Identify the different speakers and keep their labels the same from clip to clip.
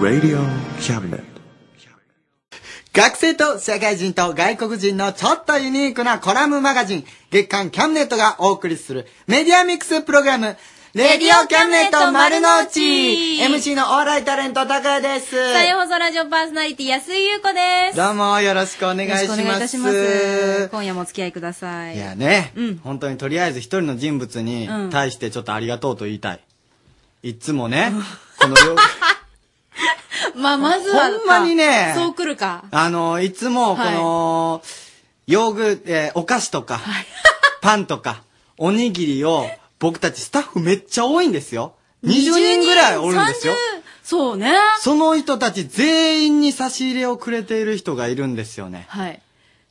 Speaker 1: Radio Cabinet.
Speaker 2: 学生と社会人と外国人のちょっとユニークなコラムマガジン、月刊キャンネットがお送りするメディアミックスプログラム、レディオキャンネット丸の内 !MC のお笑いタレント、高谷です。
Speaker 3: さよほそラジオパーソナリティ、安井優子です。
Speaker 2: どうもよろしくお願いします。
Speaker 3: よろしくお願いいたします。今夜もお付き合いください。
Speaker 2: いやね、本当にとりあえず一人の人物に
Speaker 3: うん
Speaker 2: 対してちょっとありがとうと言いたい。いっつも ね、このよ、
Speaker 3: まあ、まずはか。
Speaker 2: ほんまにね
Speaker 3: そう来るか。
Speaker 2: あの、いつもこの、用具、えーお菓子とか、パンとか、おにぎりを、僕たちスタッフめっちゃ多いんですよ。20人ぐらいおるんですよ。
Speaker 3: 30そうね。
Speaker 2: その人たち全員に差し入れをくれている人がいるんですよね。
Speaker 3: はい。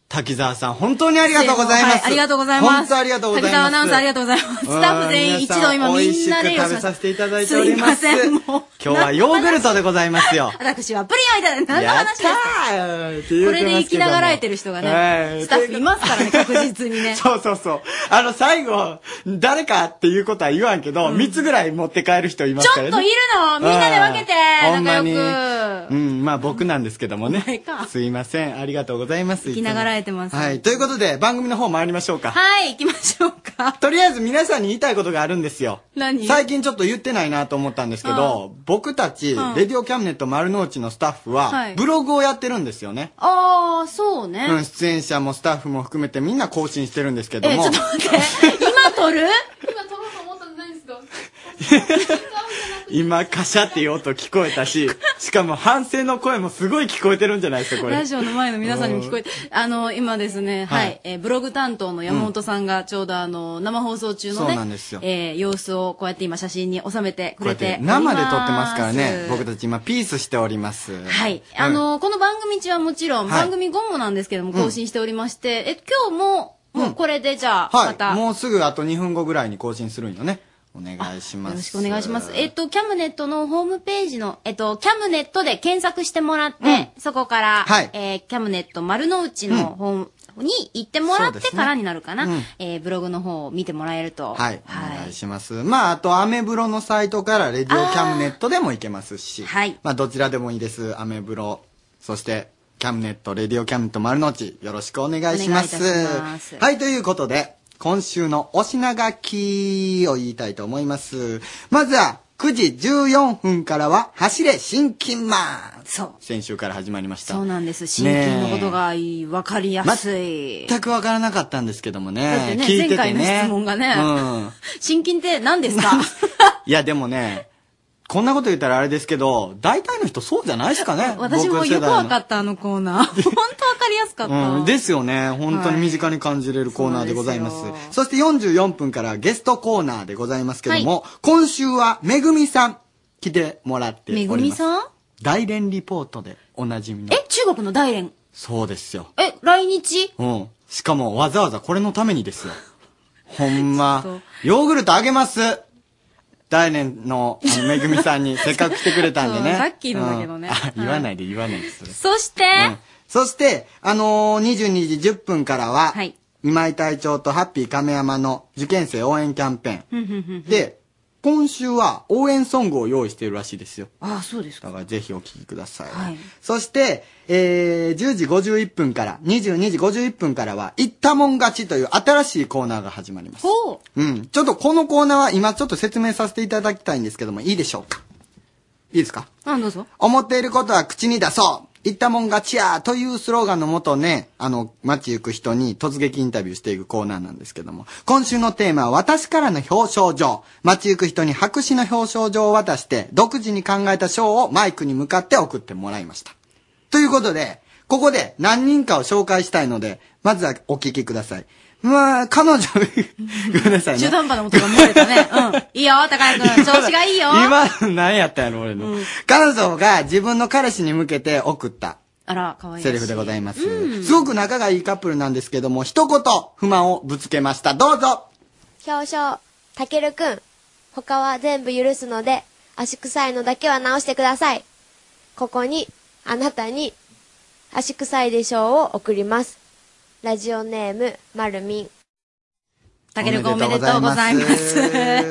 Speaker 2: 滝沢さん、本当にありがとうございま
Speaker 3: は
Speaker 2: す。
Speaker 3: いありがとうございます。
Speaker 2: 本当ありがとうございま
Speaker 3: 滝
Speaker 2: す。
Speaker 3: 沢アナウンサーありがとうございます。スタッフ全員一度今みんなで
Speaker 2: で。美味しく食べさせていただいてお
Speaker 3: すい
Speaker 2: りま。
Speaker 3: ますせん、もう。
Speaker 2: 今日はヨーグルトでございますよ。
Speaker 3: 私はプリンをいただいて、何の
Speaker 2: やっ
Speaker 3: 話ですか
Speaker 2: たーって言
Speaker 3: こ
Speaker 2: うてますけども
Speaker 3: れで生きながらえてる人が
Speaker 2: は
Speaker 3: ね、
Speaker 2: い
Speaker 3: スタッフいます からね、確実にね。
Speaker 2: そうそうそう。あの、最後、誰かっていうことは言わんけど、三3つぐらい持って帰る人いま
Speaker 3: ち
Speaker 2: すか
Speaker 3: ょ
Speaker 2: らね。
Speaker 3: っといるのみんなで分けて
Speaker 2: うんほん
Speaker 3: 仲
Speaker 2: ま
Speaker 3: 良
Speaker 2: に
Speaker 3: く
Speaker 2: うん、まあ僕なんですけども
Speaker 3: 前
Speaker 2: ね
Speaker 3: か。
Speaker 2: すいません。ありがとうございます。
Speaker 3: 生きながらえてます。
Speaker 2: はい。ということで、番組の方参りましょうか。
Speaker 3: はい、行きましょうか。
Speaker 2: とりあえず皆さんに言いたいことがあるんですよ。
Speaker 3: 何
Speaker 2: 最近ちょっと言ってないなと思ったんですけど、僕たち、
Speaker 3: うん
Speaker 2: レディオキャンネット丸の内のスタッフ
Speaker 3: は
Speaker 2: は、
Speaker 3: い
Speaker 2: ブログをやってるんですよね。
Speaker 3: あー、そうね。
Speaker 2: うん、出演者もスタッフも含めてみんな更新してるんですけど
Speaker 3: え、ち
Speaker 2: も。
Speaker 3: ょっと待って。今撮る
Speaker 4: 今飛ぶと思ったんじゃないんですか
Speaker 2: 今、カシャっていう音聞こえた し、しかも反省の声もすごい聞こえてるんじゃないですか、これ。
Speaker 3: ラジオの前の皆さんにも聞こえて、あの、今ですね、はい、
Speaker 2: はい
Speaker 3: えーブログ担当の山本さんがちょうどあの、生放送中のね、
Speaker 2: そうなんですよ
Speaker 3: えー様子をこうやって今写真に収めてく
Speaker 2: こうや
Speaker 3: れ
Speaker 2: って
Speaker 3: て
Speaker 2: 生で撮ってますからね、
Speaker 3: ち。
Speaker 2: 僕たち今ピースしております。
Speaker 3: はい。
Speaker 2: うん
Speaker 3: あ、の、この番組中はもちろん、
Speaker 2: はい
Speaker 3: 番組後もなんですけども、更新しておりまして、え、今日も、もうこれでじゃあ、また、
Speaker 2: はい、もうすぐあと2分後ぐらいに更新するんよね。お願いします。
Speaker 3: よろしくお願いします。えっと、キャムネットのホームページの、えっと、キャムネットで検索してもらって、そこから、
Speaker 2: はい
Speaker 3: えーキャムネット丸の内のホーム、に行ってもらっ
Speaker 2: そう
Speaker 3: て
Speaker 2: ですね
Speaker 3: からになるかな、
Speaker 2: うん
Speaker 3: えーブログの方を見てもらえると。
Speaker 2: はい、お
Speaker 3: は
Speaker 2: 願
Speaker 3: い
Speaker 2: い。します。まあ、あと、アメブロのサイトから、レディオキャムネットでもいけますし、
Speaker 3: あーはい
Speaker 2: まあ、どちらでもいいです。アメブロ、そして、キャムネット、レディオキャムネット丸の内、よろしくお願いします。
Speaker 3: お願いいたします
Speaker 2: はい、ということで、今週のお品書きを言いたいと思います。まずは、9時14分からは、走れ新金マン
Speaker 3: そう。
Speaker 2: 先週から始まりました。
Speaker 3: そうなんです。新規のことがいいわかりやすい。
Speaker 2: 全くわからなかったんですけどもね。
Speaker 3: だってね
Speaker 2: 聞いてて
Speaker 3: 前
Speaker 2: ね。
Speaker 3: 回の質問がね
Speaker 2: うん。
Speaker 3: 新金って何ですか
Speaker 2: いや、でもね、こんなこと言ったらあれですけど、大体の人そうじゃないですか ね。
Speaker 3: 私もよくわか
Speaker 2: っ
Speaker 3: った、あのコー ナー。本当わかりやすかった。
Speaker 2: うん、ですよね。本当に身近に感じれるコーナーでございます。
Speaker 3: そうなんですよ
Speaker 2: そして44分からゲストコーナーでございますけども、今週はめぐみさん来てもらってお
Speaker 3: め
Speaker 2: り
Speaker 3: ぐ
Speaker 2: ます。
Speaker 3: みさん
Speaker 2: 大連リポートでおなじみの
Speaker 3: え。、中国の大連。
Speaker 2: そうですよ。
Speaker 3: え、来日
Speaker 2: うん。しかもわざわざこれのためにですよ。ほん
Speaker 3: ちょっ
Speaker 2: ま。ヨーグルトあげます大連のあのめぐみ さんにせっかく来てくれたんでね。
Speaker 3: そうさっきのだけどね
Speaker 2: うんあ
Speaker 3: はい
Speaker 2: 言わないで言わないです。
Speaker 3: そして、
Speaker 2: うんそして、あのー、22時10分からは、
Speaker 3: はい
Speaker 2: 今井隊長とハッピー亀山の受験生応援キャンペ
Speaker 3: ふんふんふ
Speaker 2: ー
Speaker 3: ん
Speaker 2: ン。で、今週は応援ソングを用意しているらしいですよ。
Speaker 3: ああ、そうですか
Speaker 2: だ。からぜひお聞きください。
Speaker 3: はい
Speaker 2: そして、えー、10時51分から、22時51分からは、行ったもん勝ちという新しいコーナーが始まります。
Speaker 3: ほう。
Speaker 2: うん。ちょっとこのコーナーは今ちょっと説明させていただきたいんですけども、いいでしょうかいいですか
Speaker 3: あ、どうぞ。
Speaker 2: 思っていることは口に出そう言ったもん勝ちやというスローガンのもとね、あの、街行く人に突撃インタビューしていくコーナーなんですけども、今週のテーマは私からの表彰状。街行く人に白紙の表彰状を渡して、独自に考えた賞をマイクに向かって送ってもらいました。ということで、ここで何人かを紹介したいので、まずはお聞きください。まあ、彼女、 ごめんなさいね。
Speaker 3: 中途半端な音が漏れた ね。うん。いいよ、高谷君。調子がいいよ。
Speaker 2: 今の何やったんやろ、俺の。彼女が自分の彼氏に向けて送った
Speaker 3: あら、かわいい。
Speaker 2: セリフでございます。
Speaker 3: うん
Speaker 2: すごく仲がいいカップルなんですけども、一言不満をぶつけました。どうぞ
Speaker 5: 表彰、たけるくん。他は全部許すので、足臭いのだけは直してください。ここに、あなたに、足臭いでしょうを送ります。ラジオネーム、まるみん。
Speaker 3: たけるくんおめでとうございます。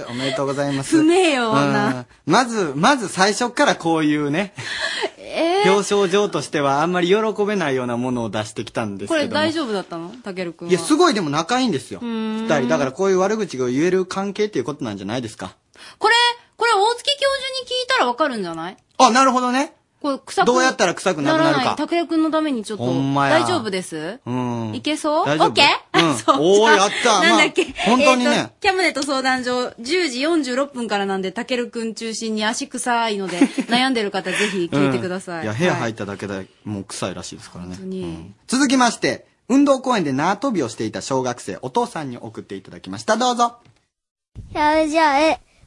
Speaker 2: おめでとうございます。
Speaker 3: 不名誉な
Speaker 2: うん。まず、まず最初からこういうね、
Speaker 3: え
Speaker 2: 表彰状としてはあんまり喜べないようなものを出してきたんです
Speaker 3: こ
Speaker 2: けども。
Speaker 3: れ大丈夫だったのたけるくんは。
Speaker 2: いや、すごいでも仲いいんですよ。
Speaker 3: うー
Speaker 2: 二
Speaker 3: ん
Speaker 2: 人。だからこういう悪口が言える関係っていうことなんじゃないですか。
Speaker 3: これ、これ大月教授に聞いたらわかるんじゃない
Speaker 2: あ、なるほどね。
Speaker 3: これ臭く
Speaker 2: どうやったら臭くなくなるか
Speaker 3: いたけるくんのためにちょっと。
Speaker 2: ほんまや
Speaker 3: 大丈夫です
Speaker 2: うん。
Speaker 3: いけそうオ
Speaker 2: 大丈夫
Speaker 3: ッケー
Speaker 2: うん
Speaker 3: そう
Speaker 2: おー
Speaker 3: じゃあ
Speaker 2: やった
Speaker 3: なんだっけ
Speaker 2: まあ本当にね
Speaker 3: えーとキャムネット相談所、10時46分からなんで、たけるくん中心に足臭いの で、悩んでる方ぜひ聞いてください。
Speaker 2: うんいや、部屋入
Speaker 3: っ
Speaker 2: っただけでもう臭いらしいですからね。
Speaker 3: 本当に
Speaker 2: うん続きまして、運動公園で縄跳びをしていた小学生、お父さんに送っていただきました。どうぞ。
Speaker 1: 表情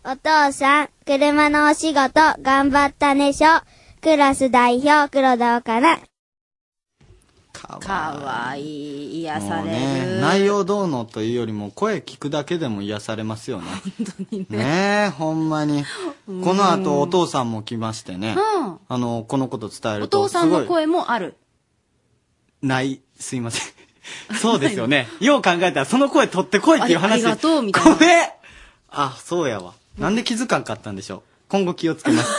Speaker 1: お父さん、車のお仕事、頑張ったねしょ。クラス代表、黒田かな。
Speaker 2: か
Speaker 3: かわいい。癒さ
Speaker 2: もう
Speaker 3: れ
Speaker 2: ね、
Speaker 3: る。
Speaker 2: 内容どうのというよりも、声聞くだけでも癒されますよね。本当にね。ねえ、ほんまに。この後、お父さんも来ましてね。
Speaker 3: うん。
Speaker 2: あの、このこと伝え
Speaker 3: お
Speaker 2: ると。
Speaker 3: 父さんの
Speaker 2: すごい
Speaker 3: 声もある。
Speaker 2: ない、すいません。そうですよね。よう考えたら、その声取ってこいっていう話。
Speaker 3: ありありがとうみたいな
Speaker 2: ごめんあ、そうやわ。なんで気づかんかったんでしょう。今後気をつ けます。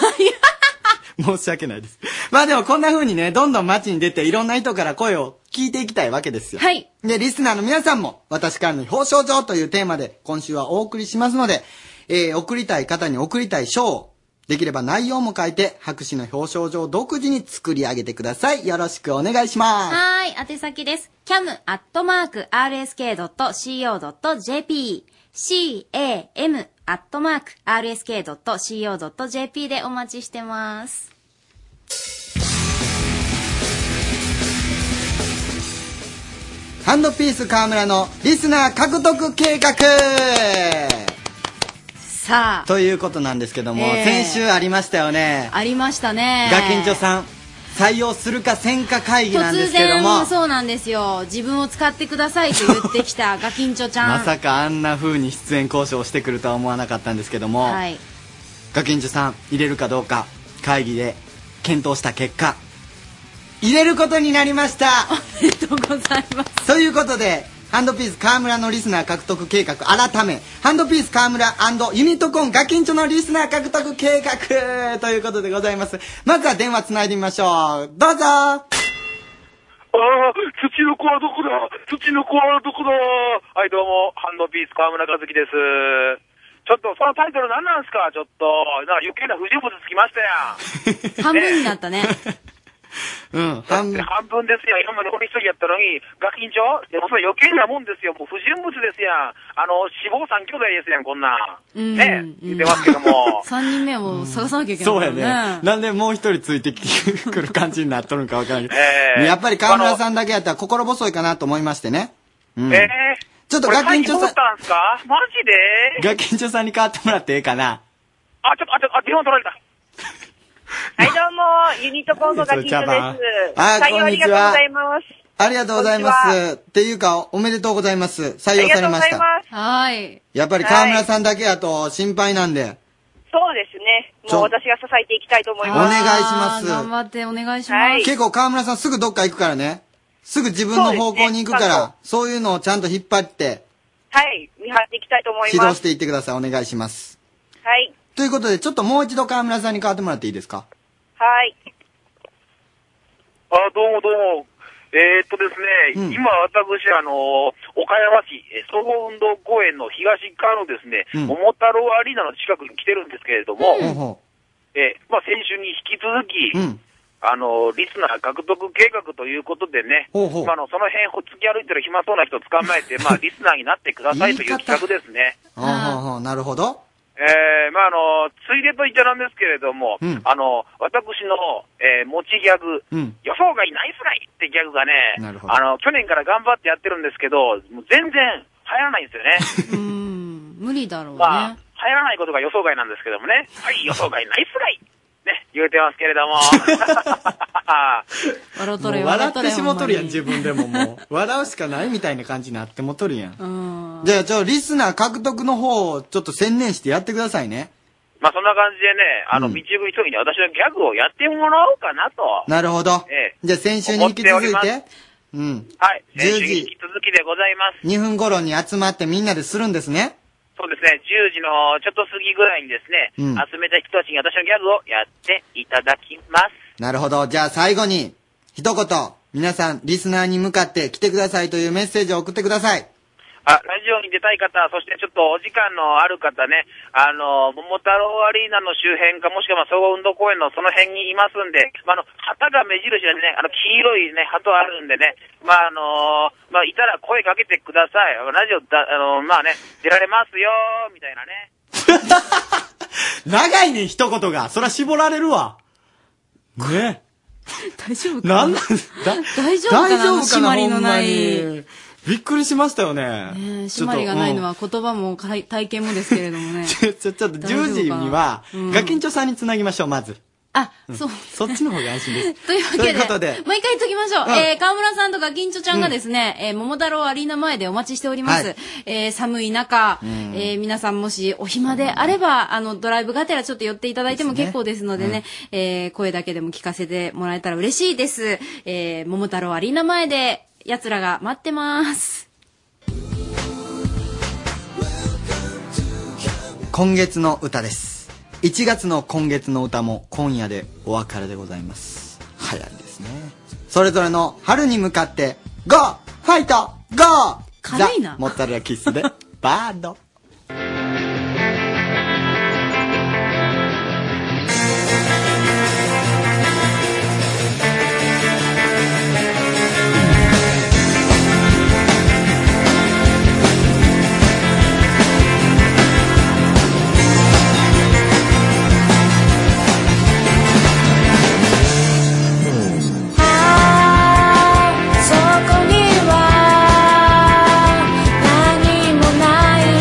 Speaker 2: 申し訳ないです。まあでもこんな風にね、どんどん街に出ていろんな人から声を聞いていきたいわけですよ。
Speaker 3: はい。
Speaker 2: で、リスナーの皆さんも、私からの表彰状というテーマで今週はお送りしますので、えー、送りたい方に送りたい賞を、できれば内容も書いて、白紙の表彰状を独自に作り上げてください。よろしくお願いします。
Speaker 3: はーい、宛先です。cam.rsk.co.jp cam.rsk.co.jp でお待ちしてます。
Speaker 2: ハンドピース河村のリスナー獲得計画
Speaker 3: さあ、
Speaker 2: ということなんですけども、
Speaker 3: ええ
Speaker 2: 先週ありましたよね。
Speaker 3: ありましたね。
Speaker 2: ガキンチョさん、採用するかせんか会議なんで
Speaker 3: 突
Speaker 2: すけども
Speaker 3: 然、、そうなんですよ。自分を使ってくださいと言ってきた ガキンチョちゃん。
Speaker 2: まさかあんな風に出演交渉をしてくるとは思わなかったんですけども、
Speaker 3: はい。
Speaker 2: ガキンチョさん、入れるかどうか、会議で検討した結果、入れることになりました
Speaker 3: ありがとうございます。
Speaker 2: ということで、ハンドピース河村のリスナー獲得計画改め、ハンドピース河村ユニットコーンガキンチョのリスナー獲得計画ということでございます。まずは電話つないでみましょう。どうぞ
Speaker 6: ああ、土の子はどこだ土の子はどこだはい、どうも、ハンドピース河村和樹です。ちょっと、そのタイトル何なんすかちょっと、なんか余計な不純物つきましたやん。
Speaker 3: 半 分になったね。
Speaker 2: うん、
Speaker 6: だっ
Speaker 2: 半
Speaker 6: て
Speaker 2: 分。
Speaker 6: 半分ですよ。今まで俺一人やったのに、ガキンチョでもそれ余計なもんですよ。もう不純物ですやん。あの、死亡三兄弟ですやん、こんなん。
Speaker 3: うん
Speaker 6: ね
Speaker 3: う
Speaker 6: 言
Speaker 3: ん。
Speaker 6: ってますけども
Speaker 3: 三人目を探さなきゃいけない
Speaker 2: そう
Speaker 3: か
Speaker 2: や
Speaker 3: ら
Speaker 2: ね。なんでもう一人ついてきくる感じになっとるんかわからんけど。
Speaker 6: ええ
Speaker 2: やっぱり河村さんだけやったら心細いかなと思いましてね。うん。
Speaker 6: ええ
Speaker 2: ちょっと
Speaker 6: これ
Speaker 2: ガキンチョさ
Speaker 6: 会議どう
Speaker 2: ん
Speaker 6: ったんすかマジ で
Speaker 2: ガキンチョさんに代わってもらってええかな
Speaker 6: あ、ちょっと、あ、ちょっと、あ、電話取られた。
Speaker 7: はい、どうも、ユニットコントがキングです。
Speaker 2: あ
Speaker 7: 採用ありがとうございます。
Speaker 2: ありがとうござい
Speaker 7: こん
Speaker 2: ま
Speaker 7: に
Speaker 2: す。っていうか、おめでとうございます。採
Speaker 7: あり
Speaker 2: 用
Speaker 7: が
Speaker 2: さ
Speaker 7: と
Speaker 2: れ
Speaker 7: うご
Speaker 2: ま
Speaker 7: ざ
Speaker 2: し
Speaker 7: い
Speaker 2: た。
Speaker 7: ます。
Speaker 3: はい。
Speaker 2: やっぱり河村さんだけやと心配なんで。
Speaker 7: そうですね。
Speaker 2: ちょ
Speaker 7: もう私が支えていきたいと思い
Speaker 2: お
Speaker 7: ま
Speaker 2: 願
Speaker 7: す。
Speaker 2: いします
Speaker 3: あー頑張ってお願いします。
Speaker 7: はい
Speaker 2: 結構河村さんすぐどっか行くからね。すぐ自分の方向に行くから、そういうのをちゃんと引っ張って
Speaker 7: はい、見張っていきたいと思い
Speaker 2: 指
Speaker 7: ま
Speaker 2: 導し
Speaker 7: す。
Speaker 2: ていってください。お願いします。
Speaker 7: はい、
Speaker 2: ということで、ちょっともう一度河村さんに代わってもらっていいですか
Speaker 7: はい。
Speaker 6: あ、どうもどうも。えー、っとですね、
Speaker 2: うん
Speaker 6: 今私、あの、岡山市えー総合運動公園の東側のですね、
Speaker 2: うん
Speaker 6: 桃太郎アリーナの近くに来てるんですけれども、
Speaker 2: ほうほ
Speaker 6: えーまあ、先週に引き続き、
Speaker 2: う。うん。
Speaker 6: あの、リスナー獲得計画ということでね、
Speaker 2: ほうほう
Speaker 6: まあ、あのその辺ほっつき歩いてる暇そうな人捕まえて、まあ、リスナーになってくださいという企画ですね。
Speaker 2: ほうほうほう。なるほど。
Speaker 6: えー、まあ、あの、ついでと言っちゃなんですけれども、
Speaker 2: うん
Speaker 6: あの、私の、えー持ちギャグ、
Speaker 2: うん。
Speaker 6: 予想外ナイスガイってギャグがね、
Speaker 2: なるほど
Speaker 6: あの、去年から頑張ってやってるんですけど、もう全然流行らないんですよね。
Speaker 3: うん。無理だろうね。
Speaker 6: まあ、流行らないことが予想外なんですけどもね。はい、予想外ナイスガイね、言うてますけれど も。
Speaker 3: 笑う
Speaker 2: も
Speaker 3: と
Speaker 2: う
Speaker 3: るよ
Speaker 2: 笑
Speaker 3: 笑
Speaker 2: っ
Speaker 3: うと
Speaker 2: て
Speaker 3: るよ
Speaker 2: しもとるやん、
Speaker 3: ほ
Speaker 2: 自
Speaker 3: んまに
Speaker 2: 分でももう。笑うしかないみたいな感じになってもとるやん。
Speaker 3: うん
Speaker 2: じゃあ、ちょ、リスナー獲得の方をちょっと専念してやってくださいね。
Speaker 6: まあ、そんな感じでね、あの、
Speaker 2: うん
Speaker 6: 道行く人に私のギャグをやってもらおうかなと。
Speaker 2: なるほど
Speaker 6: ええ。
Speaker 2: じゃあ、先週に引き続
Speaker 6: 思ってお
Speaker 2: い
Speaker 6: り
Speaker 2: て
Speaker 6: ま、
Speaker 2: うん。
Speaker 6: はい。
Speaker 2: 10時
Speaker 6: 先週に引き続きでございます。
Speaker 2: 2分頃に集まってみんなでするんですね。
Speaker 6: そうですね、10時のちょっと過ぎぐらいにですね、
Speaker 2: うん
Speaker 6: 集めた人たちに私のギャグをやっていただきます。
Speaker 2: なるほど。じゃあ最後に、一言、皆さん、リスナーに向かって来てくださいというメッセージを送ってください。
Speaker 6: あ、ラジオに出たい方、そしてちょっとお時間のある方ね、あの、桃太郎アリーナの周辺か、もしくはまあ総合運動公園のその辺にいますんで、まあ、あの、旗が目印なんでね、あの、黄色いね、旗あるんでね、まあ、あのまあ、いたら声かけてください。ラジオだ、あの、まあね、出られますよみたいなね。
Speaker 8: 長いね、一言が。そら絞られるわ。ね。
Speaker 3: 大丈夫か
Speaker 8: なんなんだ、
Speaker 3: 大丈夫かな
Speaker 8: 大
Speaker 3: 締まりのない
Speaker 8: ほんまにびっくりしましたよね。
Speaker 3: えー
Speaker 8: ちょ
Speaker 3: 締
Speaker 8: っと
Speaker 3: まりがないのは言葉もかい体験もですけれど もね。
Speaker 8: ちょ、ちょっと10時には
Speaker 3: 大丈夫かなうん、
Speaker 8: ガキンチョさんにつなぎましょう、まず。
Speaker 3: あ、
Speaker 8: そう。そっちの方が安心です。
Speaker 3: というわけで、
Speaker 8: ということで
Speaker 3: もう一回言っときましょう。
Speaker 8: うん
Speaker 3: えー、河村さんとか銀ちょちゃんがですね、えー桃太郎アリーナ前でお待ちしております。
Speaker 9: はい
Speaker 3: えー寒い中、
Speaker 9: うん
Speaker 3: えー皆さんもしお暇であれば、あの、ドライブがてらちょっと寄っていただいても
Speaker 9: ですね
Speaker 3: 結構ですのでね、えー声だけでも聞かせてもらえたら嬉しいです。えー桃太郎アリーナ前で、奴らが待ってます。
Speaker 2: 今月の歌です。1月の今月の歌も今夜でお別れでございます。早いですね。それぞれの春に向かって、ゴーファイトゴー
Speaker 3: 軽いな
Speaker 2: ザモッツァレラキッ スで、バード。
Speaker 9: そこには何もない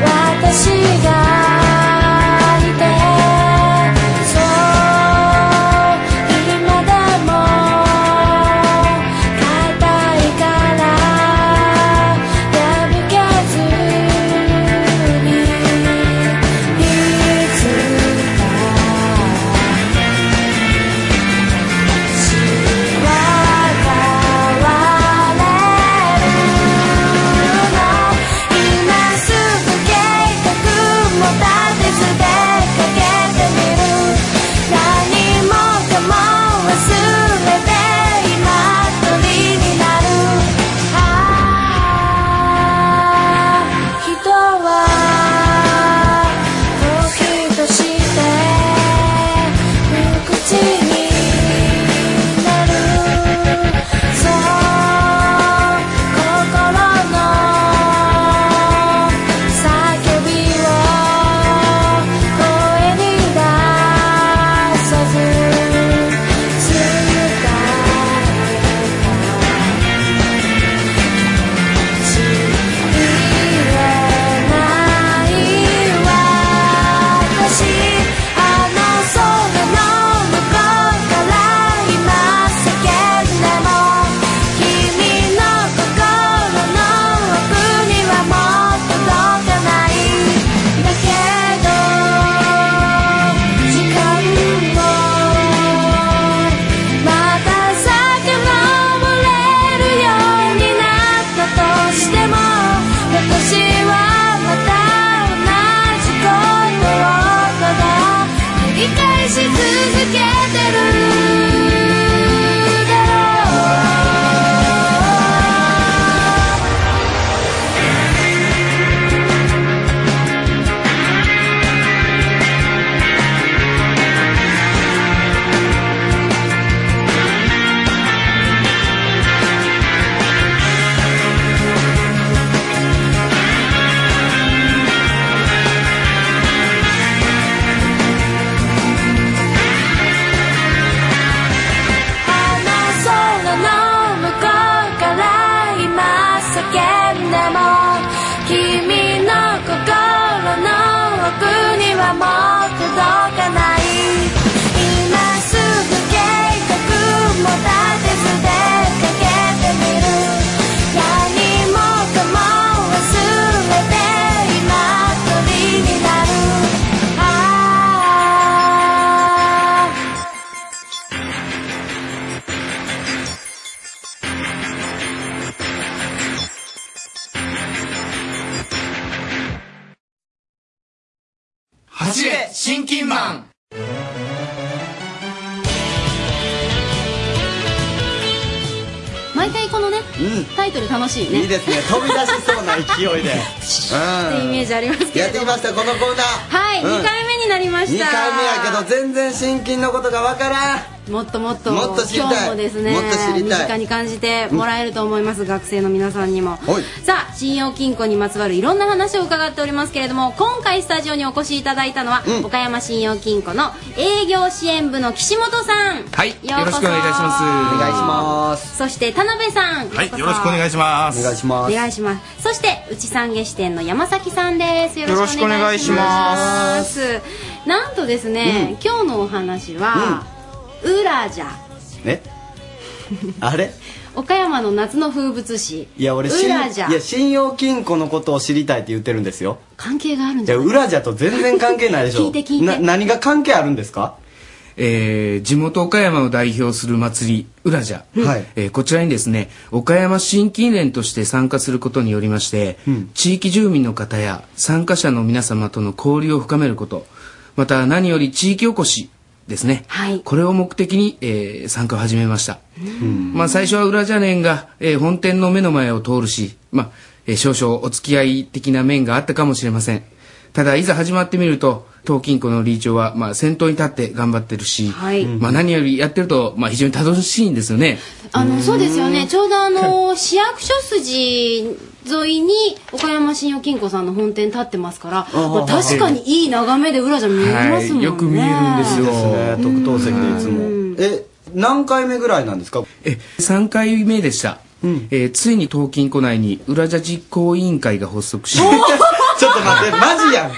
Speaker 9: 私がいてそう今でも硬いから破けずにいつ「わかわれる」「今すぐ計画も立てず出かけてみる」「何もかも忘れて今鳥になる」「ああ人は時として」「無口になる」「そう心の叫びを声に出さず伝えた」「知れない私」「あの空の向こうから今叫ぶよ」「も君の心の奥にはもう届かない」「だけど時間もまた遡れるようになったとしても」「私はまた同じことをただ」繰り返し続けてるあの空の向こうから今叫んでも君の心の奥にはもう届かない今すぐ計画も立てず出かけてみる何もかも忘れて今鳥になるああ
Speaker 10: 走れ新金マン
Speaker 3: 毎回このね、タイトル楽しいね
Speaker 2: いいですね飛び出しそうな勢い で
Speaker 3: ってイ
Speaker 2: うん
Speaker 3: メージありますけ
Speaker 2: やっ
Speaker 3: れど
Speaker 2: てき
Speaker 3: も
Speaker 2: ましたこのコーナー
Speaker 3: はい、二
Speaker 2: うん
Speaker 3: 2回目になりまし
Speaker 2: 2
Speaker 3: た
Speaker 2: 回目やけど全然新金のことがわからん
Speaker 3: もっともっと
Speaker 2: もっと知りたい
Speaker 3: 今日もですね
Speaker 2: もっと知りたい
Speaker 3: 身近に感じてもらえると思います、学生の皆さんにも
Speaker 2: はい
Speaker 3: さあ信用金庫にまつわるいろんな話を伺っておりますけれども今回スタジオにお越しいただいたのは、岡山信用金庫の営業支援部の岸本さん
Speaker 10: はい
Speaker 3: ようこそ
Speaker 10: よろしくお願いしますお願いします
Speaker 3: そして田辺さん
Speaker 10: はいよろしくお願いしますお願いし
Speaker 3: お願いしますそして内三下支店の山崎さんですよろしくお願いしますなんとですね、今日のお話は、ウラジャ
Speaker 2: ねあれ
Speaker 3: 岡山の夏の風物詩
Speaker 2: いや俺
Speaker 3: ウ
Speaker 2: 信
Speaker 3: ラジ
Speaker 2: いや
Speaker 3: ャ
Speaker 2: 信用金庫のことを知りたいって言ってるんですよ
Speaker 3: 関係があるん
Speaker 2: じ
Speaker 3: じ
Speaker 2: ゃ
Speaker 3: ゃ
Speaker 2: あ
Speaker 3: ない
Speaker 2: 裏じゃと全然関係ないでしょ
Speaker 3: 聞いて聞いて
Speaker 2: な 何が関係あるんですか
Speaker 10: えー地元岡山を代表する祭りうらじゃ、
Speaker 2: はい
Speaker 10: えーこちらにですね岡山新近連として参加することによりまして、地域住民の方や参加者の皆様との交流を深めることまた何より地域おこしですね、これを目的に、えー参加を始めました、まあ、最初は裏ジャネンが、えー本店の目の前を通るし、まあえー少々お付き合い的な面があったかもしれませんただいざ始まってみると東金庫の理事長は、まあ、先頭に立って頑張ってるし、
Speaker 3: はい
Speaker 10: まあ、何よりやってると、まあ、非常に楽しいんですよね
Speaker 3: あのそうですよねちょうどあの 市役所筋沿いに岡山信用金庫さんの本店立ってますから
Speaker 10: ー
Speaker 3: これ確かにいい眺めで裏じゃ見えますもんね、
Speaker 10: よく見えるんですよ
Speaker 2: 特等席でいつもえ何回目ぐらいなんですか
Speaker 10: え3回目でした、えーついに東金庫内に裏ジャ実行委員会が発足し
Speaker 2: ちょっと待ってマジやん
Speaker 10: は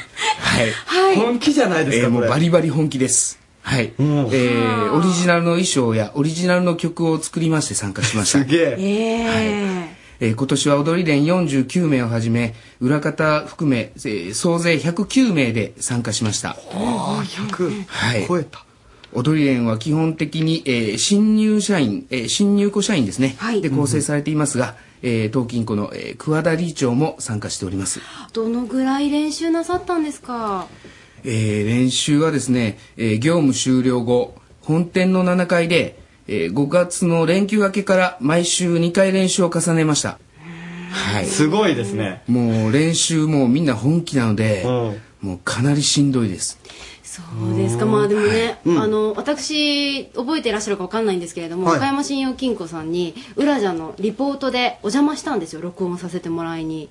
Speaker 10: い、
Speaker 2: 本気じゃないですか
Speaker 10: えーもうバリバリ本気ですはい、えーオリジナルの衣装やオリジナルの曲を作りまして参加しました
Speaker 2: すげえ
Speaker 10: えー今年は踊り連49名をはじめ裏方含め、えー総勢109名で参加しました
Speaker 2: ああ100
Speaker 10: はい
Speaker 2: 超えた
Speaker 10: 踊り連は基本的に、えー新入社員、えー新入庫社員ですね、で構成されていますが、えー東金庫の、えー桑田理事長も参加しております
Speaker 3: どのぐらい練習なさったんですか
Speaker 10: えー練習はですね、えー業務終了後本店の7階で、え5月の連休明けから毎週2回練習を重ねました、はい、
Speaker 2: すごいですね
Speaker 10: もう練習もうみんな本気なので、もうかなりしんどいです
Speaker 3: そうですかまあでもね、あの私覚えていらっしゃるかわかんないんですけれども、
Speaker 10: はい
Speaker 3: 岡山信用金庫さんにウラジャのリポートでお邪魔したんですよ録音させてもらいに。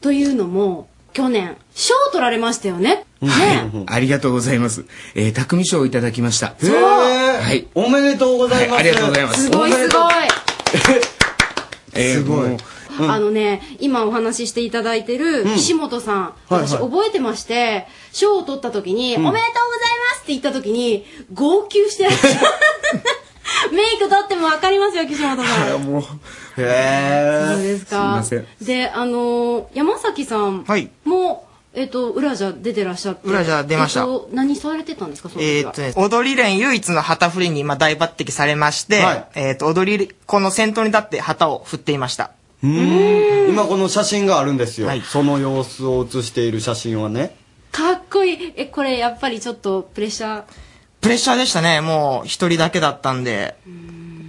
Speaker 3: というのも去年賞取られましたよね。
Speaker 10: ありがとうございます、えー、匠賞をいただきました
Speaker 2: へえ
Speaker 10: はい
Speaker 2: おめでとうございます
Speaker 10: はいありがとうございます
Speaker 3: すごいすごい。
Speaker 10: すごい、
Speaker 3: あのね今お話ししていただいてる
Speaker 10: うん
Speaker 3: 岸本さん、
Speaker 10: いはい
Speaker 3: 私覚えてまして賞を取った時に、
Speaker 10: うん
Speaker 3: おめでとうございます」って言った時に号泣してらっしゃ るメイク取っても分かりますよ岸本さん。
Speaker 10: もう
Speaker 2: へえ
Speaker 3: そうです
Speaker 2: い
Speaker 3: か
Speaker 2: ません
Speaker 3: であのー山崎さんも、
Speaker 11: はい
Speaker 3: えっと裏じゃ出てらっしゃって
Speaker 11: 裏じゃ出ました
Speaker 3: えっと何されてたんですかその
Speaker 11: えー
Speaker 3: 時は
Speaker 11: っとね、踊り連唯一の旗振りに今大抜擢されまして、えーっと、踊り、この先頭に立って旗を振っていました。
Speaker 2: うん今この写真があるんですよその様子を写している写真はね
Speaker 3: かっこいいえこれやっぱりちょっとプレッシャー
Speaker 11: プレッシャーでしたね、もう一人だけだったんで。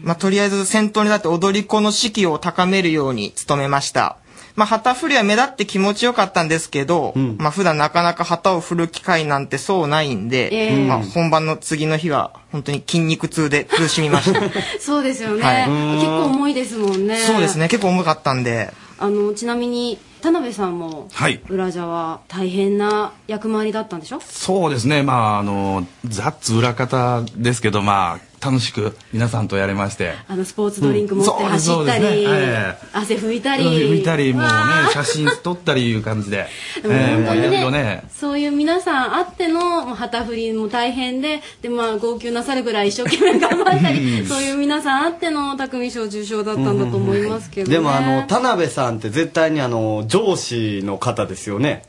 Speaker 11: まあ、とりあえず先頭に立って踊り子の士気を高めるように努めました。まあ、旗振りは目立って気持ちよかったんですけど、まあ、普段なかなか旗を振る機会なんてそうないんで、
Speaker 3: ええ
Speaker 11: まあ、本番の次の日は本当に筋肉痛で苦しみま した。
Speaker 3: そうですよね、
Speaker 11: はい
Speaker 3: 結構重いですもんね
Speaker 11: そうですね、結構重かったんで。
Speaker 3: あのちなみに田辺さんも
Speaker 12: はい
Speaker 3: 裏じゃは大変な役回りだったんでしょ
Speaker 12: そうですね、まあ、あの、ザッツ裏方ですけど、まあ、楽しく皆さんとやれまして。
Speaker 3: あのスポーツドリンク持って
Speaker 12: うん
Speaker 3: 走
Speaker 12: そ
Speaker 3: っ
Speaker 12: うで
Speaker 3: た
Speaker 12: す
Speaker 3: り、
Speaker 12: ねええ
Speaker 3: 汗拭いたり
Speaker 12: 拭いたり、もうね
Speaker 3: わあ、
Speaker 12: 写真撮ったりいう感じで。
Speaker 3: でも本当にね
Speaker 12: ええいろいろね。
Speaker 3: そういう皆さんあってのもう旗振りも大変でで、まあ、号泣なさるぐらい一生懸命頑張ったりそういう皆さんあっての匠賞受賞だったんだと思いますけど、ね
Speaker 2: でもあの田辺さんって絶対にあの上司の方ですよね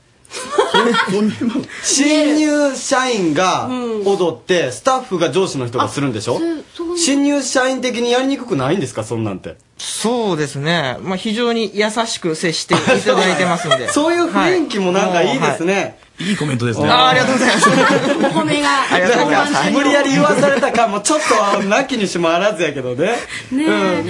Speaker 2: 新入社員が
Speaker 13: うん
Speaker 2: 踊って、スタッフが上司の人がするんでしょ
Speaker 13: そう
Speaker 2: 新入社員的にやりにくくないんですかそんなんて。
Speaker 14: そうですね。まあ、非常に優しく接していただいてますんで。
Speaker 2: そういう雰囲気もなんかいいですね。
Speaker 15: いいコメントです
Speaker 14: ねあーありがとうございます。
Speaker 3: お米が。
Speaker 14: ありがとうございます
Speaker 2: 無理やり言わされた感もちょっとなきにしもあらずやけどね。うん。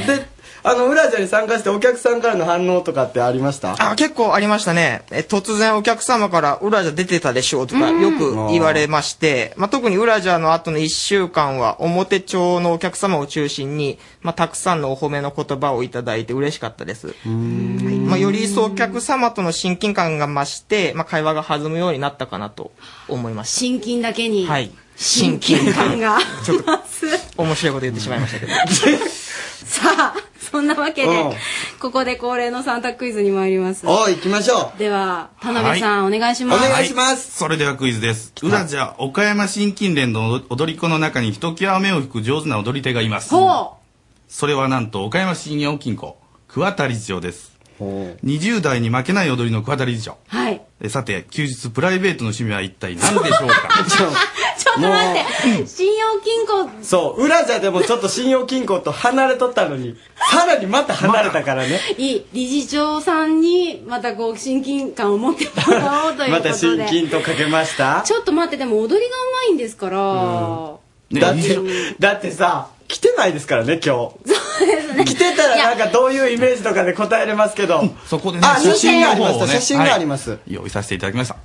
Speaker 2: で、あの、裏ジャに参加してお客さんからの反応とかってありました
Speaker 14: あ、結構ありましたね。え突然お客様から、ウラジャ出てたでしょうとか、よく言われまして、まあ、特にウラジャの後の1週間は、表町のお客様を中心に、まあ、たくさんのお褒めの言葉をいただいて嬉しかったです。はいまあ、より一層お客様との親近感が増して、まあ、会話が弾むようになったかなと思いまし
Speaker 3: 親近だけに。
Speaker 14: た。はい。
Speaker 3: 親近感が。
Speaker 14: ちょっと、面白いこと言ってしまいましたけど。
Speaker 3: さあ、そんなわけ
Speaker 14: うん。
Speaker 3: で、ここで恒例のサンタクイズに参ります。
Speaker 2: おい、行きましょ
Speaker 3: では、田辺さん、お願いします。
Speaker 15: す、それではクイズです裏じゃ岡山新近連の踊り子の中にひときわ目を引く上手な踊り手がいます
Speaker 3: ほ
Speaker 15: それはなんと岡山信用金庫桑田理事長です20代に負けない踊りの桑田理事長
Speaker 3: うはい。
Speaker 15: えさて休日プライベートの趣味は一体何でしょ うか
Speaker 3: ちょっと待って、信用金庫、
Speaker 2: う。そう、裏じゃでもちょっと信用金庫と離れとったのに、さらにまた離れたからね。
Speaker 3: いい、理事長さんに、またこう、親近感を持ってもらおうというこ
Speaker 2: ま
Speaker 3: とで。
Speaker 2: た新金とかけました
Speaker 3: ちょっと待って、でも踊りがうまいんですから、
Speaker 2: だって、だってさ、来てないですからね、今日。来てたらなんかどういうイメージとかで答えれますけど。
Speaker 15: そこで
Speaker 2: あ、写真がありま
Speaker 15: の
Speaker 2: し
Speaker 15: 方を
Speaker 2: た、
Speaker 15: ね
Speaker 2: 写真があります。
Speaker 15: はい用意させていただきました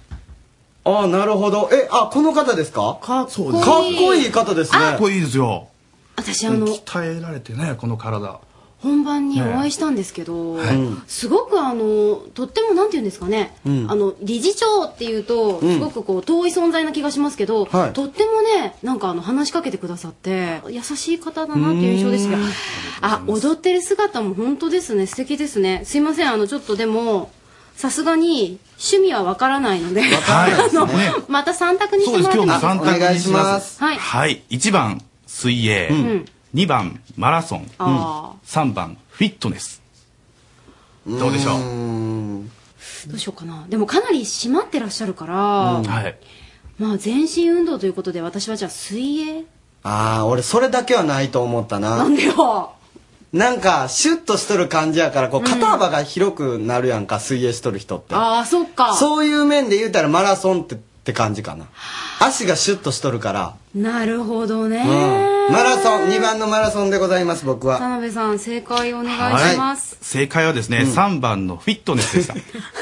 Speaker 2: ああ、なるほど。え、あ、この方ですか
Speaker 3: かっこ
Speaker 15: いい
Speaker 2: かっこいい方ですね。
Speaker 15: かっこいいですよ
Speaker 3: 私、あの、
Speaker 15: 鍛えられてねこの体
Speaker 3: 本番にお会いしたんですけど、
Speaker 15: はい
Speaker 3: すごくあのとってもなんて言うんですかね、
Speaker 15: うん
Speaker 3: あの理事長っていうと
Speaker 15: うん
Speaker 3: すごくこう遠い存在な気がしますけど、
Speaker 15: はい
Speaker 3: とってもねなんかあの話しかけてくださって優しい方だなっていう印象ですけど
Speaker 15: うーん
Speaker 3: あ踊ってる姿も本当ですね素敵ですねすいませんあのちょっとでもさすがに趣味はわからないので、あのまた3択にしてもらってもいいですか
Speaker 15: 三択にします
Speaker 3: はい、
Speaker 15: はい1番水泳、
Speaker 3: うん
Speaker 15: 2番マラソン、
Speaker 3: あ
Speaker 15: 3番フィットネスどうでしょう
Speaker 3: どうしようかなでもかなり締まってらっしゃるから、
Speaker 15: はい
Speaker 3: まあ全身運動ということで私はじゃあ水泳
Speaker 2: ああ、俺それだけはないと思ったな。
Speaker 3: なんで よ
Speaker 2: なんか、シュッとしとる感じやから、こう、肩幅が広くなるやんか、水泳しとる人って。
Speaker 3: ああそっか
Speaker 2: そういう面で言うたらマラソンって、って感じかな。足がシュッとしとるから。
Speaker 3: なるほどね、
Speaker 2: うん。マラソン、2番のマラソンでございます、僕
Speaker 3: 田
Speaker 2: は。
Speaker 3: 辺さん正解お願いします、
Speaker 15: 正解はですね、3番のフィットネスでした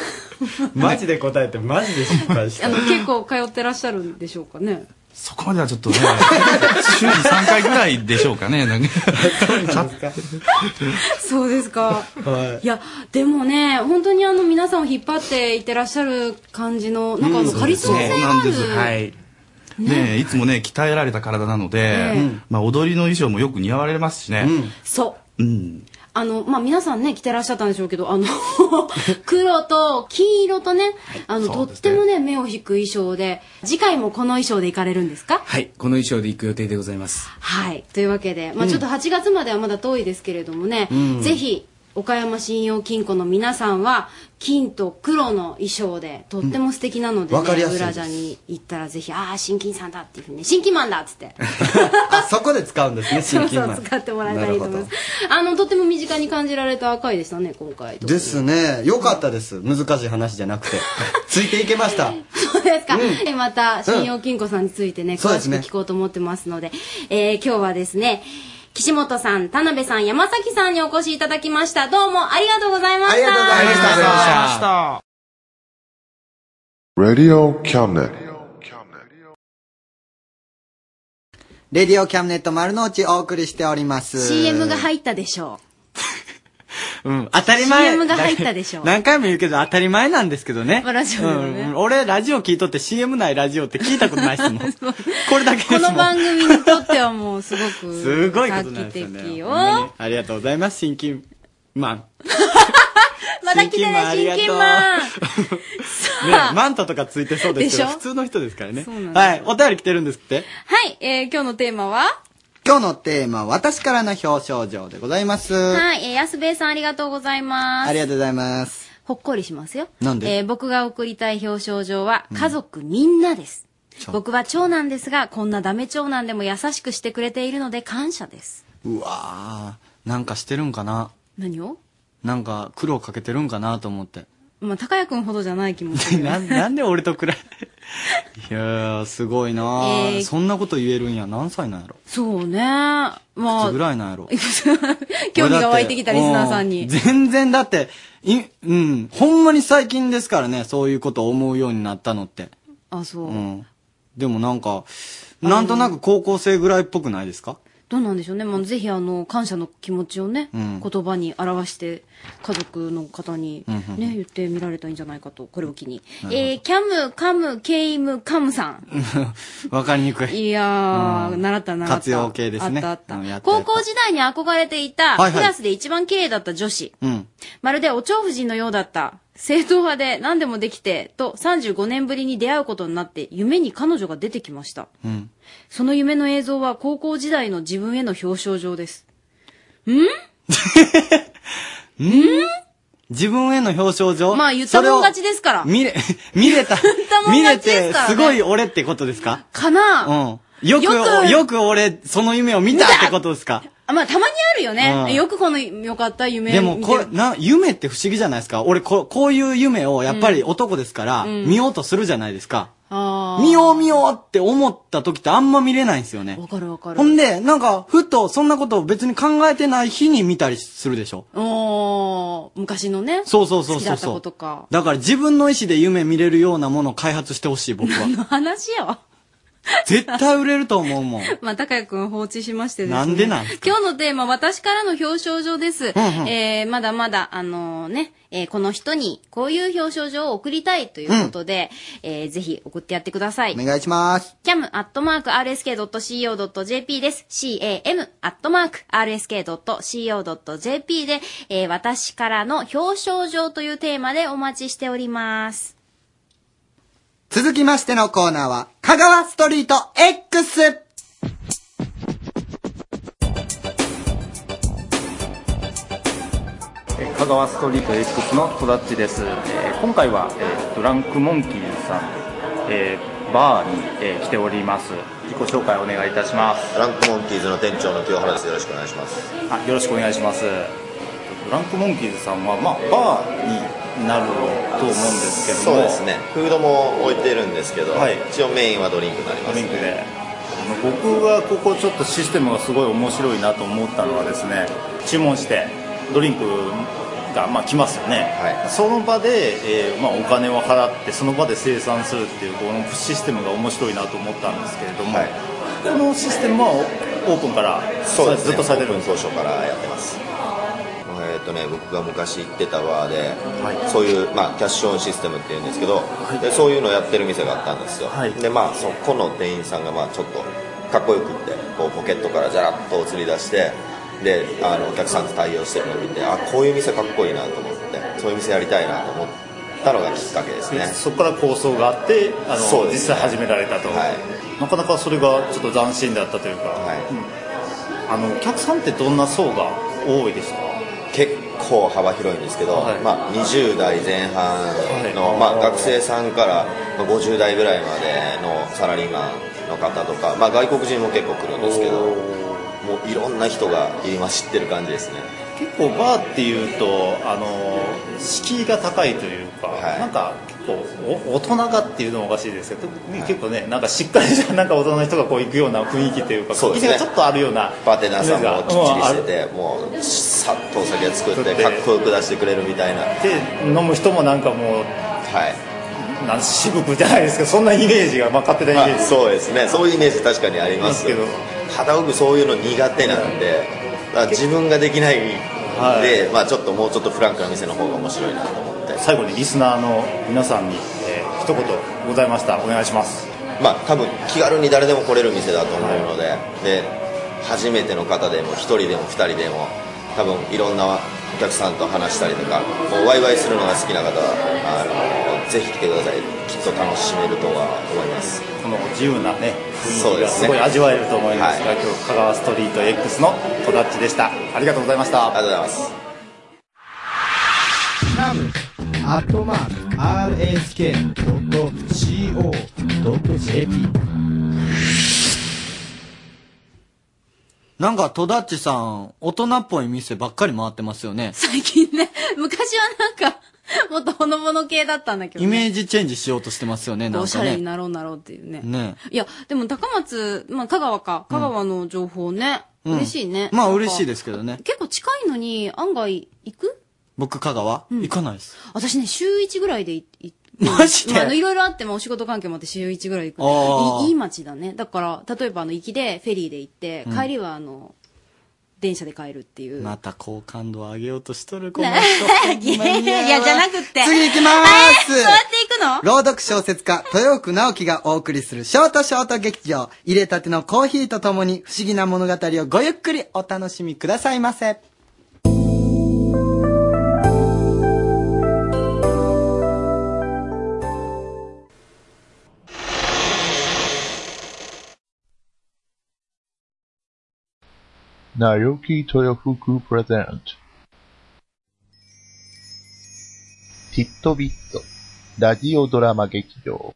Speaker 2: マジで答えてマジで失敗し
Speaker 3: あの結構通ってらっしゃるんでしょうかね
Speaker 15: そこまではちょっとね週に3回ぐらいでしょうかねなん か
Speaker 3: そうですか
Speaker 2: はい
Speaker 3: やでもね本当にあの皆さんを引っ張っていってらっしゃる感じのなんかあのカリスマ性がある、
Speaker 15: はいねえいつもね鍛えられた体なので、
Speaker 3: ええ
Speaker 15: まあ、踊りの衣装もよく似合われますしね
Speaker 3: そう
Speaker 15: うん、
Speaker 3: あの、まあ、皆さんね、着てらっしゃったんでしょうけど、あの、 黒と金色とね、あの、とってもね、目を引く衣装で、次回もこの衣装で行かれるんですか
Speaker 10: はい、この衣装で行く予定でございます。
Speaker 3: はい。というわけで、ま
Speaker 10: う
Speaker 3: あ、
Speaker 10: ん
Speaker 3: ちょっと8月まではまだ遠いですけれどもね、
Speaker 10: うん
Speaker 3: ぜひ、岡山信用金庫の皆さんは、金と黒の衣装で、とっても素敵なので、ね
Speaker 2: うんわかりやすいです
Speaker 3: 裏ジャに行ったらぜひ、ああ、新金さんだっていうふうにね、新金マンだっつって、
Speaker 2: あ、そこで使うんですね、
Speaker 3: そ
Speaker 2: 新
Speaker 3: う
Speaker 2: 金
Speaker 3: そ
Speaker 2: マ
Speaker 3: う、
Speaker 2: ン。
Speaker 3: 使ってもらえたらいいと思います。あの、とっても身近に感じられた回でしたね、今回。
Speaker 2: ですね。よかったです。難しい話じゃな くて。ついていけました。
Speaker 3: そうですか、えまた信用金庫さんについてね、
Speaker 2: そう
Speaker 3: 詳
Speaker 2: で
Speaker 3: し
Speaker 2: す
Speaker 3: く
Speaker 2: ね
Speaker 3: 聞こうと思ってますのでえー今日はですね岸本さん田辺さん山崎さんにお越しいただきましたどうもありがとうございました
Speaker 2: ありがとうございましたありがとうございました
Speaker 16: Radio Cabinet.
Speaker 2: レディオキャムネット丸の内お送りしております。
Speaker 3: CM が入ったでしょ
Speaker 2: うん、当たり前。
Speaker 3: CM が入ったでしょ
Speaker 2: 何回も言うけど当たり前なんですけどね。
Speaker 3: ラジオでもね
Speaker 2: うん、俺、ラジオ聞いとって CM ないラジオって聞いたことないですも ん。これだけです
Speaker 3: うこ
Speaker 2: もん。
Speaker 3: の番組にとってはもうすごく
Speaker 2: すごいことなんですよね
Speaker 3: 画期的よ
Speaker 2: ほんまにありがとうございます、新金マン。
Speaker 3: また来てね
Speaker 2: 新
Speaker 3: 新
Speaker 2: 規
Speaker 3: 金
Speaker 2: もあ
Speaker 3: マン
Speaker 2: ね、マントとかついてそうですけど、
Speaker 3: でしょ
Speaker 2: 普通の人ですからね。
Speaker 3: そうなんです
Speaker 2: はい、お便り来てるんですって。
Speaker 3: はい、えー今日のテーマは
Speaker 2: 今日のテーマ、私からの表彰状でございます。
Speaker 3: はい、えー安兵衛さんありがとうございます
Speaker 2: ありがとうございます。
Speaker 3: ほっこりしますよ。
Speaker 9: なんで
Speaker 3: えー僕が送りたい表彰状は、家族みんなです。僕は長男ですが、こんなダメ長男でも優しくしてくれているので感謝です。
Speaker 2: うわーなんかしてるんかな
Speaker 3: 何を
Speaker 2: なんか苦労かけてるんかなと 思って。
Speaker 3: まあ、高谷くんほどじゃない気もす る。
Speaker 2: ななんで俺と比べいやー、すごいなー、
Speaker 3: えー
Speaker 2: そんなこと言えるんや。何歳なんやろ
Speaker 3: そうね。ま
Speaker 2: い
Speaker 3: あ
Speaker 2: つぐ、らいなんやろ
Speaker 3: 興味が湧いてきたリスナーさん
Speaker 2: う
Speaker 3: に。
Speaker 2: 全然だって、い、うん、ほんまに最近ですからね、そういうことを思うようになったのって。
Speaker 3: あ、そう。
Speaker 2: うん。でもなんか、なんとなく高校生ぐらいっぽくないですか
Speaker 3: どうなんでしょうね。まあ、ぜひ、あの、感謝の気持ちをね、
Speaker 2: うん
Speaker 3: 言葉に表して、家族の方に
Speaker 2: うん
Speaker 3: ね、
Speaker 2: うん
Speaker 3: 言ってみられたらいいんじゃないかと、これを機に。
Speaker 2: なるほど
Speaker 3: えー、キャム、カム、ケイム、カムさん。
Speaker 2: わかりにくい。
Speaker 3: いやー、
Speaker 2: うん
Speaker 3: 習った習った。
Speaker 2: 活用形ですね
Speaker 3: あったあ
Speaker 2: うん
Speaker 3: っ
Speaker 2: や
Speaker 3: た。
Speaker 2: っ
Speaker 3: 高
Speaker 2: たやっ
Speaker 3: 校
Speaker 2: た
Speaker 3: 時代に憧れていた、
Speaker 2: はいはい
Speaker 3: クラスで一番綺麗だった女子。
Speaker 2: うん。
Speaker 3: まるでお蝶夫人のようだった。正統派で何でもできて、と35年ぶりに出会うことになって、夢に彼女が出てきました。
Speaker 2: うん。
Speaker 3: その夢の映像は高校時代の自分への表彰状です。ん
Speaker 2: ん自分への表彰状
Speaker 3: まあ言ったもん勝ちですから
Speaker 2: それを見 れ、見れた。
Speaker 3: もん
Speaker 2: 見れ
Speaker 3: 勝ちで
Speaker 2: て、
Speaker 3: すからね
Speaker 2: すごい俺ってことですか
Speaker 3: かな
Speaker 2: うん。よく、
Speaker 3: よ
Speaker 2: よ
Speaker 3: く
Speaker 2: く俺、その夢を見たってことです か
Speaker 3: あまあ、たまにあるよね。
Speaker 2: うん
Speaker 3: よくこの良かった夢
Speaker 2: でも、
Speaker 3: 見て
Speaker 2: これ、な、夢って不思議じゃないですか。俺、こ、こういう夢を、やっぱり男ですから、
Speaker 3: うん
Speaker 2: 見ようとするじゃないですか。
Speaker 3: あー
Speaker 2: 見よう見ようって思った時ってあんま見れないんですよね。
Speaker 3: わかるわかる。
Speaker 2: ほんで、なんか、ふと、そんなことを別に考えてない日に見たりするでしょ。
Speaker 3: おー昔のね。
Speaker 2: そうそうそうそうそう
Speaker 3: 好きだったことか。
Speaker 2: だから自分の意思で夢見れるようなものを開発してほしい、僕 は。
Speaker 3: 話やわ。
Speaker 2: 絶対売れると思うもん。
Speaker 3: まあ、高谷くん放置しましてですね。
Speaker 2: なんでなん
Speaker 3: 今日のテーマ、私からの表彰状です。
Speaker 2: んうん
Speaker 3: えー、まだまだ、あのね、えーこの人にこういう表彰状を送りたいということで、えーぜひ送ってやってください。
Speaker 2: お願いします。
Speaker 3: cam.rsk.co.jp です。cam.rsk.co.jp で、えー私からの表彰状というテーマでお待ちしており ます。
Speaker 2: 続きましてのコーナーは、香川ストリート X!
Speaker 17: えー香川ストリート X の戸田っちです、えー今回は、えードランクモンキーズさん、えーバーに、えー来ております自己紹介お願いいたしますドランクモンキーズの店長の清原ですよろしくお願いしますあよろしくお願いしますドランクモンキーズさんは、まあ、バーになると思うんですけども
Speaker 18: そうですねフードも置いてるんですけど、
Speaker 17: はい
Speaker 18: 一応メインはドリンクになります、ね、
Speaker 17: ドリンクであの僕がここちょっとシステムがすごい面白いなと思ったのはですね注文してドリンクがまあ来ますよね、その場で、えーまあ、お金を払ってその場で生産するっていうこのシステムが面白いなと思ったんですけれども、このシステムはオープンから
Speaker 18: そうです、ね、
Speaker 17: ずっとされてるん
Speaker 18: オー
Speaker 17: です
Speaker 18: プン当初からやってますえっ、とね僕が昔行ってたバーで、そういう、まあ、キャッシュオンシステムっていうんですけど、でそういうのをやってる店があったんですよ、でまあそこの店員さんがまあちょっとかっこよくってこうポケットからじゃらっと釣り出してであのお客さんと対応してるのを見てあこういう店かっこいいなと思ってそういう店やりたいなと思ったのがきっかけですね
Speaker 17: でそこから構想があってあの、
Speaker 18: そうで
Speaker 17: 実
Speaker 18: すね
Speaker 17: 際始められたと、なかなかそれがちょっと斬新だったというか、うんあのお客さんってどんな層が多いですか
Speaker 18: 結構幅広いんですけど、まあ、20代前半の、
Speaker 17: はい
Speaker 18: まあ、学生さんからまあ50代ぐらいまでのサラリーマンの方とか、まあ、外国人も結構来るんですけどもういろんな人が入り混じってる感じですね
Speaker 17: 結構バーっていうとあの敷居が高いというか、なんか結構お大人がっていうのもおかしいですけど、結構ねなんかしっかり したなんか大人の人がこう行くような雰囲気というか
Speaker 18: そうですね
Speaker 17: 店がちょっとあるような
Speaker 18: バーテンダーさんもきっちりして
Speaker 17: うんあ
Speaker 18: てもうさっとお酒作っ
Speaker 17: 作ってて
Speaker 18: かっこよく出してくれるみたいな
Speaker 17: で飲む人もなんかもう、なん渋くじゃないですけどそんなイメージが、まあ、勝手なイメージ、
Speaker 18: まあそうですねそういうイメージ確かにありますけど肌僕そういうの苦手なんでだから自分ができないんで、まあ、ちょっともうちょっとフランクな店の方が面白いなと思って
Speaker 17: 最後にリスナーの皆さんに、えー一言ございましたらお願いします
Speaker 18: まあ多分気軽に誰でも来れる店だと思うので,、で初めての方でも1人でも2人でも多分いろんなお客さんと話したりとかもうワイワイするのが好きな方はあのぜひ来てくださいきっと楽しめるとは思います
Speaker 17: この自由なね
Speaker 18: そうですね
Speaker 17: すごい味わえると思いますが、今日香川ストリート X の戸田っちでしたありがとうございましたあり
Speaker 18: がとうございます
Speaker 2: カム、
Speaker 19: アットマーク RSK.CO.JP
Speaker 2: なんか、戸田っちさん、大人っぽい店ばっかり回ってますよね。
Speaker 3: 最近ね、昔はなんか、もっとほのぼの系だったんだけど、
Speaker 2: イ
Speaker 3: ね。
Speaker 2: メージチェンジしようとしてますよね、なん
Speaker 3: おしゃ
Speaker 2: か
Speaker 3: れに
Speaker 2: ね。
Speaker 3: なろうなろうっていうね。
Speaker 2: ね。
Speaker 3: いや、でも高松、まあ香川か、香川の情報ね、
Speaker 2: うん
Speaker 3: 嬉しいね。
Speaker 2: まあ嬉しい
Speaker 3: す。
Speaker 2: ですけどね。
Speaker 3: 結構近いのに、案外行く
Speaker 2: 僕、香川、行かないです。
Speaker 3: 私ね、週一ぐらいでい い
Speaker 2: マジで
Speaker 3: まああの、いろいろあって、まあ、お仕事関係もあって週一ぐらい行
Speaker 2: あ
Speaker 3: く。
Speaker 2: ー
Speaker 3: いいいい街だね。だから、例えば、あの、行きで、フェリーで行って
Speaker 2: う、ん
Speaker 3: 帰りは、あの、電車で帰るっていう。
Speaker 2: また好感度上げようとしとる、こ
Speaker 3: ね
Speaker 2: の 人。
Speaker 3: いや、いやじゃなくって。
Speaker 2: 次行きまーす
Speaker 3: えそうやって行くの
Speaker 2: 朗読小説家、豊奥直樹がお送りするショートショート劇場、入れたてのコーヒーとともに不思議な物語をごゆっくりお楽しみくださいませ。
Speaker 20: Naoki Toyofuku Present ティットビットラジオドラマ劇場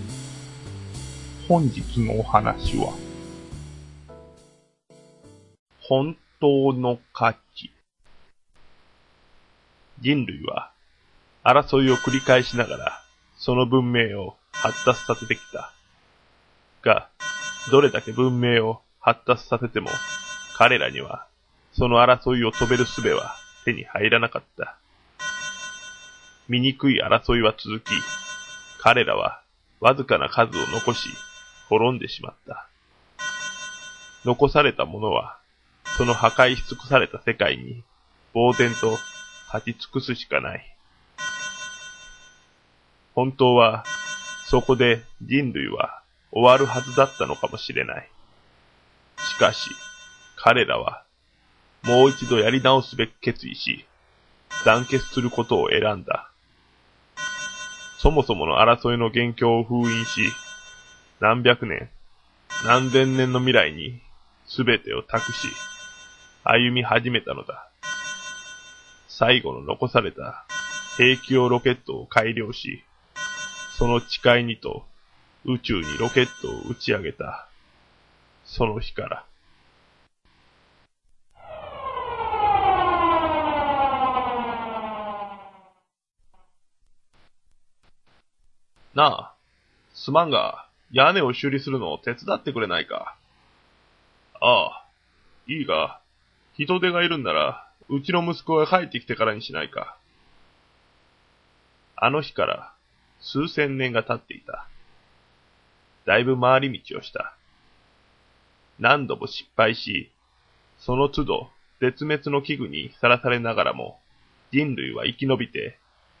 Speaker 21: 本日のお話は、本当の価値。
Speaker 22: 人類は争いを繰り返しながらその文明を発達させてきた。が、どれだけ文明を発達させても彼らにはその争いを止める術は手に入らなかった。醜い争いは続き、彼らはわずかな数を残し滅んでしまった。残されたものはその破壊し尽くされた世界に呆然と立ち尽くすしかない。本当は、そこで人類は終わるはずだったのかもしれない。しかし、彼らは、もう一度やり直すべく決意し、団結することを選んだ。そもそもの争いの元凶を封印し、何百年、何千年の未来に、すべてを託し、歩み始めたのだ。最後の残された兵器用ロケットを改良し、その誓いにと宇宙にロケットを打ち上げた、その日から。なあ、すまんが、屋根を修理するのを手伝ってくれないか。ああ、いいが、人手がいるんなら、うちの息子が帰ってきてからにしないか。あの日から、数千年が経っていた。だいぶ回り道をした。何度も失敗し、その都度、絶滅の危惧にさらされながらも、人類は生き延びて、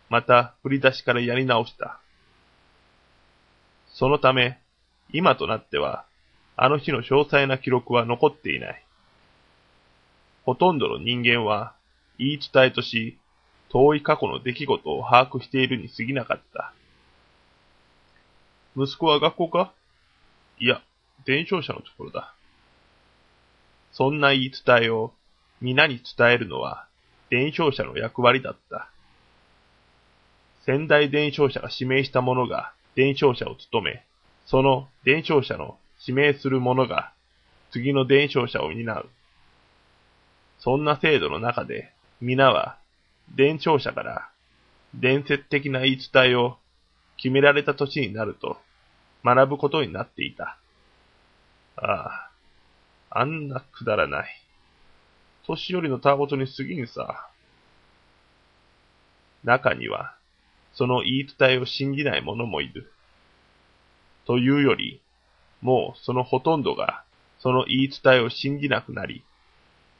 Speaker 22: また振り出しからやり直した。そのため、今となっては、あの日の詳細な記録は残っていない。ほとんどの人間は、言い伝えとし、遠い過去の出来事を把握しているに過ぎなかった。息子は学校かいや、伝承者のところだ。そんな言い伝えを皆に伝えるのは伝承者の役割だった。先代伝承者が指名した者が伝承者を務め、その伝承者の指名する者が次の伝承者を担う。そんな制度の中で皆は伝承者から伝説的な言い伝えを決められた年になると学ぶことになっていた。ああ、あんなくだらない。年寄りのたわごとに過ぎんさ。中には、その言い伝えを信じない者もいる。というより、もうそのほとんどが、その言い伝えを信じなくなり、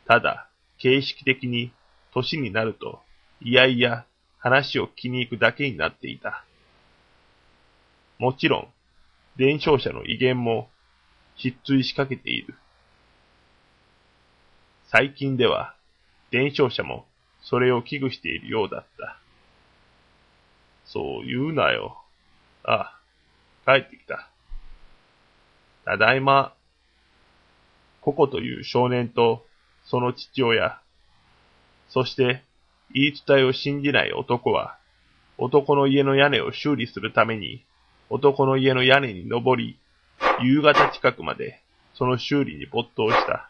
Speaker 22: ただ、形式的に、年になると、いやいや、話を聞きに行くだけになっていた。もちろん、伝承者の威厳も、失墜しかけている。最近では、伝承者も、それを危惧しているようだった。そう言うなよ。ああ、帰ってきた。ただいま。ココという少年と、その父親、そして、言い伝えを信じない男は、男の家の屋根を修理するために、男の家の屋根に登り、夕方近くまで、その修理に没頭した。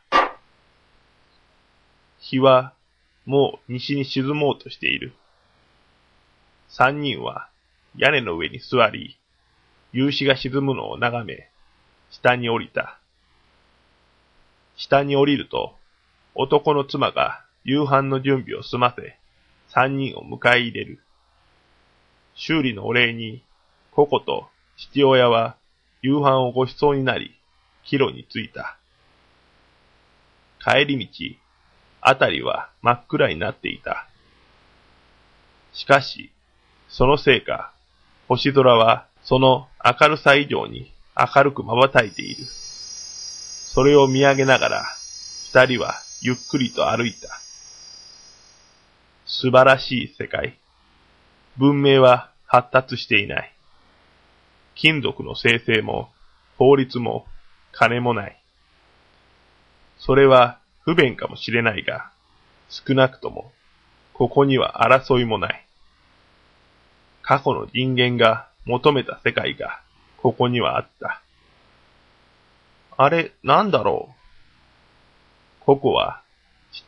Speaker 22: 日は、もう西に沈もうとしている。三人は、屋根の上に座り、夕日が沈むのを眺め、下に降りた。下に降りると、男の妻が夕飯の準備を済ませ、三人を迎え入れる。修理のお礼に、ココと父親は夕飯をご馳走になり、帰路に着いた。帰り道、あたりは真っ暗になっていた。しかし、そのせいか、星空はその明るさ以上に明るく瞬いている。それを見上げながら、二人はゆっくりと歩いた。素晴らしい世界。文明は発達していない。金属の生成も、法律も、金もない。それは不便かもしれないが、少なくとも、ここには争いもない。過去の人間が求めた世界が、ここにはあった。あれ、なんだろう。ココは、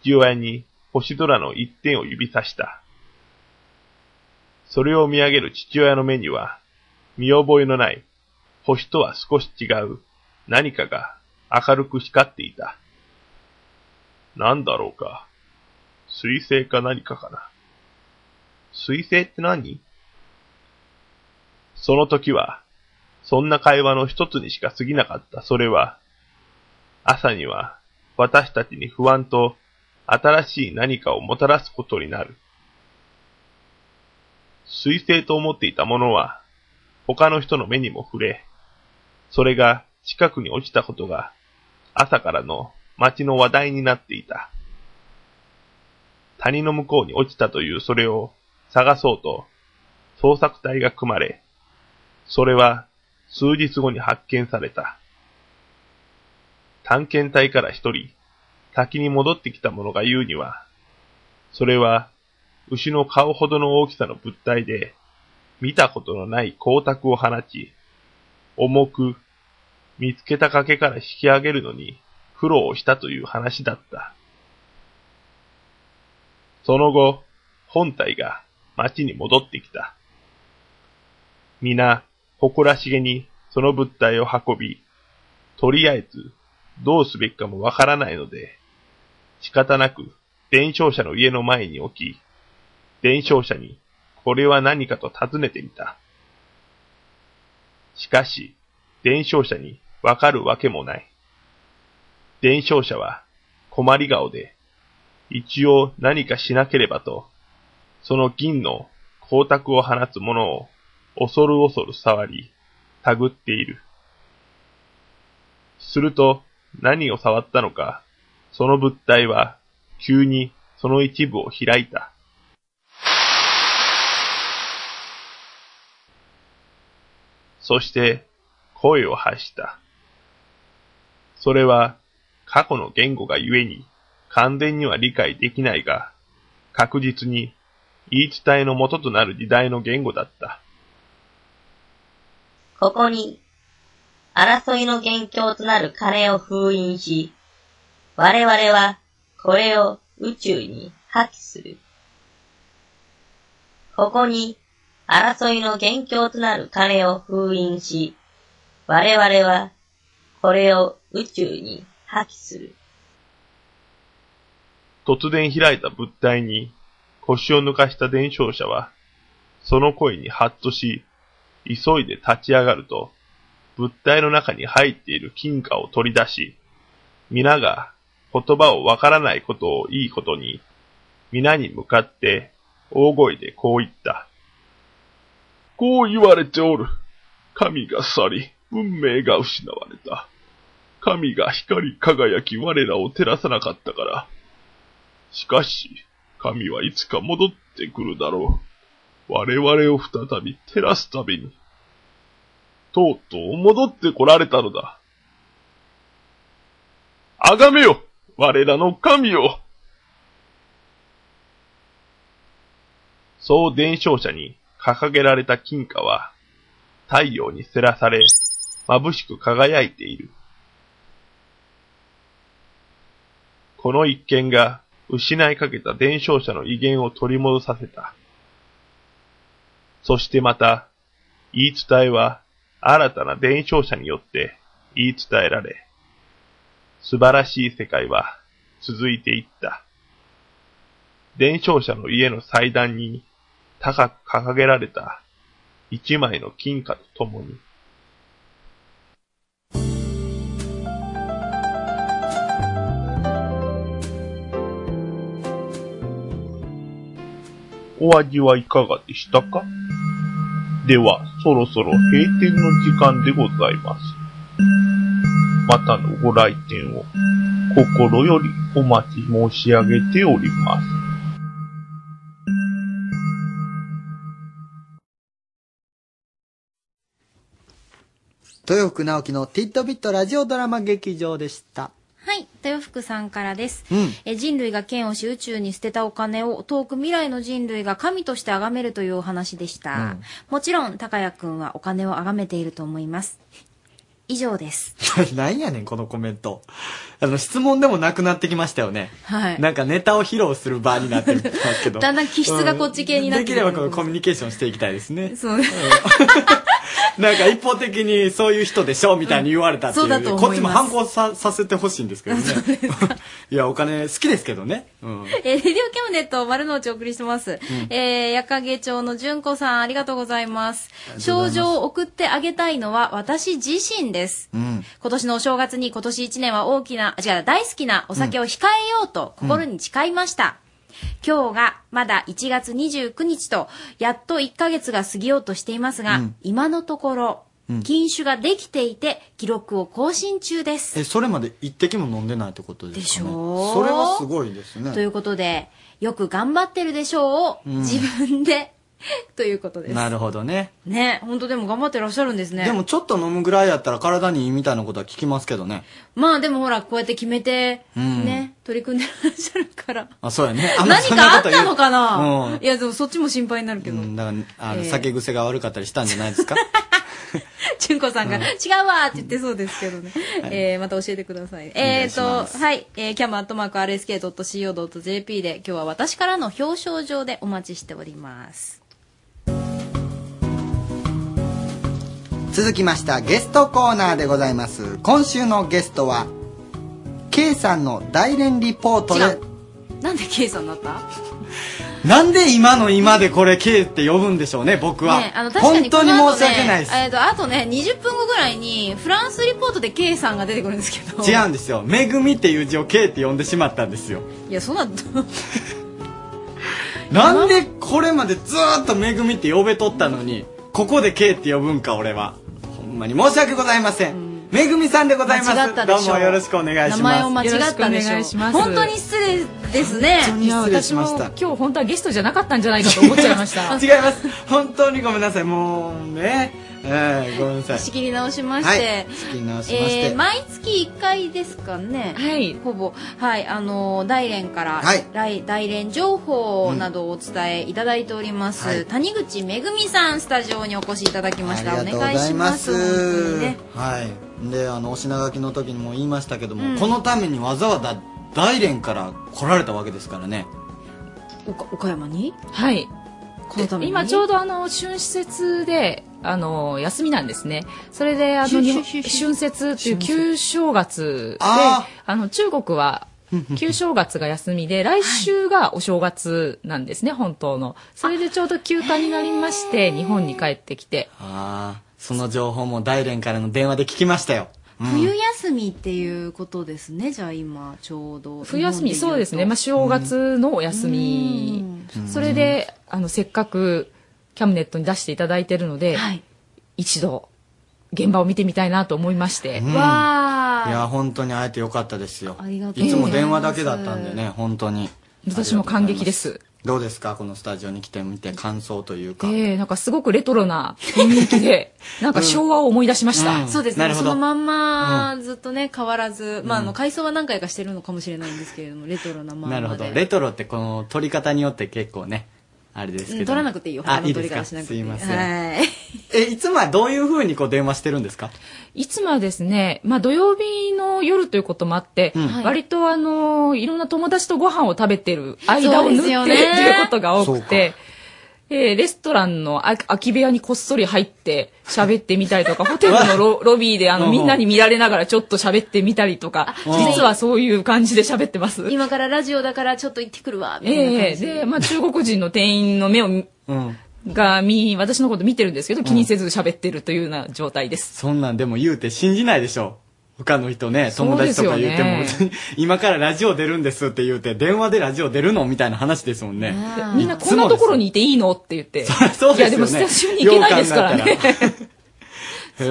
Speaker 22: 父親に星空の一点を指さした。それを見上げる父親の目には、見覚えのない、星とは少し違う、何かが明るく光っていた。なんだろうか。水星か何かかな。水星って何その時は、そんな会話の一つにしか過ぎなかったそれは、朝には私たちに不安と新しい何かをもたらすことになる。水星と思っていたものは、他の人の目にも触れ、それが近くに落ちたことが、朝からの街の話題になっていた。谷の向こうに落ちたというそれを探そうと、捜索隊が組まれ、それは数日後に発見された。探検隊から一人、先に戻ってきた者が言うには、それは牛の顔ほどの大きさの物体で、見たことのない光沢を放ち、重く、見つけた崖から引き上げるのに苦労をしたという話だった。その後、本体が町に戻ってきた。皆、誇らしげにその物体を運び、とりあえずどうすべきかもわからないので、仕方なく伝承者の家の前に置き、伝承者にこれは何かと尋ねてみた。しかし、伝承者にわかるわけもない。伝承者は困り顔で、一応何かしなければと、その銀の光沢を放つものを恐る恐る触り、たぐっている。すると、何を触ったのか、その物体は、急にその一部を開いた。そして、声を発した。それは、過去の言語がゆえに、完全には理解できないが、確実に、言い伝えの元となる時代の言語だった。
Speaker 23: ここに、争いの元凶となる金を封印し、我々はこれを宇宙に破棄する。ここに、争いの元凶となる金を封印し、我々はこれを宇宙に破棄する。
Speaker 22: 突然開いた物体に腰を抜かした伝承者は、その声にハッとし、急いで立ち上がると、物体の中に入っている金貨を取り出し、皆が言葉をわからないことをいいことに、皆に向かって大声でこう言った。こう言われておる。神が去り、運命が失われた。神が光り輝き我らを照らさなかったから。しかし、神はいつか戻ってくるだろう。我々を再び照らすために。とうとう戻ってこられたのだ。あがめよ我らの神よそう伝承者に掲げられた金貨は、太陽に照らされ、眩しく輝いている。この一件が、失いかけた伝承者の威厳を取り戻させた。そしてまた、言い伝えは、新たな伝承者によって言い伝えられ、素晴らしい世界は続いていった。伝承者の家の祭壇に高く掲げられた一枚の金貨とともに、
Speaker 24: お味はいかがでしたかでは、そろそろ閉店の時間でございます。またのご来店を心よりお待ち申し上げております。
Speaker 2: 豊福直樹のティットビットラジオドラマ劇場で した。
Speaker 3: はい、豊福さんからです。
Speaker 2: うん。
Speaker 3: え人類が剣をし宇宙に捨てたお金を遠く未来の人類が神として崇めるというお話でした、もちろん高谷くんはお金を崇めていると思います以上です
Speaker 2: なんやねん、このコメント。あの、質問でもなくなってきましたよね。
Speaker 3: はい
Speaker 2: なんかネタを披露する場になってますけど。
Speaker 3: だんだん気質がこっ
Speaker 2: ち
Speaker 3: ち系になって
Speaker 2: で
Speaker 3: き
Speaker 2: き
Speaker 3: て
Speaker 2: れ
Speaker 3: る
Speaker 2: ばこのコミュニケーションしていきたいですね。
Speaker 3: そう
Speaker 2: なんか一方的にそういう人でしょみたいに言われたっていう。
Speaker 3: うんそうだと思い
Speaker 2: こ
Speaker 3: ま
Speaker 2: っ
Speaker 3: す
Speaker 2: ちも反抗ささせてほしい んですけどね。いや、お金好きですけどね。うん。
Speaker 3: えーレディオキャムネット丸の内お送りしてます。
Speaker 2: うん
Speaker 3: えー、矢影町の純子さん、ありがとうございます。
Speaker 2: ありがとうご
Speaker 3: 症
Speaker 2: ざいます
Speaker 3: 状を送ってあげたいのは私自身です。
Speaker 2: うん。
Speaker 3: 今年のお正月に今年1年は大きな、あ違う、大好きなお酒を控えようと心に誓いました。今日がまだ1月29日と、やっと1ヶ月が過ぎようとしていますが、
Speaker 2: うん
Speaker 3: 今のところ、
Speaker 2: うん
Speaker 3: 禁酒ができていて、記録を更新中です。
Speaker 2: え、それまで一滴も飲んでないってことですかね。
Speaker 3: でしょう
Speaker 2: それはすごいですね。
Speaker 3: ということで、よく頑張ってるでしょうを、
Speaker 2: うん
Speaker 3: 自分で、 ということです。
Speaker 2: なるほどね。
Speaker 3: ね、本当でも頑張ってらっしゃるんですね。
Speaker 2: でもちょっと飲むぐらいやったら体にいいみたいなことは聞きますけどね。
Speaker 3: まあでもほら、こうやって決めて、
Speaker 2: うん
Speaker 3: ね、取り組んでらっしゃるから。
Speaker 2: あ、そうやね。んま
Speaker 3: 何
Speaker 2: そんな
Speaker 3: かあっ
Speaker 2: こと言う
Speaker 3: たのかな、
Speaker 2: うん
Speaker 3: いや、でもそっちも心配になるけ ど。
Speaker 2: うん、だから、あの、
Speaker 3: ええ
Speaker 2: 酒癖が悪かったりしたんじゃないですか
Speaker 3: 純子さんが、
Speaker 2: うん
Speaker 3: 違うわーって言ってそうですけどね。えー、また教えてください。え
Speaker 2: 願い
Speaker 3: ー
Speaker 2: しま
Speaker 3: と、はい、えー、cam.rsk.co.jp で、今日は私からの表彰状でお待ちしております。
Speaker 2: 続きました、ゲストコーナーでございます。今週のゲストは、K さんの大連リポートで、
Speaker 3: なんで K さんになった
Speaker 2: なんで今の今でこれ K って呼ぶんでしょうね、僕は。
Speaker 3: ね、あの確か
Speaker 2: 本
Speaker 3: に
Speaker 2: 当
Speaker 3: こ
Speaker 2: に
Speaker 3: の後、ね、
Speaker 2: 申し訳ないです。
Speaker 3: えっ、とあとね20分後ぐらいにフランスリポートで K さんが出てくるんですけど
Speaker 2: 違うんですよ。めぐみっていう字を K って呼んでしまったんですよ。
Speaker 3: いやそんな
Speaker 2: なんでこれまでずーっとめぐみって呼べとったのに、ここで K って呼ぶんか、俺は。ほんまに申し訳ございません。めぐみさんでございます。
Speaker 3: 間違ったでしょ
Speaker 2: どうもよろしくお願いします。
Speaker 3: 名前を間違ったでしょ本当に失礼ですね
Speaker 2: 本当に失礼しました
Speaker 25: いや私も今日本当はゲストじゃなかったんじゃないかと思っちゃいました
Speaker 2: 違います。本当にごめんなさい。もうね、えー、ごめんなさい。
Speaker 3: 仕切り直しまして、
Speaker 2: はい、仕切り直しまして。
Speaker 3: えー毎月1回ですかね、はい、ほぼ、はいあのー大連から、
Speaker 2: はい
Speaker 3: 来大連情報などをお伝えいただいております、
Speaker 2: はい
Speaker 3: 谷口めぐみさんスタジオにお越しいただきました
Speaker 2: ありがと
Speaker 3: お
Speaker 2: う
Speaker 3: 願
Speaker 2: ご
Speaker 3: い
Speaker 2: ざ
Speaker 3: し
Speaker 2: い
Speaker 3: ま
Speaker 2: ます。
Speaker 3: す本当にね
Speaker 2: はい。で、あの、お品書きの時にも言いましたけども、
Speaker 3: うん
Speaker 2: このためにわざわざ大連から来られたわけですからね。
Speaker 3: おか岡山に
Speaker 25: はい
Speaker 3: このために
Speaker 25: 今ちょうどあの春節であの休みなんですねそれであの日本春節という旧正月であの中国は旧正月が休みで、来週がお正月なんですね、本当の。それでちょうど休暇になりまして、日本に帰ってきて。
Speaker 2: ああ、その情報も大連からの電話で聞きましたよ。うん
Speaker 3: 冬休みっていうことですね、じゃあ今、ちょうど。
Speaker 25: 冬休み、
Speaker 3: 日本
Speaker 25: そう
Speaker 3: 言と
Speaker 25: ですね。まあ、正月のお休み。それで、あの、せっかく、キャムネットに出していただいてるので、一度、現場を見てみたいなと思いまして。
Speaker 2: うん
Speaker 25: わ
Speaker 2: いや、本当に会えてよかったですよ。
Speaker 25: ありがとう
Speaker 2: い
Speaker 25: ご
Speaker 2: つ
Speaker 25: ざいます
Speaker 2: も電話だけだったんでね、本当に。
Speaker 25: 私も感激です。
Speaker 2: どうですかこのスタジオに来てみて感想というか。
Speaker 25: ええなんかすごくレトロ な雰囲気で、なんか昭和を思い出しました。
Speaker 2: うん
Speaker 26: そうです
Speaker 2: な
Speaker 26: ね。
Speaker 2: るほ
Speaker 26: そ
Speaker 2: ど
Speaker 26: のまんま、ずっとね、変わらず、まあ、あの、改装は何回かしてるのかもしれないんですけれども、レトロなまんま
Speaker 2: な
Speaker 26: で。
Speaker 2: るほど。レトロってこの撮り方によって結構ね、あれですけど、
Speaker 26: うん撮らなくていいよ
Speaker 2: あ、
Speaker 26: 他
Speaker 2: いい
Speaker 26: の撮
Speaker 2: で
Speaker 26: り
Speaker 2: す
Speaker 26: 方
Speaker 2: か
Speaker 26: しなく
Speaker 2: す
Speaker 26: ていい
Speaker 2: いません。
Speaker 26: はい
Speaker 2: え、いつもはどういう風にこう電話してるんですか
Speaker 25: いつもはですね、まあ土曜日の夜ということもあって、
Speaker 2: うんはい
Speaker 25: 割とあの、いろんな友達とご飯を食べてる間を縫
Speaker 26: そうで
Speaker 25: ってって
Speaker 26: すよね
Speaker 25: いうことが多くて、えーレストランのあ空き部屋にこっそり入って喋ってみたり とか、ホテルのロロビーであ
Speaker 26: うん
Speaker 25: の
Speaker 26: うん
Speaker 25: みんなに見られながらちょっと喋ってみたりとか、
Speaker 26: うん
Speaker 25: 実はそういう感じで喋ってます。
Speaker 26: 今からラジオだからちょっと行ってくるわ、みたいな
Speaker 25: え
Speaker 26: 感
Speaker 25: え
Speaker 26: じで。
Speaker 25: で、まあ中国人の店員の目を見、が見、私のこと見てるんですけど、気にせず喋ってるというような状態です。
Speaker 2: そんなんでも言うて信じないでしょ。他の人ね、友達とか言っても、
Speaker 25: そうですよ
Speaker 2: 今からラジオ出るんですって言うて、電話でラジオ出るのみたいな話ですもんね。
Speaker 25: みんなこんなところにいていいのって言って。
Speaker 2: そう
Speaker 25: いや
Speaker 2: ですよね
Speaker 25: でもスタジオに行けないですからね
Speaker 2: よう。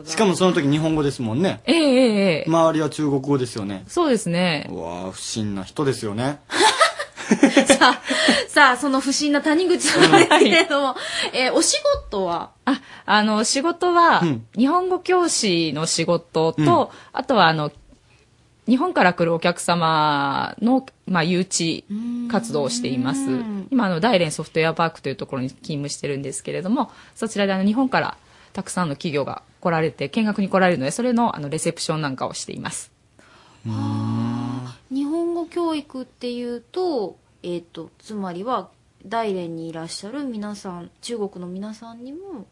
Speaker 2: へえ。しかもその時日本語ですもんね。
Speaker 25: ええええええ
Speaker 2: 周りは中国語ですよね。
Speaker 25: そうですね。
Speaker 2: うわあ不審な人ですよね。
Speaker 26: さあ、その不審な谷口さんですけれども、えーお仕事は
Speaker 25: あ、あの、仕事は
Speaker 26: うん、
Speaker 25: 日本語教師の仕事と、
Speaker 26: うん
Speaker 25: あとはあの、日本から来るお客様の、まあ、誘致活動をしています。今、あの、大連ソフトウェアパークというところに勤務してるんですけれども、そちらであの、日本からたくさんの企業が来られて、見学に来られるので、それの、あの、レセプションなんかをしています。
Speaker 26: 日本語教育っていうと、えっ、と、つまりは、大連にいらっしゃる皆さん、中国の皆さんにも、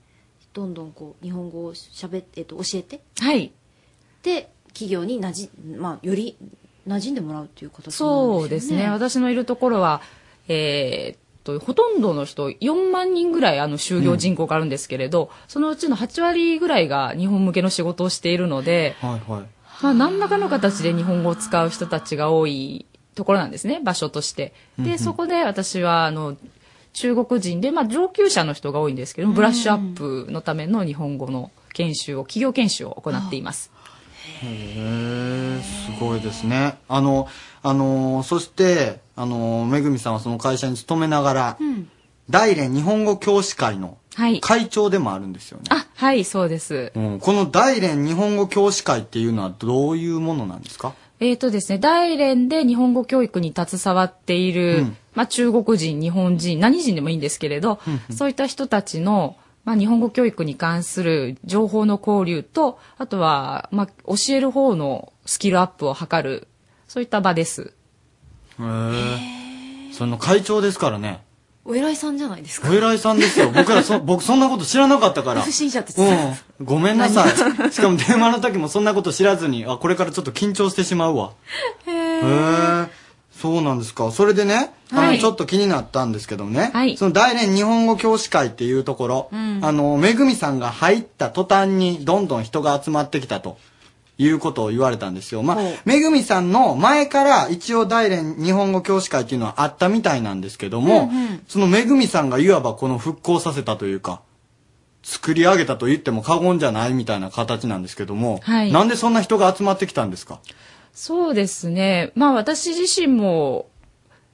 Speaker 26: どんどんこう、日本語を喋って、えっ、と、教えて。
Speaker 25: はい。
Speaker 26: で、企業になじ、まあ、より、馴染んでもらうっていう形なんですよね。
Speaker 25: そうですね。私のいるところは、えーっと、ほとんどの人、4万人ぐらいあの就業人口があるんですけれど、そのうちの8割ぐらいが日本向けの仕事をしているので、
Speaker 2: はいはい。
Speaker 25: まあ、何らかの形で日本語を使う人たちが多いところなんですね、場所として。
Speaker 2: うんう
Speaker 25: で、
Speaker 2: ん
Speaker 25: そこで私は、あの、中国人で、まあ、上級者の人が多いんですけども、ブラッシュアップのための日本語の研修を、企業研修を行っています。
Speaker 2: へえ、すごいですね。あの、あのーそして、あのーめぐみさんはその会社に勤めながら、
Speaker 25: ん
Speaker 2: 大連日本語教師会の
Speaker 25: はい。
Speaker 2: 会長でもあるんですよね。
Speaker 25: あ、はい、そうです。
Speaker 2: うん、この大連日本語教師会っていうのはどういうものなんですか
Speaker 25: えーとですね、大連で日本語教育に携わっている、
Speaker 2: うん
Speaker 25: まあ、中国人、日本人、何人でもいいんですけれど、そういった人たちの、まあ、日本語教育に関する情報の交流と、あとは、まあ、教える方のスキルアップを図る、そういった場です。
Speaker 2: へえ。その会長ですからね。
Speaker 25: お偉いさんじゃないです
Speaker 2: お偉いさんですよ。僕らそ、 僕そんなこと知らなかったから。
Speaker 26: 不審者って言って
Speaker 2: うん。ごめんなさい。しかも電話の時もそんなこと知らずに、あ、これからちょっと緊張してしまうわ。
Speaker 25: へ
Speaker 2: へえ。そうなんですか。それでね、あ
Speaker 25: は
Speaker 2: の、
Speaker 25: い
Speaker 2: ちょっと気になったんですけどね。その大連日本語教師会っていうところ、
Speaker 25: うん
Speaker 2: あの、めぐみさんが入った途端にどんどん人が集まってきたと。いうことを言われたんですよ。まあ、めぐみさんの前から一応大連日本語教師会っていうのはあったみたいなんですけども、
Speaker 4: うんうん
Speaker 2: そのめぐみさんがいわばこの復興させたというか、作り上げたと言っても過言じゃないみたいな形なんですけども、
Speaker 25: はい
Speaker 2: なんでそんな人が集まってきたんですか
Speaker 25: そうですね。まあ私自身も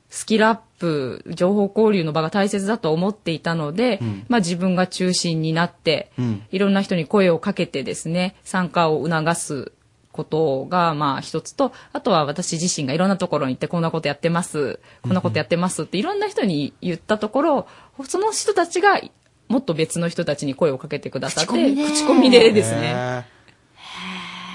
Speaker 25: スキルアップ、情報交流の場が大切だと思っていたので、
Speaker 9: うん
Speaker 25: まあ自分が中心になって、
Speaker 9: うん
Speaker 25: いろんな人に声をかけてですね、参加を促すことがまあ一つと、あとは私自身がいろんなところに行ってこんなことやってます、こんなことやってますっていろんな人に言ったところ、その人たちがもっと別の人たちに声をかけてくださって、
Speaker 9: 口コミで
Speaker 25: 口コミでですね。
Speaker 2: ね。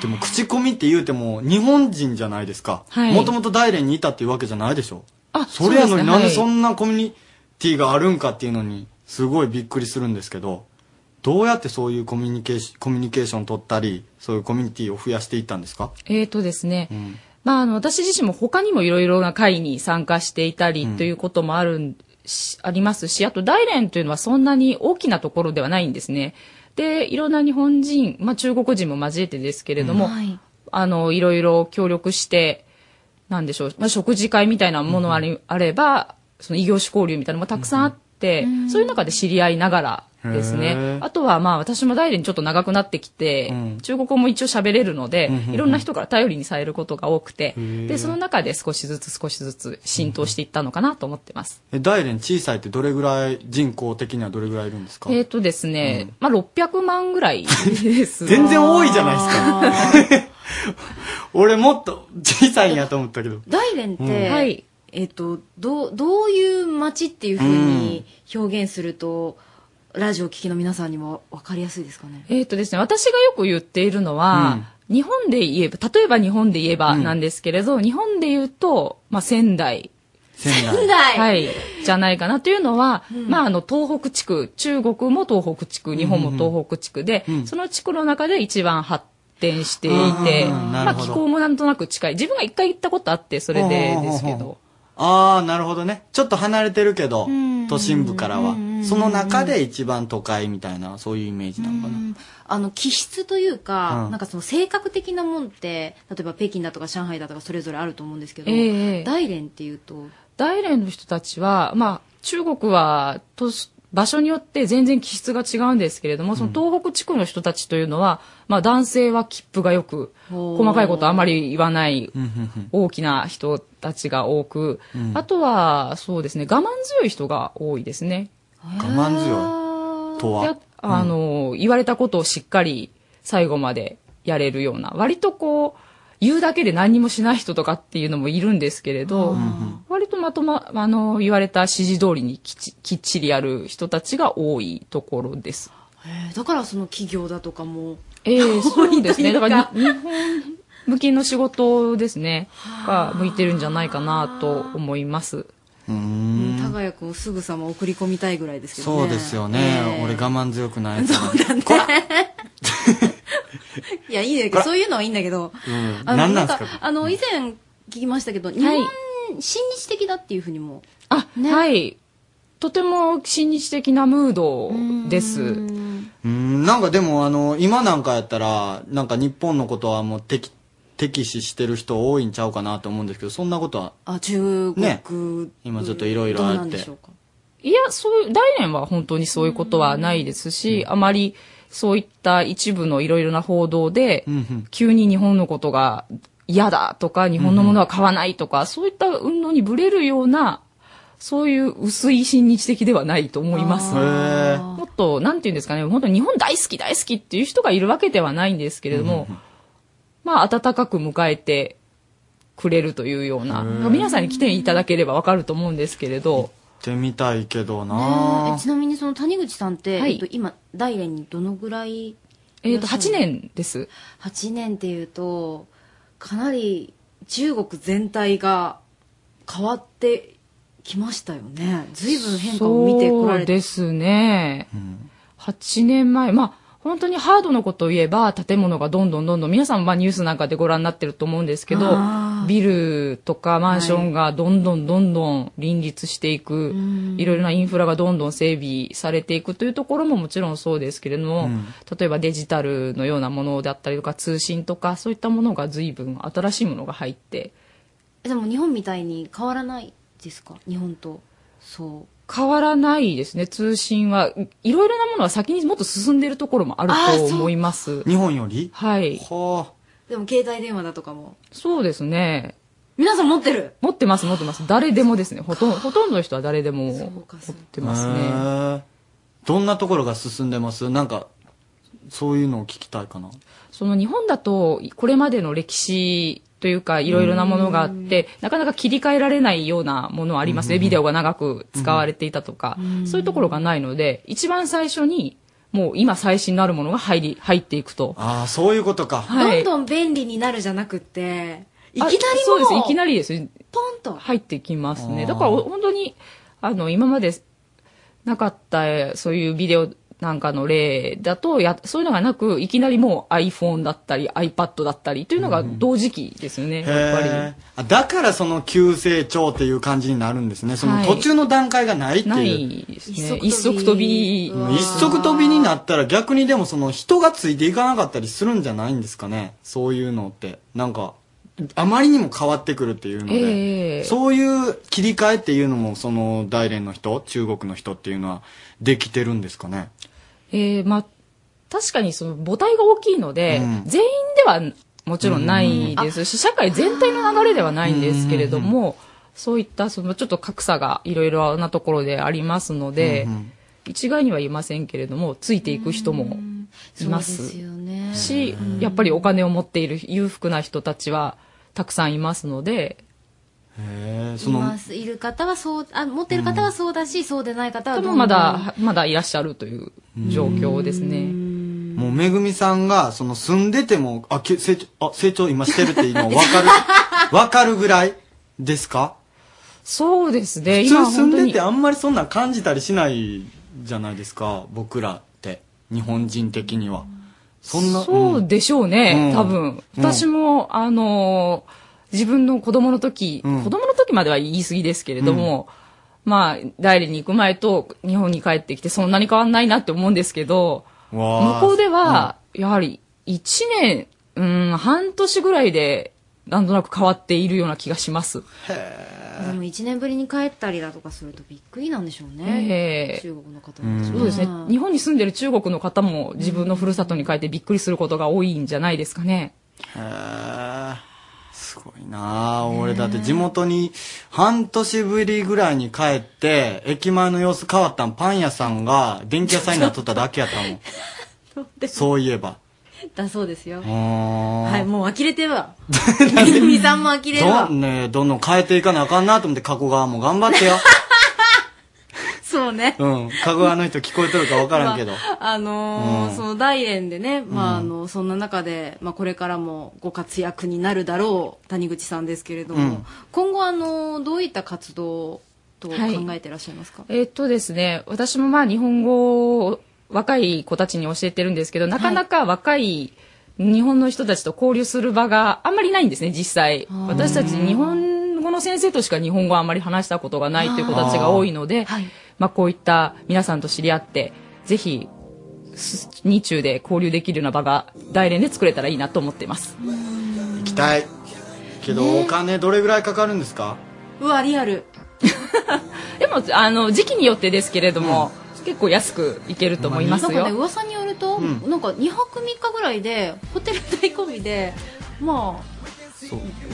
Speaker 2: でも、口コミって言うても、日本人じゃないですか。
Speaker 25: はい
Speaker 2: もともと大連にいたっていうわけじゃないでしょ。
Speaker 25: あ
Speaker 2: それやの
Speaker 25: うです
Speaker 2: に
Speaker 25: ね
Speaker 2: なんで
Speaker 25: はい
Speaker 2: そんなコミュニティがあるんかっていうのに、すごいびっくりするんですけど。どうやってそういうコミュニケーション、コミュニケーション取ったり、そういうコミュニティを増やしていったんですか
Speaker 25: えーとですね、まあ、あの私自身も他にもいろいろな会に参加していたり
Speaker 2: うん
Speaker 25: ということもあるんしありますしあと大連というのはそんなに大きなところではないんですね。でいろんな日本人、まあ、中国人も交えてですけれども、
Speaker 11: はい
Speaker 25: あのいろいろ協力してなんでしょう、まあ、食事会みたいなものあり、あればその異業種交流みたいなのもたくさんあって、そういう中で知り合いながらです
Speaker 11: へ
Speaker 25: ね
Speaker 11: ー
Speaker 25: あとはまあ私も大連ちょっと長くなってきて、中国語も一応喋れるので、
Speaker 11: うんうんうん
Speaker 25: いろんな人から頼りにされることが多くて、
Speaker 2: ー
Speaker 25: でその中で少しずつ少しずつ浸透していったのかなと思ってます。
Speaker 2: え、大連小さいってどれぐらい、人口的にはどれぐらいいるんですか
Speaker 25: えっ、とですね、まあ600万ぐらいです。
Speaker 2: 全然多いじゃないですか。俺もっと小さいんやと思っ たけど。
Speaker 3: 大連って、
Speaker 2: うんはい
Speaker 3: えっ、とどうどういう街っていうふうに表現すると、ラジオ聴きの皆さんにも分かりやすいですかね
Speaker 25: えっ、とですね、私がよく言っているのは、日本で言えば、例えば日本で言えばなんですけれど、日本で言うと、まあ、仙台。
Speaker 2: 仙
Speaker 25: 台
Speaker 3: 仙台
Speaker 25: はい。じゃないかなというのは、
Speaker 3: うん
Speaker 25: まあ、あの、東北地区、中国も東北地区、日本も東北地区で、
Speaker 3: うん
Speaker 25: その地区の中で一番発展していて、
Speaker 2: あーなる
Speaker 25: まあ、
Speaker 2: ほど
Speaker 25: 気候もなんとなく近い。自分が一回行ったことあって、それでですけど。
Speaker 2: ああ、なるほどね。ちょっと離れてるけど
Speaker 25: うん、
Speaker 2: 都心部からは。その中で一番都会みたいな、そういうイメージなのかな。
Speaker 3: あの気質というか、
Speaker 2: うん
Speaker 3: なんかその性格的なもんって例えば北京だとか上海だとかそれぞれあると思うんですけど、
Speaker 25: ええ
Speaker 3: 大連っていうと
Speaker 25: 大連の人たちは、まあ、中国は都市場所によって全然気質が違うんですけれども、その東北地区の人たちというのは、まあ、男性は切符がよく、細かいことあまり言わない大きな人たちが多く、
Speaker 11: うん
Speaker 25: あとは、そうですね、我慢強い人が多いですね。
Speaker 2: 我慢強いとは
Speaker 25: で。あの、言われたことをしっかり最後までやれるような、割とこう、言うだけで何にもしない人とかっていうのもいるんですけれど、割とまとま、あの、言われた指示通りにきちきっちりやる人たちが多いところです。
Speaker 3: えーだからその企業だとかも
Speaker 25: ええ そうですね。
Speaker 3: 多
Speaker 25: だか
Speaker 3: いというか
Speaker 25: らに、日本向きの仕事ですね、が向いてるんじゃないかなと思います。
Speaker 2: うん
Speaker 3: 多賀谷君をすぐさま送り込みたいぐらいですけどね
Speaker 2: そうですよね。俺我慢強くないやつだね
Speaker 3: いやいいんだけどそういうのはいいんだけど
Speaker 2: うん
Speaker 3: あの
Speaker 2: 何なんで
Speaker 3: な
Speaker 2: すか
Speaker 3: んかあの以前聞きましたけど日本、親日的だっていうふうにも
Speaker 25: あ、はい。とても親日的なムードです。
Speaker 2: うん、なんかでもあの、今なんかやったら、なんか日本のことはもう敵、敵視してる人多いんちゃうかなと思うんですけど、そんなことは、
Speaker 3: あ中国、
Speaker 2: ね今ちょっといろいろあって。
Speaker 25: いや、そういう、大連は本当にそういうことはないですし、あまりそういった一部のいろいろな報道で、急に日本のことが嫌だとか、日本のものは買わないとか、そういった運動にぶれるような、そういう薄い親日的ではないと思います。もっと、なんていうんですかね、本当に日本大好き大好きっていう人がいるわけではないんですけれども、まあ、温かく迎えてくれるというような、皆さんに来ていただければわかると思うんですけれど、
Speaker 2: 行ってみたいけど
Speaker 3: ね
Speaker 2: な
Speaker 3: えちなみにその谷口さんって、
Speaker 25: はい
Speaker 3: えっと、今大連にどのぐらい
Speaker 25: えっと8年です
Speaker 3: 8年っていうとかなり中国全体が変わってきましたよね随分変化を見てこられ
Speaker 25: そうで
Speaker 3: て
Speaker 25: すね、8年前まあ本当にハードのことを言えば建物がどんどんどんどん皆さんまあニュースなんかでご覧になってると思うんですけど
Speaker 3: あ
Speaker 25: ビルとかマンションがどんどんどんどん林立していく、い、ろいろなインフラがどんどん整備されていくというところももちろんそうですけれども、例えばデジタルのようなものであったりとか通信とかそういったものが随分新しいものが入って
Speaker 3: でも日本みたいに変わらないですか日本とそう
Speaker 25: 変わらないですね通信はいろいろなものは先にもっと進んでいるところもある
Speaker 3: あー
Speaker 25: と
Speaker 3: そう
Speaker 25: 思います
Speaker 2: 日本より
Speaker 25: はい
Speaker 3: でも携帯電話だとかも
Speaker 25: そうですね
Speaker 3: 皆さん持ってる
Speaker 25: 持ってます持ってます誰でもですねほとんどほとんどの人は誰でも持ってます
Speaker 2: へ
Speaker 25: ね
Speaker 2: ーどんなところが進んでますなんか、そういうのを聞きたいかな。
Speaker 25: その日本だとこれまでの歴史というかいろいろなものがあってなかなか切り替えられないようなものはありますね、ビデオが長く使われていたとか、そういうところがないので一番最初にもう今最新のあるものが入り入っていくと
Speaker 2: ああ、そういうことか。
Speaker 25: はい
Speaker 3: どんどん便利になるじゃなくっていきな
Speaker 25: あ
Speaker 3: りも
Speaker 25: そうですいきな
Speaker 3: り
Speaker 25: りです
Speaker 3: ポンと
Speaker 25: 入ってきますね
Speaker 3: あー
Speaker 25: だからお本当にあの今までなかったえそういうビデオなんかの例だとや、そういうのがなく、いきなりもう iPhone だったり iPad だったりというのが同時期ですよね、やっぱり。
Speaker 2: へーあだからその急成長っていう感じになるんですね。その
Speaker 25: はい
Speaker 2: 途中の段階がないっていう。
Speaker 25: ないですね。一足飛び。
Speaker 2: 一足飛びになったら逆にでもその人がついていかなかったりするんじゃないんですかね。そういうのって。なんか、あまりにも変わってくるっていうので、
Speaker 25: ええ
Speaker 2: そういう切り替えっていうのもその大連の人、中国の人っていうのはできてるんですかね。
Speaker 25: えーまあ、確かにその母体が大きいので、
Speaker 2: うん
Speaker 25: 全員ではもちろんないですし、社会全体の流れではないんですけれども、そういったそのちょっと格差がいろいろなところでありますので、
Speaker 3: うんう
Speaker 25: 一概には言いませんけれども、ついていく人もいます。
Speaker 3: そうですよね
Speaker 25: し、やっぱりお金を持っている裕福な人たちはたくさんいますので、
Speaker 2: へえ、
Speaker 25: そ
Speaker 3: い
Speaker 25: の
Speaker 3: ますいる方はそうあ持ってる方はそうだし、そうでない方は
Speaker 25: 多
Speaker 3: ど
Speaker 25: 分
Speaker 3: んどん
Speaker 25: まだ、まだいらっしゃるという状況ですね。
Speaker 2: もうめぐみさんがその住んでても、あ、け成長、あ、成長今してるっていうのわか る、わかるぐらいですか
Speaker 25: そうですね。
Speaker 2: 普
Speaker 25: 今本
Speaker 2: 通
Speaker 25: 当
Speaker 2: 住んで
Speaker 25: に
Speaker 2: てあんまりそんなん感じたりしないじゃないですか僕らって日本人的にはそんな
Speaker 25: そうでしょうね、
Speaker 2: うん
Speaker 25: 多分。
Speaker 2: うん
Speaker 25: 私も、あのー自分の子供の時、
Speaker 2: うん
Speaker 25: 子供の時までは言い過ぎですけれども、まあ、代理に行く前と日本に帰ってきてそんなに変わんないなって思うんですけど、
Speaker 2: 向
Speaker 25: 向こうでは、やはり1年、うん、半年ぐらいで、なんとなく変わっているような気がします。
Speaker 3: でも1年ぶりに帰ったりだとかするとびっくりなんでしょうね、
Speaker 25: ええ
Speaker 3: 中国の方
Speaker 25: そ
Speaker 3: は
Speaker 25: うですね。日本に住んでる中国の方も自分のふるさとに帰ってびっくりすることが多いんじゃないですかね。
Speaker 2: へーすごいなあ俺だって地元に半年ぶりぐらいに帰って駅前の様子変わったんパン屋さんが電気屋さんになっとっただけやった もんそういえば
Speaker 3: だそうですよ
Speaker 2: うーん
Speaker 3: はいもう呆れてる わめぐみさんも呆れるわ
Speaker 2: どんねどんどん変えていかなあかんなと思って加古川も頑張ってよ
Speaker 3: そうね
Speaker 2: うん加古川の人聞こえとるか分から んけど、
Speaker 3: まああのー
Speaker 2: うん
Speaker 3: その大連でね、まあ
Speaker 2: う
Speaker 3: あ
Speaker 2: ん
Speaker 3: のそんな中で、まあ、これからもご活躍になるだろう谷口さんですけれども、
Speaker 25: うん
Speaker 3: 今後、あのーどういった活動と考えてらっしゃいますか、
Speaker 25: えっとですね、私もまあ日本語を若い子たちに教えてるんですけど、なかなか若い日本の人たちと交流する場があんまりないんですね、実際。私たち日本語の先生としか日本語はあんまり話したことがないっていう子たちが多いので、まあこういった皆さんと知り合って、ぜひ、す日中で交流できるような場が大連で作れたらいいなと思っています。
Speaker 2: 行きたいけどお金どれぐらいかかるんですか
Speaker 3: うわリアル
Speaker 25: でも、あの、時期によってですけれども、結構安くいけると思いますよ。
Speaker 3: なんかね噂によると、
Speaker 25: うん
Speaker 3: なんか2泊3日ぐらいでホテル代込みでまあ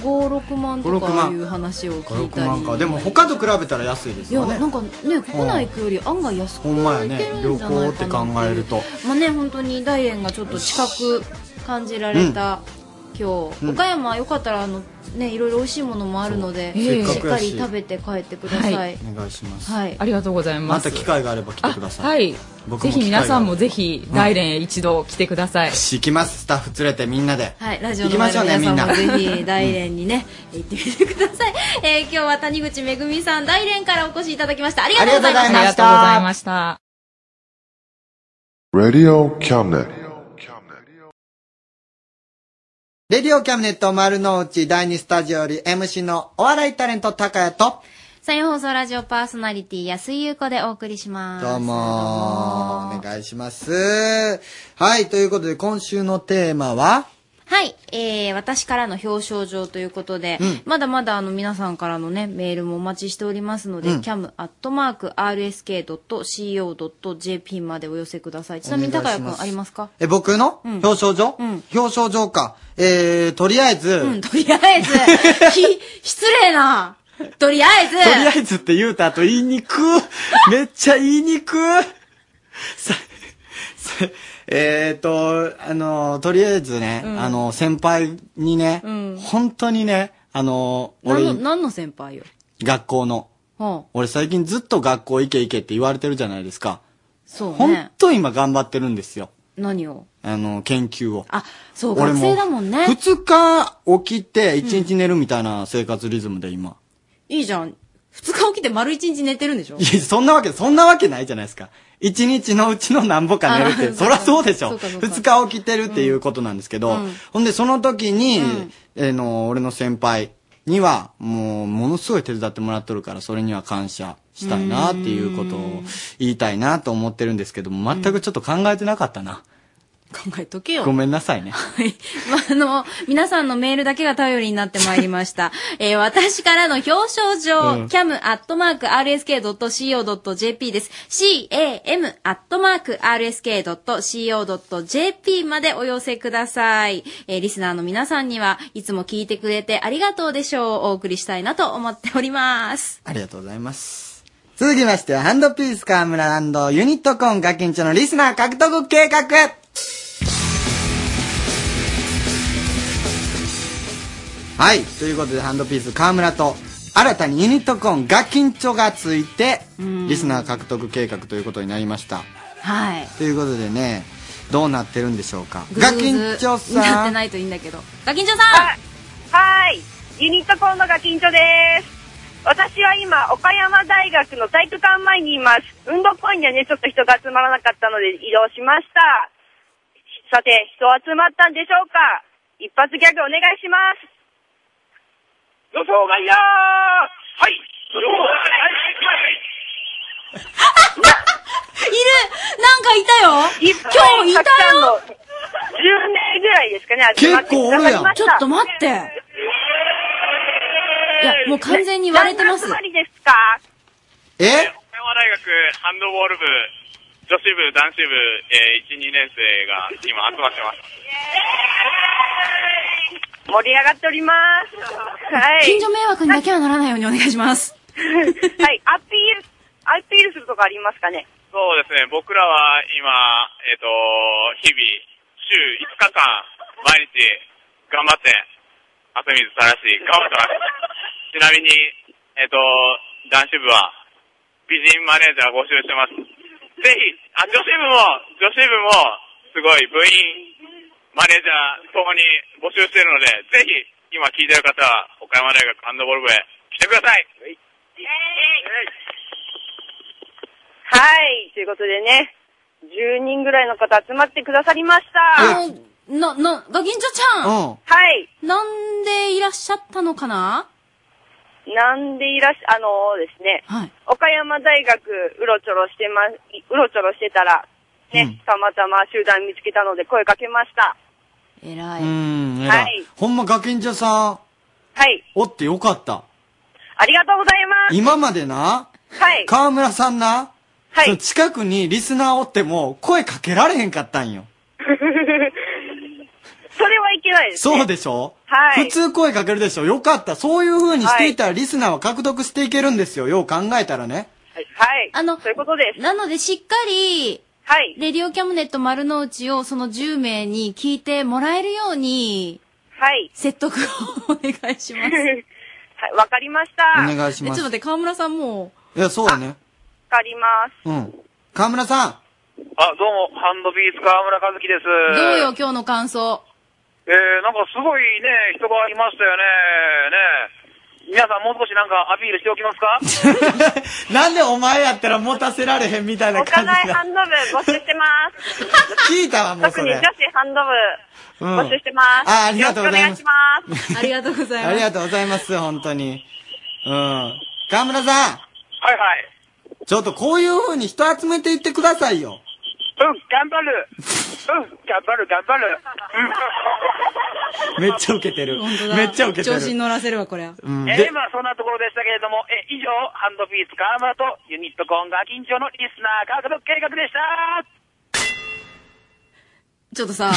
Speaker 3: 56万と
Speaker 2: 56
Speaker 3: か
Speaker 2: 万
Speaker 3: いう話を聞い
Speaker 2: 56
Speaker 3: たり
Speaker 2: 万かでも他と比べたら安いです
Speaker 3: い
Speaker 2: よ
Speaker 3: や
Speaker 2: ね
Speaker 3: なんかね国内行くより案外安く
Speaker 2: ほんまや
Speaker 3: 行
Speaker 2: ね
Speaker 3: ける
Speaker 2: 旅
Speaker 3: んじゃな
Speaker 2: 行
Speaker 3: い
Speaker 2: って
Speaker 3: か
Speaker 2: 考
Speaker 3: な
Speaker 2: えると
Speaker 3: まあね本当に大連がちょっと近く感じられた、今日、
Speaker 2: うん
Speaker 3: 岡山よかったらあのねいろいろ美味しいものもあるので、
Speaker 2: そうせ
Speaker 3: しっ
Speaker 2: っかくや
Speaker 3: か
Speaker 2: し
Speaker 3: り食べて帰ってください、はい
Speaker 2: お願いします
Speaker 25: ありがとうございま。
Speaker 2: ますた機会があれば来てください
Speaker 25: はい。
Speaker 2: 僕
Speaker 25: ぜ
Speaker 2: も
Speaker 25: ひ
Speaker 2: 機会が
Speaker 25: 皆
Speaker 2: ある
Speaker 25: さんもぜひ大連へ一度来てください。
Speaker 2: 行きますスタッフ連れてみんなで
Speaker 3: ラジオの前の
Speaker 2: 行きましょうねみん
Speaker 3: 皆さん
Speaker 2: な
Speaker 3: もぜひ大連にね、行ってみてください、えー今日は谷口めぐみさん大連からお越しいただきましたありがとうございました
Speaker 25: ありがとうございました。
Speaker 16: Radio Cabinet.
Speaker 2: レディオキャムネット丸の内第2スタジオより MC のお笑いタレント高谷と
Speaker 3: 山陽放送ラジオパーソナリティ安井優子でお送りします
Speaker 2: どうもお願いしますはいということで今週のテーマは
Speaker 3: はい、えー、私からの表彰状ということで、
Speaker 2: うん
Speaker 3: まだまだあの皆さんからのね、メールもお待ちしておりますので、
Speaker 2: うん
Speaker 3: cam.rsk.co.jp までお寄せください。ちなみに
Speaker 2: お願
Speaker 3: 高
Speaker 2: いし
Speaker 3: 谷く
Speaker 2: ます
Speaker 3: んありますか
Speaker 2: え僕の
Speaker 3: うん
Speaker 2: 表彰状、表彰状かえー、とりあえず、
Speaker 3: うん、とりあえ ず、ひ、失礼なとりあえず
Speaker 2: とりあえずって言うた後言い にくめっちゃ言いにくささえっ、と、あの、とりあえずね、
Speaker 3: うん
Speaker 2: あの、先輩にね、
Speaker 3: うん
Speaker 2: 本当にね、あの、
Speaker 3: 何の、
Speaker 2: 俺、
Speaker 3: 何の先輩よ。
Speaker 2: 学校の、
Speaker 3: ほう
Speaker 2: 俺最近ずっと学校行け行けって言われてるじゃないですか。
Speaker 3: そう
Speaker 2: 本
Speaker 3: ね。
Speaker 2: 当今頑張ってるんですよ。
Speaker 3: 何を
Speaker 2: あの、研究を。
Speaker 3: あ、そう、
Speaker 2: 俺
Speaker 3: 学生だもんね。
Speaker 2: 二日起きて一日寝るみたいな生活リズムで今。
Speaker 3: いいじゃん。二日起きて丸一日寝てるんでしょ
Speaker 2: いや、そんなわけ、そんなわけないじゃないですか。一日のうちの何ぼか寝るっ
Speaker 3: あ
Speaker 2: て、
Speaker 3: ー
Speaker 2: そりゃそうでし
Speaker 3: そう
Speaker 2: ょ。
Speaker 3: かそうか
Speaker 2: 二日起きてるっていうことなんですけど、
Speaker 3: うん
Speaker 2: ほんで、その時に、えの、俺の先輩には、もう、ものすごい手伝ってもらっとるから、それには感謝したいなっていうことを言いたいなと思ってるんですけども、全くちょっと考えてなかったな。
Speaker 3: 考えとけよ。
Speaker 2: ごめんなさいね。
Speaker 3: まあ、あの、皆さんのメールだけが頼りになってまいりま した。えー私からの表彰状、
Speaker 11: うん
Speaker 3: cam.rsk.co.jp です。cam.rsk.co.jp までお寄せください。えーリスナーの皆さんにはいつも聞いてくれてありがとうでしょうをお送りしたいなと思っております。
Speaker 2: ありがとうございます。続きましては、ハンドピース河村ユニットコーンガキンチョのリスナー獲得計画はい、ということで、ハンドピース河村と、新たにユニットコーンガキンチョがついて、
Speaker 3: うん
Speaker 2: リスナー獲得計画ということになりました。
Speaker 3: はい。
Speaker 2: ということでね、どうなってるんでしょうか。
Speaker 3: グズ
Speaker 2: ガ
Speaker 3: グズ
Speaker 2: キンチョ
Speaker 3: なっ
Speaker 2: さ
Speaker 3: て
Speaker 2: ん、
Speaker 3: ないといいんだけど。ガキンチョさ
Speaker 7: はーい。ユニットコンロが緊張です。私は今、岡山大学の体育館前にいます。運動公園にはね、ちょっと人が集まらなかったので移動しました。さて、人集まったんでしょうか一発ギャグお願いします。
Speaker 6: 予想外やーはい予想外
Speaker 3: んいるなんかいたよ今日いたよ
Speaker 7: たよ !10 名ぐらいですかね、集まってくださいまし
Speaker 3: ち
Speaker 7: た。
Speaker 3: ょっと待って。いや、もう完全に割れてます。
Speaker 7: 何集まりですか
Speaker 2: え
Speaker 27: 岡山大学ハンドボール部、女子部、男子部、えー、1、2年生が今集まってます。
Speaker 7: 盛り上がっております。はい。
Speaker 3: 近所迷惑にだけはならないようにお願いします。
Speaker 7: はい、アピール、アピールするとこありますかね
Speaker 27: そうですね、僕らは今、えっ、と、日々、週5日間、毎日、頑張って、汗水垂らし、頑張ってます。ちなみに、えっ、と、男子部は、美人マネージャー募集してます。ぜひ、あ、女子部も、女子部も、すごい部員、マネージャー、共に募集してるので、ぜひ、今聞いてる方は、岡山大学ハンドボール部へ来てください
Speaker 7: はい、ということでね、10人ぐらいの方集まってくださりました。
Speaker 3: あの、な、な、ガキンチョちゃん。
Speaker 2: うん
Speaker 7: はい。
Speaker 3: なんでいらっしゃったのかな
Speaker 7: なんでいらっしゃ、あのーですね、岡山大学、うろちょろしてま、うろちょろしてたら、ね、たまたま集団見つけたので声かけました。
Speaker 3: えら
Speaker 2: うー
Speaker 3: い。
Speaker 2: ん、え
Speaker 7: は
Speaker 2: ら
Speaker 7: い
Speaker 2: い。ほんまガキンチョさん、
Speaker 7: はい、
Speaker 2: おってよかった。
Speaker 7: ありがとうございます。
Speaker 2: 今までな、
Speaker 7: はい。
Speaker 2: 川村さんな、
Speaker 7: はい
Speaker 2: その近くにリスナーおっても声かけられへんかったん よ。
Speaker 7: それはいけないですね。
Speaker 2: そうでしょ
Speaker 7: はい
Speaker 2: 普通声かけるでしょよかった。そういう風にしていたらリスナーは獲得していけるんですよ。よう考えたらね。
Speaker 7: はい。
Speaker 3: あの、
Speaker 7: そういうことです。
Speaker 3: なので、しっかり、
Speaker 7: はい。
Speaker 3: レディオキャムネット丸の内をその10名に聞いてもらえるように、
Speaker 7: はい。
Speaker 3: 説得をお願いし ます。
Speaker 7: はい、わかりました。
Speaker 2: お願いします
Speaker 3: えちょっと待って、河村さんも
Speaker 2: いや、そうだね。
Speaker 7: わかります。
Speaker 2: うん。川村さん。
Speaker 6: あ、どうも、ハンドビーツ川村和樹です。
Speaker 3: う、どうよ、今日の感想。
Speaker 6: えー、なんかすごいね、人がいましたよね。ねえ皆さんもう少しなんかアピールしておきますか
Speaker 2: なんでお前やったら持たせられへんみたいな
Speaker 7: お互
Speaker 2: 感
Speaker 7: い
Speaker 2: じ
Speaker 7: ハ
Speaker 2: だ。
Speaker 7: ンド部募集して ます。
Speaker 2: 聞いたわ、もう
Speaker 7: 特
Speaker 2: そ
Speaker 7: に
Speaker 2: れ
Speaker 7: 女子。ハンド部
Speaker 2: うん
Speaker 7: 募集してます。
Speaker 2: あありがとうございます
Speaker 7: よろしくお願いします。
Speaker 3: ありがとうござ
Speaker 2: ありがとうございます、本当に。うん。川村さん。
Speaker 6: はいはい。
Speaker 2: ちょっとこういう風に人集めていってくださいよ。
Speaker 6: うん、頑張 る。うん、頑張る、頑張る。
Speaker 2: めっちゃウケてる。めっちゃウケてる。
Speaker 3: 調子に乗らせるわ、これは。
Speaker 2: うん
Speaker 6: えー
Speaker 2: で、
Speaker 6: まあそんなところでしたけれども、えー以上、ハンドピース川村とユニットコンガ緊張のリスナー獲得計画でした。
Speaker 3: ちょっと さ、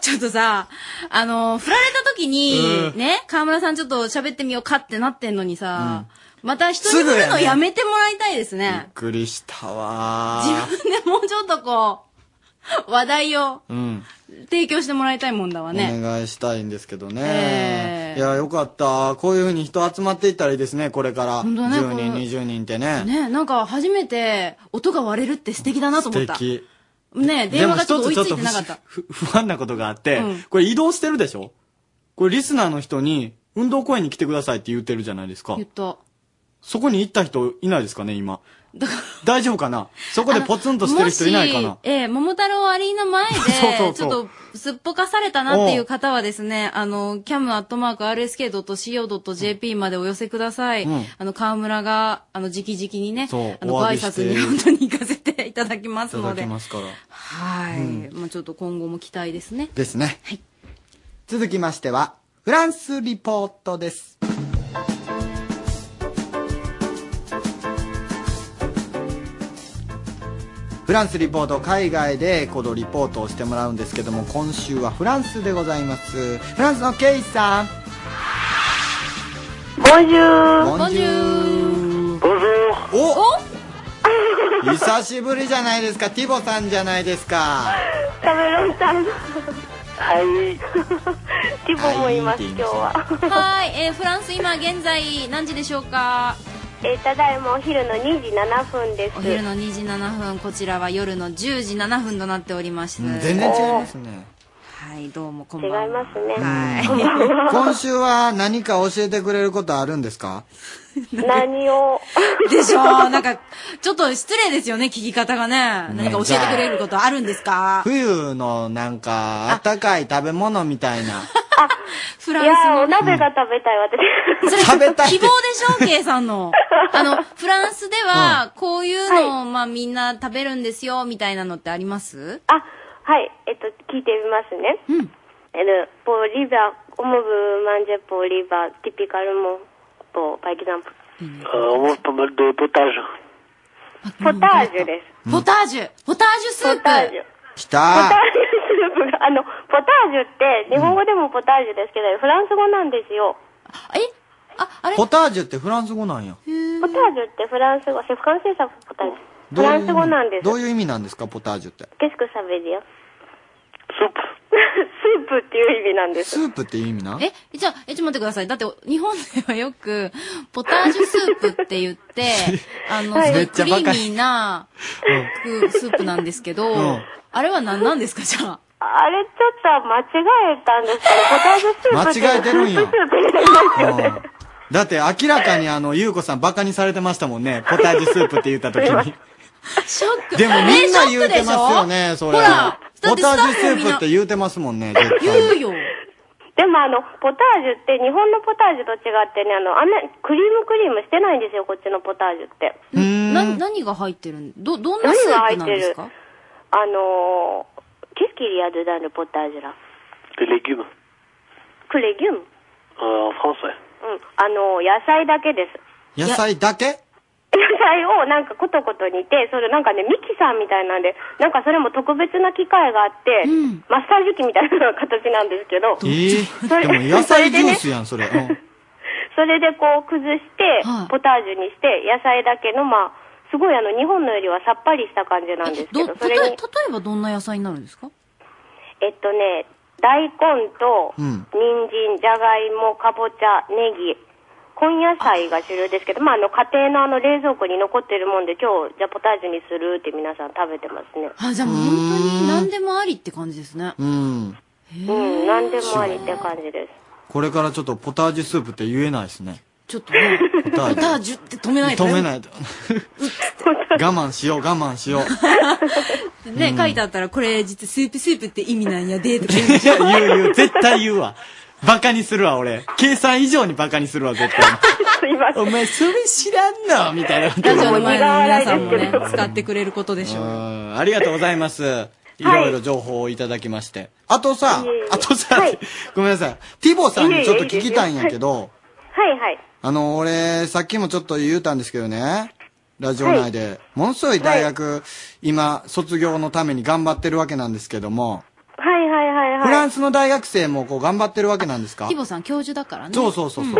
Speaker 3: ちょっとさ、あの、振られた時に、
Speaker 2: うん
Speaker 3: ね、河村さんちょっと喋ってみようかってなってんのにさ、また人
Speaker 2: す
Speaker 3: に
Speaker 2: ぐ
Speaker 3: 振
Speaker 2: や
Speaker 3: る
Speaker 2: ね
Speaker 3: のやめてもらいたいですね
Speaker 2: びっ。くりしたわ
Speaker 3: 自分 でもうちょっとこう、話題を
Speaker 2: うん。
Speaker 3: 提供してもらいたいもんだわね。
Speaker 2: お願いしたいんですけどね。いや、よかった。こういう風に人集まっていったらいいですね、これから。
Speaker 3: 本当ね
Speaker 2: 10人、
Speaker 3: こう
Speaker 2: 20人って ね。
Speaker 3: ね、なんか初めて音が割れるって素敵だなと
Speaker 2: 素
Speaker 3: 思った。
Speaker 2: 敵。
Speaker 3: ね、
Speaker 2: で
Speaker 3: 電
Speaker 2: も
Speaker 3: 話がちょっと追いつ
Speaker 2: 一つちょ
Speaker 3: い
Speaker 2: ってと
Speaker 3: なかった。
Speaker 2: ふ不安なことがあって、
Speaker 3: うん
Speaker 2: これ移動してるでしょこれリスナーの人に、運動公園に来てくださいって言ってるじゃないですか
Speaker 3: 言っ。た。
Speaker 2: そこに行った人いないですかね、今。大丈夫かなそこでポツンとしてる人いないかな
Speaker 3: もし、えー桃太郎アリーナ前で
Speaker 2: そうそうそう
Speaker 3: ちょっとすっぽかされたなっていう方はですね、あの、cam.rsk.co.jp までお寄せください。
Speaker 4: うん
Speaker 3: あの、河村が、あの、直々にね
Speaker 4: そう、
Speaker 3: あの、
Speaker 4: お
Speaker 3: ご
Speaker 4: 詫
Speaker 3: 挨
Speaker 4: びして
Speaker 3: 拶に本当に行かせていただきま
Speaker 2: い
Speaker 3: す
Speaker 2: た
Speaker 3: の
Speaker 2: だ
Speaker 3: で。
Speaker 2: きますから。
Speaker 3: はい。
Speaker 2: う
Speaker 3: まあちょっと今後も期待ですね。
Speaker 2: ですね。続きましては、フランスリポートです。フランスリポート海外でこのリポートをしてもらうんですけども今週はフランスでございますフランスのケイさん
Speaker 4: ボンジュー
Speaker 2: ボンジューお久しぶりじゃないですかティボさんじゃないですか
Speaker 4: キャメロンさん。はい。ティボもいます、今日は。
Speaker 3: はい、えーフランス今現在何時でしょうか
Speaker 4: えーただいまお昼の2時7分です。
Speaker 3: お昼の2時7分、こちらは夜の10時7分となっておりまして、
Speaker 2: 全然違いますね
Speaker 3: はい、どうもこんばんは。違いますね。
Speaker 2: 今週は何か教えてくれることあるんですか
Speaker 4: 何を。
Speaker 3: でしょなんか、ちょっと失礼ですよね、聞き方がね。
Speaker 2: ね
Speaker 3: 何か教えてくれることあるんですか
Speaker 2: 冬のなんかあったかい食べ物みたいな
Speaker 3: フラン
Speaker 4: い
Speaker 3: ス
Speaker 4: やー
Speaker 3: の。
Speaker 4: お鍋が食べたい、私。
Speaker 2: 食べたい
Speaker 3: 希望でしょ、ケイさんの。あの、フランスでは、こういうのを、まあみんな食べるんですよ、みたいなのってあります
Speaker 4: あ、はい、えっと、聞いてみますね。うん。えっと、ポリバ、オモブマンジェポリバ、ティピカルモ、ポ、パイキダンプ。
Speaker 6: Euh, on mange pas mal de potage.
Speaker 4: ポタージュです。
Speaker 3: ポタージュポタージュスープ
Speaker 4: ポタージュ。
Speaker 2: き
Speaker 4: ポター
Speaker 2: た
Speaker 4: ジュスープが、あの、ポタージュって、日本語でもポタージュですけど、フランス語なんですよ。
Speaker 2: ポタージュってフランス語なんや
Speaker 4: ポタージュってフランス語、セフカンセイサポタージュ。フランス語なんです。
Speaker 2: どういう意味なんですかポタージュって
Speaker 4: ケスクサベディア。 スープ。スープっていう意味なんです。
Speaker 2: スープっていう意味な
Speaker 3: え、じゃあ、え、ちょっと待ってください。だって、日本ではよく、ポタージュスープって言っ て、あの、
Speaker 2: はい
Speaker 3: すご
Speaker 2: め
Speaker 3: い
Speaker 2: っち
Speaker 3: ク
Speaker 2: ゃ
Speaker 3: リ
Speaker 2: バ
Speaker 3: ーミ
Speaker 2: カに
Speaker 3: ーな、くスープなんですけど、
Speaker 2: うん
Speaker 3: あれは何なんですか、じゃあ。
Speaker 4: あれちょっと間違えたんですけど、ポタージュスープって
Speaker 2: 間違えてるんや
Speaker 4: スープになりますよね。
Speaker 2: だって明らかにあの、ゆうこさんバカにされてましたもんね。ポタージュスープって言った時に。
Speaker 3: ショック。
Speaker 2: でもみんな言うて
Speaker 3: えショックで
Speaker 2: ます
Speaker 3: し
Speaker 2: よ
Speaker 3: ょ
Speaker 2: ね、それ。
Speaker 3: ほら、だ
Speaker 2: ポ
Speaker 3: って
Speaker 2: タ
Speaker 3: ス
Speaker 2: ー
Speaker 3: タ
Speaker 2: ジ
Speaker 3: ッ
Speaker 2: ュス
Speaker 3: フみん
Speaker 2: ープ
Speaker 3: な
Speaker 2: って言うてますもんね、絶対。
Speaker 3: 言うよ。
Speaker 4: でもあの、ポタージュって日本のポタージュと違ってね、あの、あんなクリームクリームしてないんですよ、こっちのポタージュって。
Speaker 3: な、何が入ってるんど、どんなスープなんですか
Speaker 4: あのー、qu'est-ce qu'il y a dedans le potage là?
Speaker 6: Des légumes.
Speaker 4: Que légumes?
Speaker 6: Euh, en français.
Speaker 4: うん。あのー、野菜だけです。
Speaker 2: 野菜だけ
Speaker 4: 野菜をなんかことこと煮て、それなんかね、ミキサーみたいなんで、なんかそれも特別な機械があって、マッサージ機みたいな形なんですけど、
Speaker 2: ええ
Speaker 4: それ
Speaker 2: でも野菜ジュースやん、それ。うん
Speaker 4: それでこう崩して、ポタージュにして、野菜だけの、まあ、すごいあの、日本のよりはさっぱりした感じなんですけ
Speaker 3: ど、
Speaker 4: ど、
Speaker 3: た
Speaker 4: そ
Speaker 3: とえ
Speaker 4: れ
Speaker 3: 例
Speaker 4: に、
Speaker 3: えばどんな野菜になるんですか
Speaker 4: えっとね、大根と、
Speaker 3: うん
Speaker 4: 人参、じゃがいも、かぼちゃ、ネギ、根野菜が主流ですけど、まあ、あの、家庭のあの、冷蔵庫に残ってるもんで、今日、じゃあポタージュにするって皆さん食べてますね。
Speaker 3: あ、じゃあもう本当に何でもありって感じですね。
Speaker 2: うん。
Speaker 4: うん、何でもありって感じです。
Speaker 2: これからちょっとポタージュスープって言えないですね。
Speaker 3: ちょっとね、ポ
Speaker 2: ポ
Speaker 3: タ
Speaker 2: ター
Speaker 3: ー
Speaker 2: ジ
Speaker 3: ジュって止めない
Speaker 2: ュ。
Speaker 3: とね
Speaker 2: 止めないと。我慢しよう、我慢しよう。
Speaker 3: ね、
Speaker 2: うん
Speaker 3: 書いてあったら、これ実はスープスープって意味なんや で、とか言うで
Speaker 2: い
Speaker 3: しょ
Speaker 2: や、言う言う、絶対言うわ。バカにするわ、俺。計算以上にバカにするわ、絶対。お前、それ知らんのみたいなこと。
Speaker 3: ラジオの前の皆さんもね、 使ってくれることでしょうよ。
Speaker 2: うんありがとうございます。いろいろ情報をいただきまして。あとさ、あとさ、ごめんなさい。ティボさんにちょっと聞きたいんやけど、
Speaker 4: はいはい。
Speaker 2: あの、俺、さっきもちょっと言うたんですけどね、ラジオ内で、ものすごい大学、今、卒業のために頑張ってるわけなんですけども、
Speaker 4: はいはいはいはい。
Speaker 2: フランスの大学生もこう頑張ってるわけなんですか
Speaker 3: ティボさん教授だからね。
Speaker 2: そうそうそうそ
Speaker 4: あ
Speaker 2: う。
Speaker 4: ー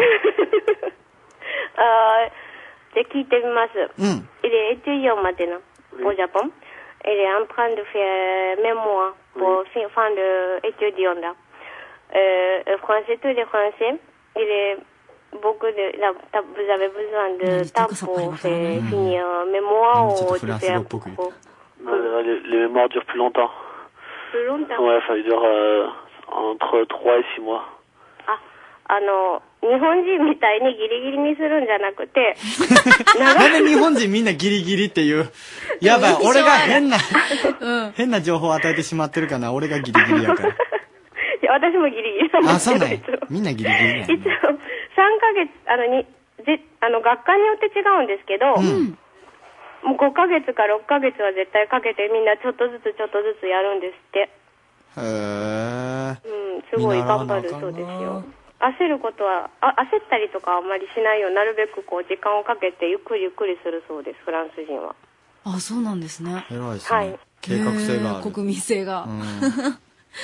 Speaker 4: じゃあ聞いてみます。
Speaker 2: うん。
Speaker 4: Il est étudiant maintenant au Japon. Il est en train de faire mémoire pour fin- fin de étudiant là. Euh, le français, tous les français, il est beaucoup de, là, t'as- vous avez besoin de temps pour faire finir mémoire ou de faire
Speaker 6: Euh, les, les mémoires durent plus longtemps.
Speaker 4: plus longtemps. Ah
Speaker 6: Ouais, ça dure euh, entre 3 et 6 mois.
Speaker 4: あの、日本人みたいにギリギリにするんじゃなくて、
Speaker 2: なんで日本人みんなギリギリっていう。や ばい、俺が変な、変な情報を与えてしまってるかな。俺がギリギリ やから。
Speaker 4: いや 私もギリギリなん
Speaker 2: あ、
Speaker 4: です
Speaker 2: そう
Speaker 4: けど、
Speaker 2: なんや
Speaker 4: いつも。
Speaker 2: みんなギリギ リなんや
Speaker 4: 一応、3ヶ月、あの、に、ぜあの、学科によって違うんですけど、
Speaker 2: うん
Speaker 4: もう5ヶ月か6ヶ月は絶対かけてみんなちょっとずつちょっとずつやるんですって。
Speaker 2: へ
Speaker 4: うん、すごい頑張るそうですよ。焦ることはあ、焦ったりとかあんまりしないようになるべくこう時間をかけてゆっくりゆっくりするそうです、フランス人は。
Speaker 3: あそうなんですね
Speaker 2: え。偉いです
Speaker 4: は
Speaker 2: ね。
Speaker 4: い。
Speaker 2: 計画性がある。
Speaker 3: 国民性が、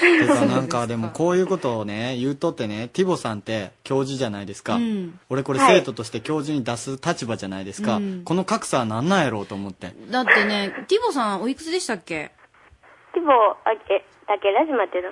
Speaker 2: てかなんかでもこういうことをね、言うとってね、ティボさんって教授じゃないです か。
Speaker 3: うん
Speaker 2: 俺これ
Speaker 3: はい
Speaker 2: 生徒として教授に出す立場じゃないですか。
Speaker 3: うん
Speaker 2: この格差は何なんやろうと思って。
Speaker 3: だってねティボさんおいくつでしたっけ
Speaker 4: ティボあえ竹ラジマってな。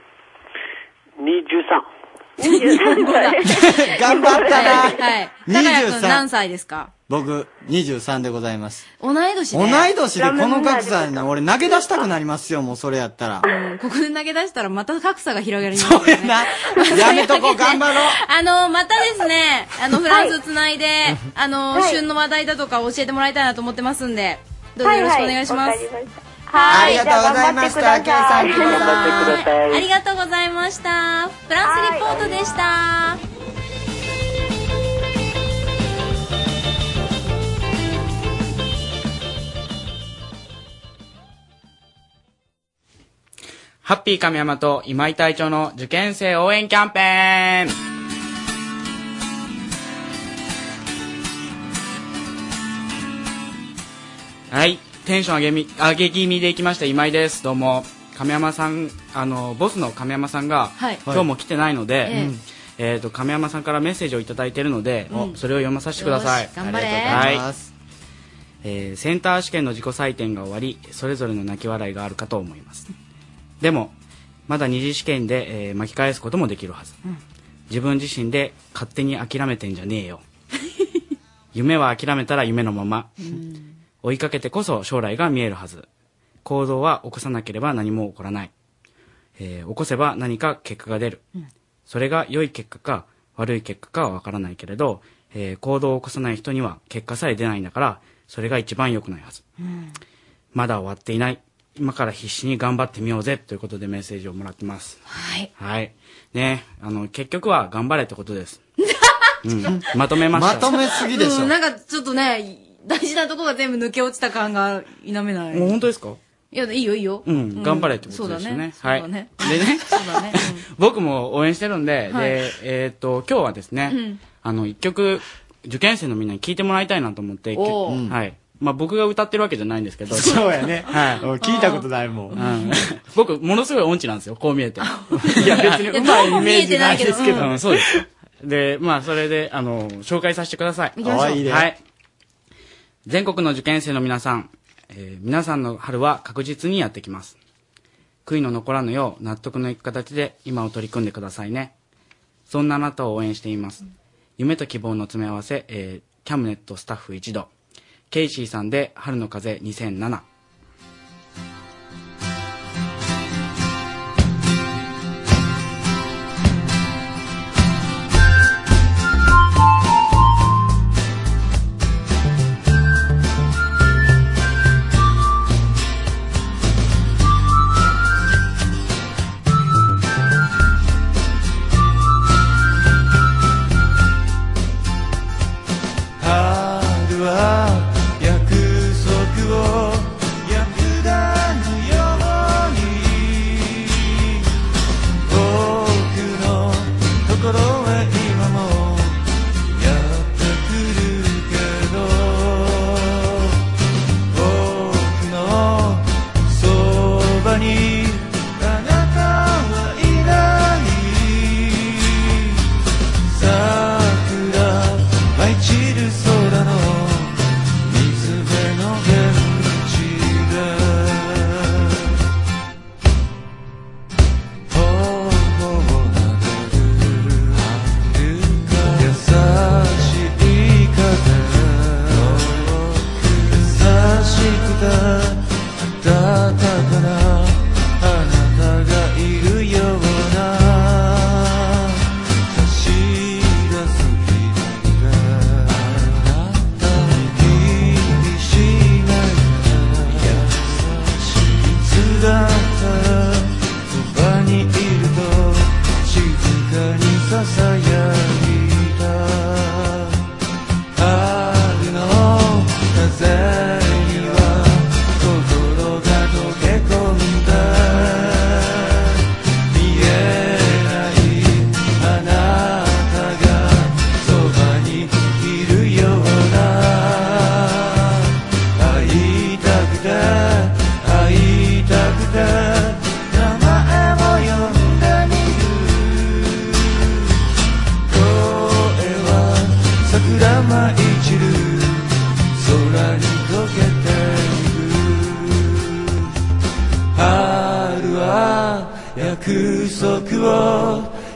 Speaker 3: 23
Speaker 2: 頑張ったな
Speaker 3: はい高谷君
Speaker 2: 23
Speaker 3: 何歳ですか
Speaker 2: 僕、23でございます。
Speaker 3: 同い年で
Speaker 2: 同い年でこの格差ね、俺投げ出したくなりますよ、もうそれやったら。
Speaker 3: うんここで投げ出したらまた格差が広がりますよね。
Speaker 2: やめとこう、頑張ろう。
Speaker 3: あの、またですね、あの、フランスつないで、あの、
Speaker 4: はい
Speaker 3: 旬の話題だとか教えてもらいたいなと思ってますんで、どうぞ
Speaker 4: はい
Speaker 3: よろしくお
Speaker 4: はい
Speaker 3: 願いします。
Speaker 4: わかりました
Speaker 3: は
Speaker 4: はいありがとうございましたじゃあ頑張ってください
Speaker 3: ケイ
Speaker 4: 頑張ってください
Speaker 3: ありがとうございました。フランスリポートでした。
Speaker 1: ハッピー神山と今井隊長の受験生応援キャンペーンはい、テンション上げみ、上げ気味でいきました今井です。どうも。神山さん、あの、ボスの神山さんが、
Speaker 8: はい
Speaker 1: 今日も来てないので、
Speaker 8: ええ
Speaker 1: えっ、と、神山さんからメッセージをいただいているので、
Speaker 8: うん
Speaker 1: それを読まさせてください
Speaker 8: よ。し頑張
Speaker 1: あり
Speaker 8: れ
Speaker 1: がとうござい
Speaker 8: は
Speaker 1: ま
Speaker 8: い
Speaker 1: す。えーセンター試験の自己採点が終わりそれぞれの泣き笑いがあるかと思いますでもまだ二次試験で、えー巻き返すこともできるはず、
Speaker 8: うん
Speaker 1: 自分自身で勝手に諦めてんじゃねえ よ夢は諦めたら夢のまま追いかけてこそ将来が見えるはず行動は起こさなければ何も起こらない、えー起こせば何か結果が出る、
Speaker 8: うん
Speaker 1: それが良い結果か悪い結果かは分からないけれど、えー行動を起こさない人には結果さえ出ないんだからそれが一番良くないはずまだ終わっていない。今から必死に頑張ってみようぜということでメッセージをもらってます。
Speaker 3: はい。
Speaker 1: はい。ねあの、結局は頑張れってことです。うん、まとめました。
Speaker 2: まとめすぎで
Speaker 3: うん、なんかちょっとね、大事なとこが全部抜け落ちた感が否めない。
Speaker 1: もう本
Speaker 3: い
Speaker 1: 当ですか
Speaker 3: や、いいよいいよ。
Speaker 1: うん、頑張れってこと
Speaker 3: そうだ
Speaker 1: ですよ
Speaker 3: ね
Speaker 1: ね。。
Speaker 3: そ
Speaker 1: は
Speaker 3: う
Speaker 1: い。
Speaker 3: だね。
Speaker 1: でね、 僕も応援してるんで、
Speaker 3: はい
Speaker 1: で、えーっと、今日はですね、
Speaker 3: うん
Speaker 1: あの、一曲、受験生のみんなに聴いてもらいたいなと思って、
Speaker 3: おー
Speaker 1: はい。まあ僕が歌ってるわけじゃないんですけど。
Speaker 2: そうやね
Speaker 1: はい。
Speaker 2: 聞いたことないもん。
Speaker 1: うん僕、ものすごい音痴なんですよ、こう見えて。い
Speaker 2: や別に上手いイメージないですけ
Speaker 1: や
Speaker 2: ど
Speaker 1: どうも見えてないうんそうです。で、まあ、それで、あの、紹介させてください。
Speaker 2: 行きましょうあいいね
Speaker 1: はい。全国の受験生の皆さん、えー皆さんの春は確実にやってきます。悔いの残らぬよう、納得のいく形で今を取り組んでくださいね。そんなあなたを応援しています。夢と希望の詰め合わせ、えーキャムネットスタッフ一同。ケイシーさんで、春の風2007。
Speaker 28: 春は約束を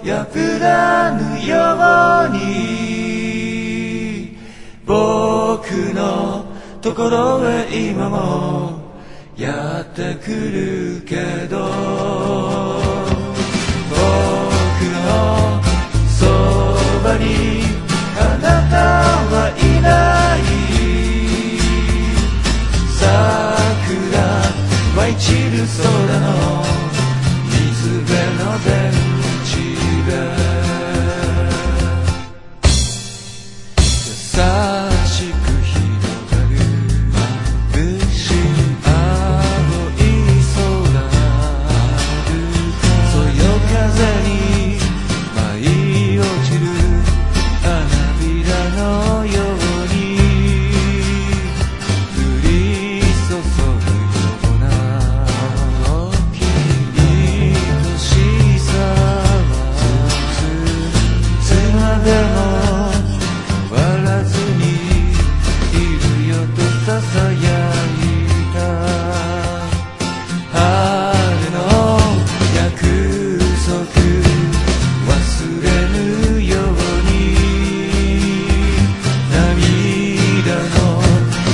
Speaker 8: 降らぬように僕のところへ今もやってくるけど僕のそばにあなたはいない桜舞い散る空の水辺のベンチで優しく広がる漆青い空そよ風に舞い落ちる花びらのように降り注ぐような大きな愛しさはいつまでも変わらずにいるよと囁いた春の約束忘れぬように涙の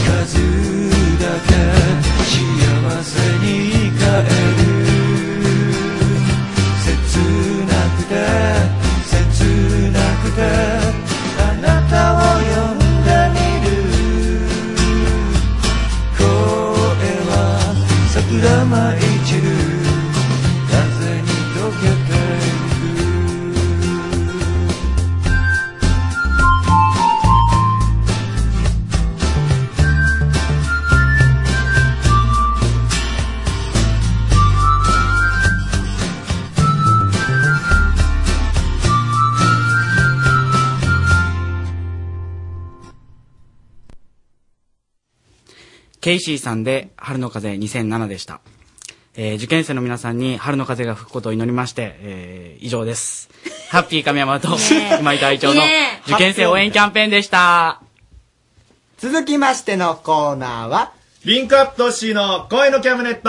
Speaker 8: 数だけ幸せに変える切なくて切なくてあなたを呼んでみる声は桜舞い散る風に溶けてゆく
Speaker 1: ケイシーさんで春の風2007でした。えー受験生の皆さんに春の風が吹くことを祈りまして、えー以上です。ハッピー神山と今井隊長の
Speaker 2: イエーイ
Speaker 1: 受験生応援キャンペーンでした。
Speaker 2: 続きましてのコーナーは、
Speaker 12: リンクアップトッシーの声のキャムネット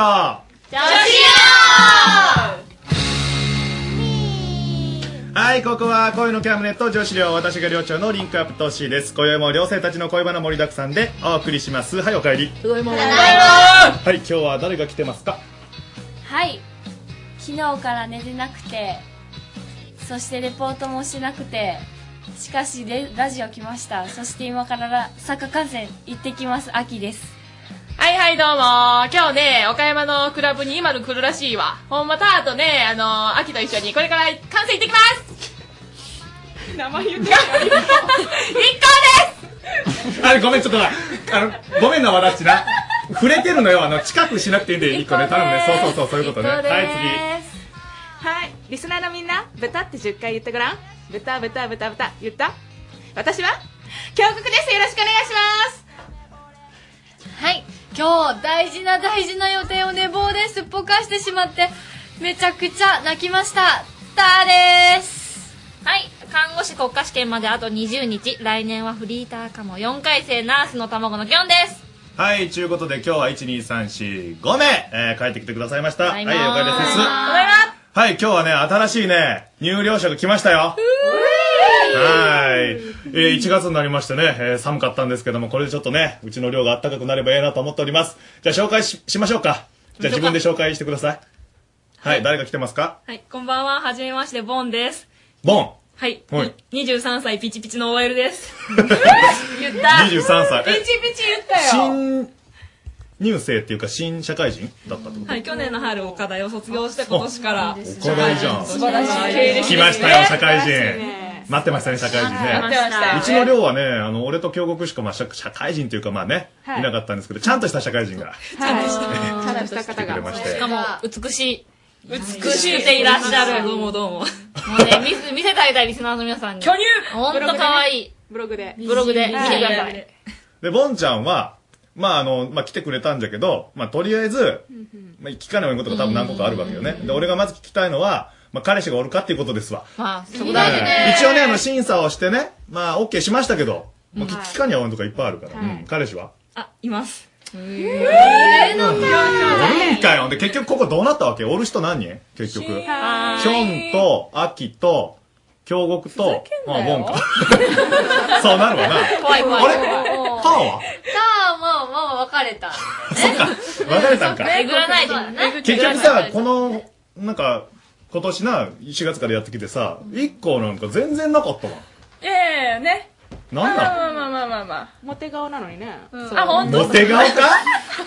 Speaker 12: はい、ここは恋のキャムネット女子寮、私が寮長のリンクアップトッシーです。今宵も寮生たちの恋バナ盛りだくさんでお送りします。はい、お帰り。ただいまはい、今日は誰が来てますか
Speaker 28: はい昨日から寝てなくてそしてレポートもしなくてしかしレラジオ来ましたそして今かららサッカー観戦行ってきます秋です
Speaker 29: はいはいどうも今日ね岡山のクラブに今の来るらしいわほんまたあとねあの秋と一緒にこれから観戦行ってきます名前言って一 行
Speaker 12: あれ、ごめん、ちょっとな、あの、ごめんな、わだっちな。触れてるのよ、あの、近くしなくていいんで、一個ね、頼むね。そうそうそう、そういうことね。はい、
Speaker 29: ですはいリスナーのみんな豚って10回言ってごらん豚豚豚豚言った私は峡谷ですよろしくお願いします
Speaker 28: はい今日大事な大事な予定を寝坊ですっぽかしてしまってめちゃくちゃ泣きましたターです
Speaker 29: はい看護師国家試験まであと20日来年はフリーターかも4回生ナースの卵のきょんです
Speaker 12: 次。はい、ちゅうことで、今日は、1、2、3、4、5名、えー帰ってきてくださいました。はい、お
Speaker 29: い
Speaker 12: 帰
Speaker 29: まー
Speaker 12: り
Speaker 29: す
Speaker 12: で
Speaker 29: た
Speaker 12: す。
Speaker 29: だいま
Speaker 12: はい、今日はね、新しいね、入寮者が来ましたよ。はい。えー、1月になりましてね、えー寒かったんですけども、これでちょっとね、うちの寮が暖かくなればええなと思っております。じゃあ紹介ししましょうか。じゃあ自分で紹介してください。はい、誰が来てますか
Speaker 29: はい、こんばんは。はじめまして、ボンです。
Speaker 12: ボン。
Speaker 29: はい。
Speaker 12: はい。
Speaker 29: 23歳ピチピチの OL です。言った
Speaker 12: 23歳え
Speaker 29: ピチピチ言ったよ。
Speaker 12: 新入生っていうか新社会人だったってこ
Speaker 29: はい、去年の春、岡大を卒業して、今年から。
Speaker 12: と岡大じゃん。
Speaker 29: 素晴らしい経歴ですね
Speaker 12: 来ましたよ、社会人。待ってましたね、社会人ね。
Speaker 29: 待ってました
Speaker 12: うちの寮はね、あの、俺と京極しか、まあ、社社会人というか、まあね、
Speaker 29: はい
Speaker 12: いなかったんですけど、ちゃんとした社会人が。
Speaker 29: ちゃんとした。ちゃんとした
Speaker 12: 来て
Speaker 29: 方
Speaker 12: くれま
Speaker 29: が。
Speaker 12: して
Speaker 29: しかも、美しい。美しくていらっしゃる。どうもどうも。もうね、見せ、見せてあげたいリスナーの皆さんに。巨乳ほんと可愛い。ブログで。ブログで見てください。
Speaker 12: で、ボンちゃんは、まあ、あの、まあ、来てくれたんじゃけど、まあ、とりあえず、まあ、聞かないことが多分何個かあるわけよね。で、俺がまず聞きたいのは、まあ、彼氏がおるかっていうことですわ。
Speaker 29: まあ、そこ大事
Speaker 12: はい
Speaker 29: ね。
Speaker 12: 一応ね、あの、審査をしてね、まあ、OK しましたけど、もう聞きかに合わんとかいっぱいあるから、うん彼氏は
Speaker 29: あ、います。
Speaker 28: え
Speaker 12: おるんかよ。で、結局ここどうなったわけおる人何人結局。ヒ
Speaker 29: は
Speaker 12: ョンと、アキと、京極と、まあ、
Speaker 29: なよ
Speaker 12: ウォンか。 そうなるわな。
Speaker 29: 怖い怖い怖い
Speaker 12: あ
Speaker 29: 怖
Speaker 12: れ
Speaker 29: い
Speaker 12: パン
Speaker 29: さ
Speaker 12: は
Speaker 29: あ、もう、もう別れた。
Speaker 12: 別れたんか。
Speaker 29: えぐらないでね。
Speaker 12: 結局さ、この、なんか、今年な、4月からやってきてさ、1個なんか全然なかったわ。
Speaker 10: ええね。
Speaker 12: なんなの
Speaker 10: まあまあまあまあまあ。モテ顔なのにね。
Speaker 29: あ本当
Speaker 12: モテ顔か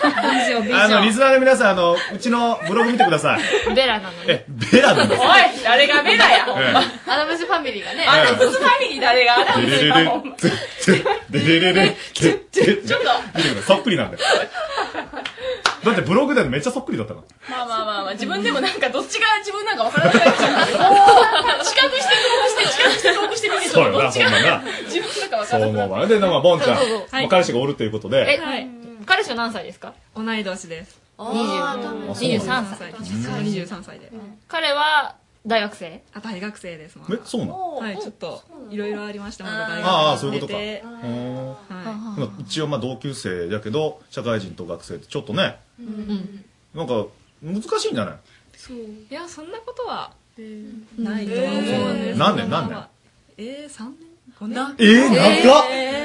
Speaker 10: 美女、
Speaker 12: あの、リスナーの皆さん、あの、うちのブログ見てください。
Speaker 29: ベラなのに。
Speaker 12: え、ベラなんですよ。
Speaker 29: おい誰がベラや
Speaker 12: ええ
Speaker 29: アダムスファミリーがね。
Speaker 12: アダムスフ
Speaker 29: ァミリー誰が
Speaker 12: デレレレ、ツッツッ、デレレレ、ツッツッ。
Speaker 29: ちょっと
Speaker 12: 見てください。そっくりなんだよ。だってブログでめっちゃそっくりだったから。
Speaker 29: まあまあまあまあ、自分でもなんかどっちが自分なんかわからない。 近くして遠くして、近くして遠くして見て
Speaker 12: そうよな
Speaker 29: どっちが
Speaker 12: ほんまな
Speaker 29: 自分なんかわか
Speaker 12: そ
Speaker 29: らな
Speaker 12: う
Speaker 29: い。
Speaker 12: 思うわ。で、まあ、ボンちゃん、
Speaker 29: そうそうそう
Speaker 12: まあ彼氏がおるということで、
Speaker 29: はい。彼氏は何歳ですか同い年です。
Speaker 10: 20
Speaker 29: 23歳。
Speaker 10: 23歳で。
Speaker 29: 彼は大学生
Speaker 10: あ、大学生です。ま
Speaker 12: え、そうなの
Speaker 10: はい、ちょっと、いろいろありました。まだ大学
Speaker 12: ああ、そういうことか。
Speaker 10: 出て
Speaker 12: うんまあ一応、まあ、同級生だけど、社会人と学生ってちょっとね、
Speaker 10: うん。
Speaker 12: なんか、難しいんじゃない
Speaker 10: そう。いや、そんなことは、ないとは思うんですけど
Speaker 12: 何年何年
Speaker 10: まあまあえー、3年 ?5 年
Speaker 12: え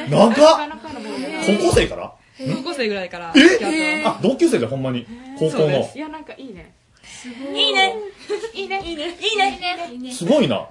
Speaker 12: ー長っ長っ高校生
Speaker 10: ら
Speaker 12: から
Speaker 10: 高校生ぐらいから。
Speaker 12: えあ、同級生じゃんほんまに。高
Speaker 10: そう
Speaker 12: 校
Speaker 10: で
Speaker 12: の
Speaker 10: す。い。や、なんかいいね。
Speaker 29: いいね。いいね。いいね。いいね。
Speaker 12: すごいな。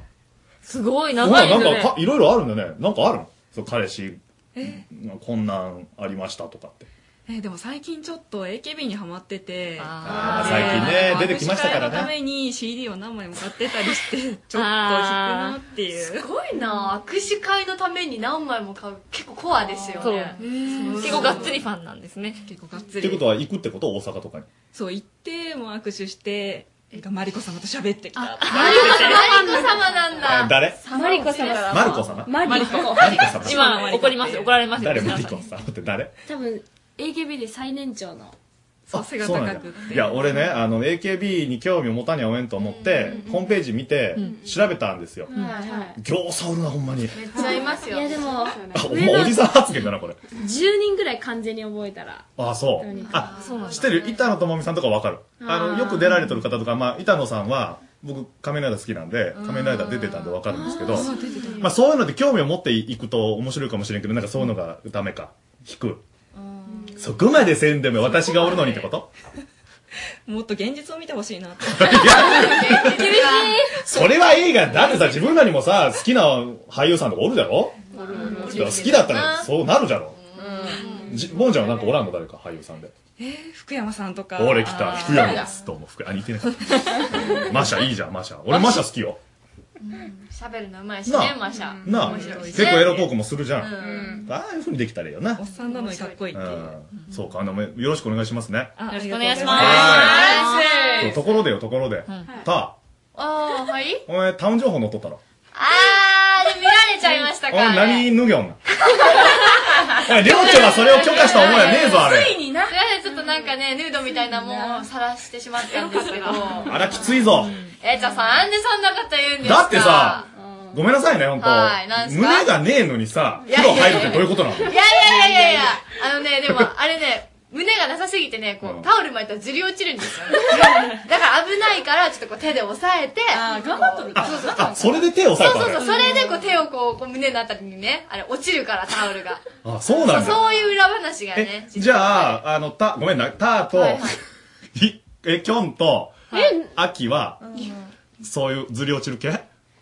Speaker 29: すごい、
Speaker 12: ほ
Speaker 29: 長い
Speaker 12: な
Speaker 29: よ
Speaker 12: ん
Speaker 29: ね
Speaker 12: か。か、いろいろあるんだね。なんかあるのそう、彼氏、
Speaker 10: え
Speaker 12: こんなんありましたとかって。
Speaker 10: えーでも最近ちょっと AKB にハマってて
Speaker 12: あー最近ね出てきましたからね
Speaker 10: 握手会のために CD を何枚も買ってたりしてちょっと引くなってい
Speaker 11: す
Speaker 10: う
Speaker 11: ごいな握手会のために何枚も買う結構コアですよ
Speaker 10: そう
Speaker 11: ね
Speaker 10: 結
Speaker 11: 結
Speaker 10: 構
Speaker 11: 構
Speaker 10: が
Speaker 11: が
Speaker 10: っ
Speaker 11: っ
Speaker 10: つ
Speaker 11: つ
Speaker 10: り
Speaker 11: り
Speaker 10: ファンなんですね結構がっつ
Speaker 12: っ
Speaker 10: り
Speaker 12: てことは、行くってこと大阪とかに。
Speaker 10: そう行ってもう握手してなんかマリコ様と喋ってきたマリ
Speaker 11: マリコ様なんだ
Speaker 12: え誰
Speaker 29: マリコ様
Speaker 12: マリコ様
Speaker 29: マリコ。
Speaker 12: マリコ様
Speaker 29: 今、怒ります。怒られますよ。
Speaker 12: 誰マリコさんって誰
Speaker 29: 多分、AKB で最年長の。
Speaker 10: そう、背
Speaker 12: そうなんだいや俺ねあの AKB に興味を持たにゃおえんと思って、ホームページ見て、調べたんですよ、
Speaker 29: はいはい。
Speaker 12: ぎょうさおるなほんまに
Speaker 11: めっちゃいますよ
Speaker 29: いやでも、
Speaker 12: あほんまおじさん発言だなこれ
Speaker 29: 10人ぐらい完全に覚えたら。
Speaker 12: あそうあ
Speaker 29: そうなん
Speaker 12: 知ってる板野友美さんとかわかるあ
Speaker 29: あ
Speaker 12: の
Speaker 29: ー
Speaker 12: よく出られてる方とか、まあ、板野さんは僕仮面ライダー好きなんで仮面ライダー出てたんでわかるんですけどまあ、そういうので興味を持っていくと面白いかもしれんけどなんかそういうのがダメか引くそこまでせんでも私がおるのにってこと
Speaker 10: もっと現実を見てほ しいなって
Speaker 11: 厳し
Speaker 12: それは映画だってさ自分らにもさ好きな俳優さんとかおるじゃろだから好きだったらそうなるじゃろじボンちゃんはなんかおらんの誰か俳優さんで
Speaker 10: えー、福山さんとか
Speaker 12: 俺来た福山ですどうも福山あ似てなかった マシャいいじゃんマシャ俺マシャ好きよ
Speaker 11: 喋るのうまいし
Speaker 12: な
Speaker 11: ね
Speaker 12: あ
Speaker 11: マシャ
Speaker 12: なあ
Speaker 11: 面白いしね
Speaker 12: 結構エロトークもするじゃん
Speaker 11: うん
Speaker 12: ああいうふうにできたらいいよな
Speaker 10: おっさんなのにかっこいいっていう
Speaker 12: うんそうかあのよろしくお願いしますね
Speaker 10: あよろし
Speaker 11: くお願いします
Speaker 12: は
Speaker 11: ナ
Speaker 12: い
Speaker 11: イス
Speaker 12: ところでよところでた
Speaker 11: あーはい
Speaker 12: お前タウン情報乗っとったろ
Speaker 11: あーで見られちゃいました
Speaker 12: お
Speaker 11: かあ
Speaker 12: 前
Speaker 11: れ
Speaker 12: 何脱げおんなおい寮長がそれを許可した覚えはねえぞあれ
Speaker 11: ついになすいませんちょっとなんかねヌードみたいなもんを晒してしまったん ですけど
Speaker 12: あらきついぞ
Speaker 11: えじゃあさなんでそんなこと言うんですか
Speaker 12: だってさごめんなさいね本
Speaker 11: はいなん
Speaker 12: 当
Speaker 11: すか
Speaker 12: 胸がねえのにさ
Speaker 11: いや
Speaker 12: 風呂入るってどういうことない
Speaker 11: や
Speaker 12: の
Speaker 11: いやいやいやいやあのねで もあれね胸がなさすぎてねこう、タオル巻いたらずり落ちるんですよ だから危ないからちょっとこう手で押さえてあ頑張っとるそうそう
Speaker 12: あそれで手を押
Speaker 11: そう
Speaker 12: さえ
Speaker 11: そうそ
Speaker 12: た
Speaker 11: う
Speaker 12: の
Speaker 11: それでこう手をこうこう胸のあたりにねあれ落ちるからタオルが
Speaker 12: あそうなん
Speaker 11: そうそ
Speaker 12: だ
Speaker 11: ういう裏話が
Speaker 12: え
Speaker 11: ね
Speaker 12: じゃああのたごめんなたーとひえきょんと
Speaker 11: え
Speaker 12: あきはそういうずり落ちる系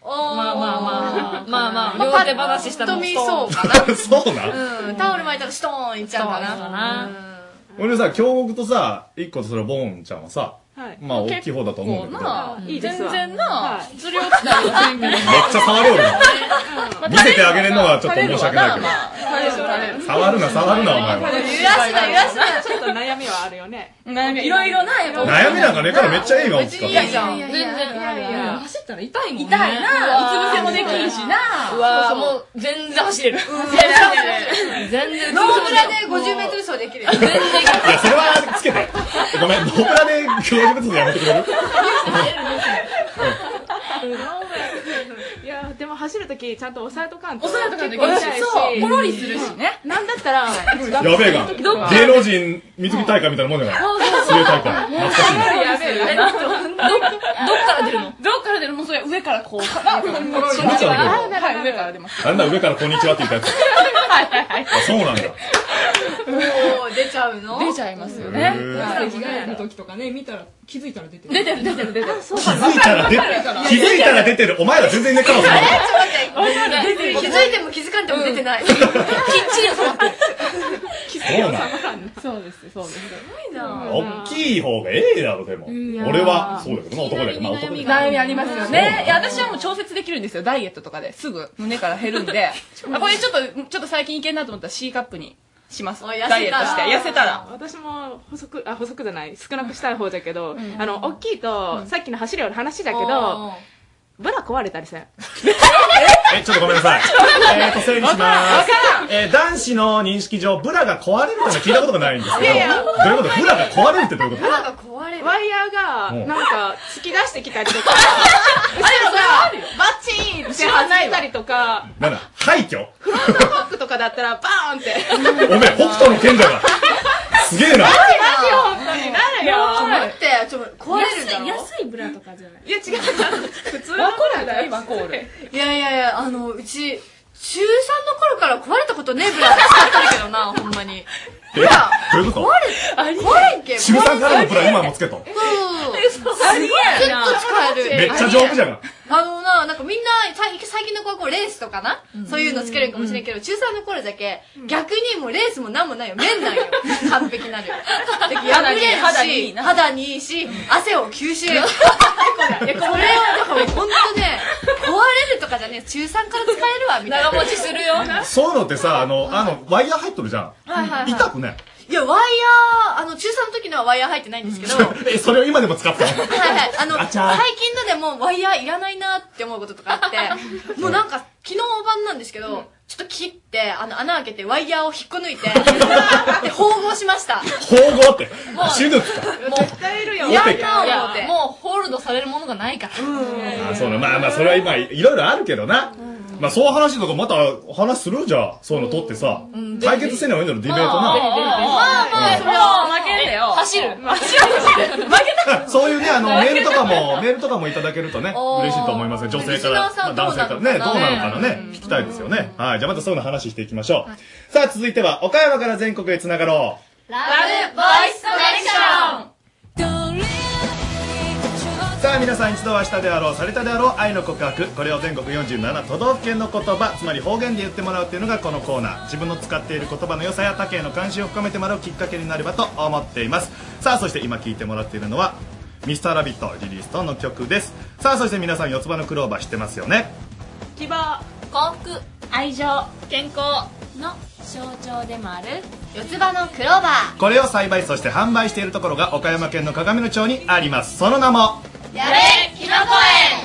Speaker 11: おー
Speaker 29: まあまあまあまあまあ
Speaker 11: パッ
Speaker 29: 両手話したのも
Speaker 11: と見そうか
Speaker 12: そうなん
Speaker 11: なうんタオル巻いたらストーンいっちゃうかな
Speaker 12: 俺さ京極とさ一個とそれボンちゃんはさまあ大きい方だと思うんだけど
Speaker 29: なあ、
Speaker 10: いいです
Speaker 29: 全
Speaker 10: わ
Speaker 29: 然なあ、ずり落ちたりせんけど
Speaker 12: めっちゃ触ろうよ 見せてあげれんのはちょっと申し訳ないけど触るな触るなお前は
Speaker 11: 揺らすな揺らすな
Speaker 10: ちょっと悩みはあるよね
Speaker 29: 悩みいろいろなやっぱ
Speaker 12: 悩みなんかねえからめっちゃ映 画大きかっ
Speaker 29: い
Speaker 12: た
Speaker 29: いじゃん
Speaker 11: いや
Speaker 29: 全
Speaker 11: いやいや
Speaker 29: 然
Speaker 11: いやいや
Speaker 29: 走ったら痛いもんね
Speaker 11: 痛いな
Speaker 29: う
Speaker 11: う
Speaker 29: つ
Speaker 11: つ
Speaker 29: 伏
Speaker 11: 伏
Speaker 29: せ
Speaker 11: せ
Speaker 29: も
Speaker 11: も
Speaker 29: で
Speaker 11: で
Speaker 29: き
Speaker 11: き
Speaker 29: ん
Speaker 11: ん
Speaker 29: し
Speaker 11: し
Speaker 29: な
Speaker 11: な
Speaker 29: そう
Speaker 11: も
Speaker 29: そう全然走れる全然走
Speaker 11: 走
Speaker 29: れる全然
Speaker 11: ノーブラで50メートル走できるよ。
Speaker 12: いやそれはつけてごめんノーブラで教授物でやめてくれる
Speaker 10: いやでも走るときちゃんと押さえとかんと
Speaker 29: 押さえとかんと
Speaker 10: 結構痛いし
Speaker 29: そうポロリするしね
Speaker 10: うんなんだったら
Speaker 12: やべえが芸能人水着大会みたいなもんじゃない水泳大会懐かしいな
Speaker 10: やべ
Speaker 29: え
Speaker 10: え
Speaker 29: え
Speaker 10: ど
Speaker 29: ど
Speaker 10: っ
Speaker 29: から出るの
Speaker 10: どっから出るのそれ上からこう。こんにち
Speaker 12: 上から
Speaker 10: は。はい、上から出ます。
Speaker 12: なんだ上からこんにちはって言ったやつ。
Speaker 29: はいはいはい
Speaker 12: あそうなんだ。
Speaker 29: おー出ちゃうの出ちゃいますよね
Speaker 12: へー
Speaker 29: はい着替える時とかね見たら気づいたら出てる出てる出てる出てる気
Speaker 12: 気づいたら出気づいたら出てる。お前ら全然寝かもしれない。
Speaker 11: 気づいても気づかんでも出てない。きっちり収まってる。
Speaker 12: 気づいても収ま
Speaker 29: そうですそうです
Speaker 11: いな
Speaker 12: 大きい方がええだろ、でも。
Speaker 29: いやー
Speaker 12: 俺は、そうだけどな、男だけどな、男だけどな。
Speaker 29: 悩みありますよ
Speaker 12: そうなんだ
Speaker 29: ね。いや、私はもう調節できるんですよ。ダイエットとかですぐ胸から減るん で。あこれちょっと、ちょっと最近いけんなと思ったら C カップにします。
Speaker 10: 痩せたら
Speaker 29: ダイエットして。痩せたら。
Speaker 10: 私も細くあ細くじゃない少なくしたい方だけど、あの大きいと、さっきの走るような話だけど、ブラ壊れたりせん
Speaker 12: え、ちょっとごめんなさい。えっと、整理します。えー、男子の認識上、ブラが壊れるってのは聞いたことがないんですけど、
Speaker 10: いやいや
Speaker 12: どういうことブラが壊れるってどういうこと
Speaker 10: が壊れるワイヤ
Speaker 12: う
Speaker 10: ー
Speaker 12: ん
Speaker 10: がなんか突き出してきたりと か
Speaker 29: あでもそれはあるよ
Speaker 10: バチーンって
Speaker 29: 知ら
Speaker 10: 外
Speaker 29: ない
Speaker 10: れ
Speaker 29: わ
Speaker 10: たりとか
Speaker 12: なんだ、廃墟
Speaker 10: フロントバックとかだったらバーンって
Speaker 12: おめえ、北斗の賢者だ。すげえな。
Speaker 10: いやー
Speaker 11: 待って、ちょっと壊れるんだろ
Speaker 10: 安
Speaker 11: いブラとかじゃない
Speaker 10: いや違う普通
Speaker 11: ワ
Speaker 10: の
Speaker 11: コール
Speaker 10: だよ
Speaker 11: ワ
Speaker 10: コール
Speaker 11: いやいやいや、あの、うち、中3の頃から壊れたことねえブラ使ってるけど な、ほんまに。
Speaker 12: えどういうこと
Speaker 11: 壊れ、壊れんけ
Speaker 12: 中3からのブラ今もつけと。
Speaker 11: うん。ありえな。ずっと使える。
Speaker 12: めっちゃ丈夫じゃん。
Speaker 11: あのな、なんかみんな、最近最近の子はこうレースとかな、そういうのつけるんかもしれんけど、中3の頃だけ、逆にもうレースもなんもないよ。麺なんよ。完 璧なのよ。で
Speaker 29: 肌に
Speaker 11: 破
Speaker 29: 肌
Speaker 11: れ
Speaker 29: に
Speaker 11: る
Speaker 29: いい
Speaker 11: し、
Speaker 29: な
Speaker 11: 肌にいいし、汗を 吸収。これは、 だからほんとね、壊れるとかじゃねえ、中3から使えるわ、みたいな。
Speaker 29: 長持ちするよ
Speaker 12: そういうのってさ、あの、あの、ワイヤー入っとるじゃ
Speaker 11: はいはいは
Speaker 12: ん。
Speaker 11: い
Speaker 12: 痛くね。
Speaker 11: いや、ワイヤー、あの、中3の時のはワイヤー入ってないんですけど、
Speaker 12: え、それを今でも使ったの
Speaker 11: はいはい。あの、
Speaker 12: あ
Speaker 11: 最
Speaker 12: ちゃー
Speaker 11: 近のでもうワイヤーいらないなって思うこととかあ って、もうなんか、昨日晩なんですけど、ちょっと切って、あの、穴開けて、ワイヤーを引っこ抜 いて、で、縫合しました。
Speaker 12: 縫合って。手術か。
Speaker 11: もう、絶対いる
Speaker 12: よ
Speaker 11: いらんな思っ
Speaker 29: い
Speaker 11: て。
Speaker 29: や
Speaker 11: もう、ホールドされるものがないから。うん。
Speaker 12: あそうなまあまあそれは今いろいろあるけどな、まあそう話とかまた話するじゃんそういうの取ってさ、
Speaker 29: ん
Speaker 12: 解決せない方がいいんだろディベート
Speaker 29: まあまあ
Speaker 12: な、
Speaker 29: まあそれは負けんだよ
Speaker 11: 走る
Speaker 29: 走る 負けた
Speaker 12: そういうねあのメールと かもメールとかもいただけるとね
Speaker 29: おー
Speaker 12: 嬉しいと思いますね女性から、
Speaker 29: リスナーさん
Speaker 12: 男性からねどう
Speaker 29: どうなの
Speaker 12: な
Speaker 29: か
Speaker 12: の
Speaker 29: な
Speaker 12: かなね、聞きたいですよね、はいじゃあまたそういうの話していきましょう、さあ続いては岡山から全国へつながろう
Speaker 8: ラ
Speaker 11: ブボイスコネクション
Speaker 12: さあ皆さん一度はしたであろうされたであろう愛の告白これを全国47都道府県の言葉つまり方言で言ってもらうっていうのがこのコーナー自分の使っている言葉の良さや他県の関心を深めてもらうきっかけになればと思っていますさあそして今聞いてもらっているのは「ミスターラビットリリーストの曲ですさあそして皆さん四つ葉のクローバー知ってますよね
Speaker 28: 希望幸福愛情健康の象徴でもある
Speaker 11: 四つ葉のクローバー
Speaker 12: これを栽培そして販売しているところが岡山県の鏡野町にありますその名も
Speaker 11: やべきのこ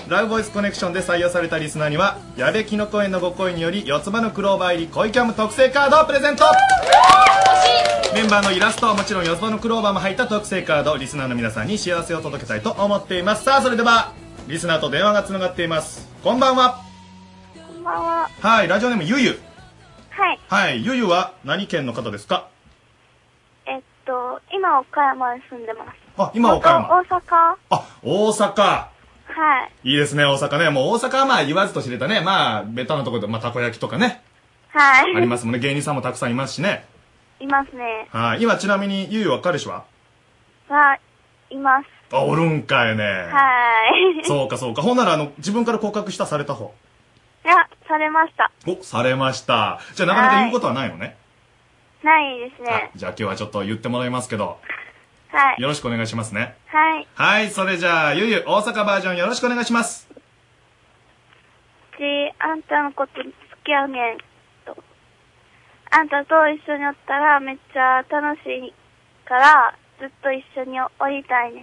Speaker 11: 園
Speaker 12: ラブボイスコネクションで採用されたリスナーには矢部きのこ園のご声により四つ葉のクローバー入り恋キャム特製カードをプレゼントメンバーのイラストはもちろん四つ葉のクローバーも入った特製カードリスナーの皆さんに幸せを届けたいと思っていますさあそれではリスナーと電話がつながっていますこんばんは
Speaker 17: こんばんは。
Speaker 12: はいラジオネームゆゆ
Speaker 17: はい。
Speaker 12: はいゆゆは何県の方ですか
Speaker 17: えっと、今岡山に住んでます。
Speaker 12: あ今岡山
Speaker 17: 元大阪
Speaker 12: 大阪
Speaker 17: はい。
Speaker 12: いいですね大阪ねもう大阪はまあ言わずと知れたねまあベタなところで、まあ、たこ焼きとかね
Speaker 17: はい。
Speaker 12: ありますもんね芸人さんもたくさんいますしね
Speaker 17: いますね。
Speaker 12: はい今ちなみにゆゆは彼氏は
Speaker 17: はい、います。
Speaker 12: あおるんかいね
Speaker 17: はい。
Speaker 12: そうかそうかほんならあの自分から告白したされた方
Speaker 17: いや、されました。
Speaker 12: おされましたじゃあなかなか言うことはないよね、
Speaker 17: ないですね。
Speaker 12: じゃあ今日はちょっと言ってもらいますけど、
Speaker 17: はい。
Speaker 12: よろしくお願いしますね。
Speaker 17: はい。
Speaker 12: はい、それじゃあ、ゆゆ、大阪バージョンよろしくお願いします。
Speaker 17: うち、あんたのこと付き合うねん。と。あんたと一緒におったらめっちゃ楽しいから、ずっと一緒におりたいねん。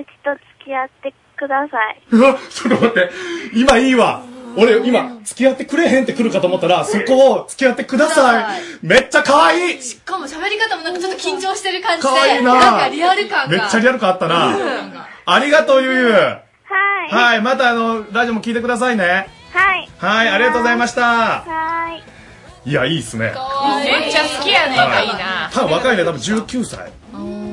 Speaker 17: うちと付き合ってください。。
Speaker 12: うわ、ちょっと待って、今いいわ。俺、今、付き合ってくれへんって来るかと思ったら、そこを付き合ってください。めっちゃ可愛い
Speaker 11: しかも喋り方もなんかちょっと緊張してる感じで。
Speaker 12: 可愛いなん
Speaker 11: かリアル感が。
Speaker 12: めっちゃリアル感あったな
Speaker 11: うん
Speaker 12: ありがとう、ゆゆ。はいはい、またあの、ラジオも聞いてくださいね。
Speaker 17: はい。
Speaker 12: はい、ありがとうございました。
Speaker 17: はい。
Speaker 12: いや、いいっすね。
Speaker 29: めっちゃ好きやねんがいいな
Speaker 12: 多分若いね、多分19歳。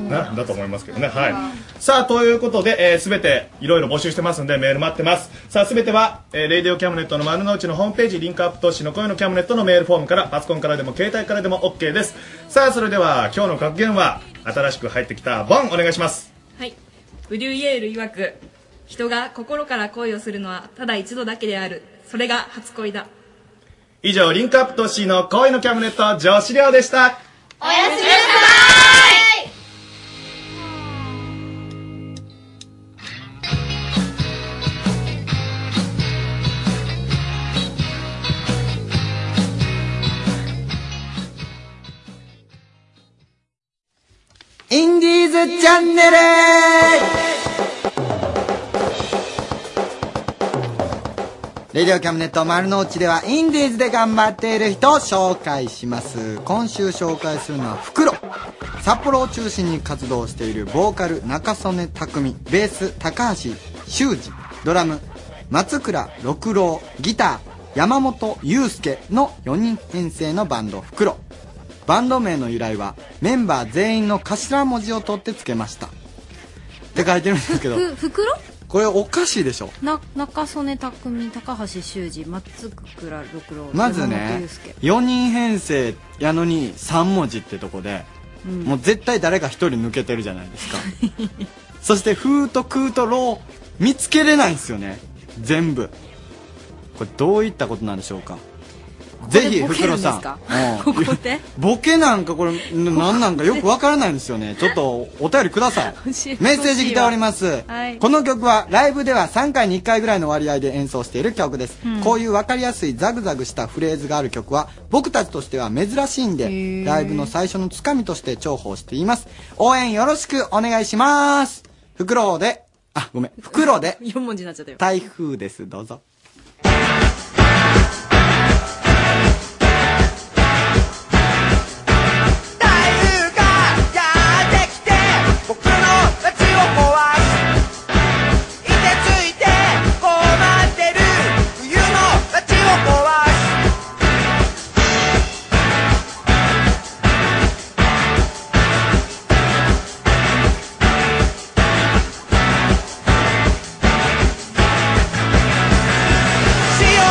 Speaker 12: なだと思いますけどね。はい。さあ、ということで、す、べ、ていろいろ募集してますんで、メール待ってます。さあ、すべては、えーレイディオキャムネットの丸の内のホームページ、リンクアップとしの声のキャムネットのメールフォームから、パソコンからでも、携帯からでも OK です。さあ、それでは、今日の格言は、新しく入ってきた、ボン、お願いします。
Speaker 18: はい。ブリュイエール曰く、人が心から恋をするのはただ一度だけである。それが初恋だ。
Speaker 12: 以上、リンクアップとしの声のキャムネット、女子寮でした。
Speaker 18: おやすみなさい
Speaker 2: インディーズチャンネルレディオキャムネット丸の内ではインディーズで頑張っている人を紹介します。今週紹介するのは袋。札幌を中心に活動しているボーカル中曽根匠、ベース高橋修二、ドラム松倉六郎、ギター山本祐介の4人編成のバンド袋。バンド名の由来はメンバー全員の頭文字を取って付けました。って書いてるんです けど、
Speaker 3: ふ袋
Speaker 2: これおかしいでしょ。
Speaker 3: な中曽根匠高橋修二松倉六郎
Speaker 2: まず
Speaker 3: 山本
Speaker 2: ね
Speaker 3: 裕介
Speaker 2: 4人編成やのに3文字ってとこで、
Speaker 3: うん
Speaker 2: もう絶対誰か1人抜けてるじゃないですか そして「風」と「空」と「ろう」見つけれないんですよね全部これどういったことなんでしょうか
Speaker 3: こ
Speaker 2: ぜひ
Speaker 3: ボケる
Speaker 2: 袋
Speaker 3: んです
Speaker 2: さん
Speaker 3: か
Speaker 2: うん ボケなんかこれ何なんかよくわからないんですよねちょっとお便りくだ さいメッセージ来ております、
Speaker 3: はい
Speaker 2: この曲はライブでは3回に1回ぐらいの割合で演奏している曲です、
Speaker 3: うん
Speaker 2: こういう分かりやすいザグザグしたフレーズがある曲は僕たちとしては珍しいんでライブの最初のつかみとして重宝しています応援よろしくお願いしますフクロウであごめんフクロウ で
Speaker 18: 4文字になっちゃったよ
Speaker 2: 台風ですどうぞ
Speaker 8: やってきて僕の街を壊すいてついて困ってる冬の街を壊す「い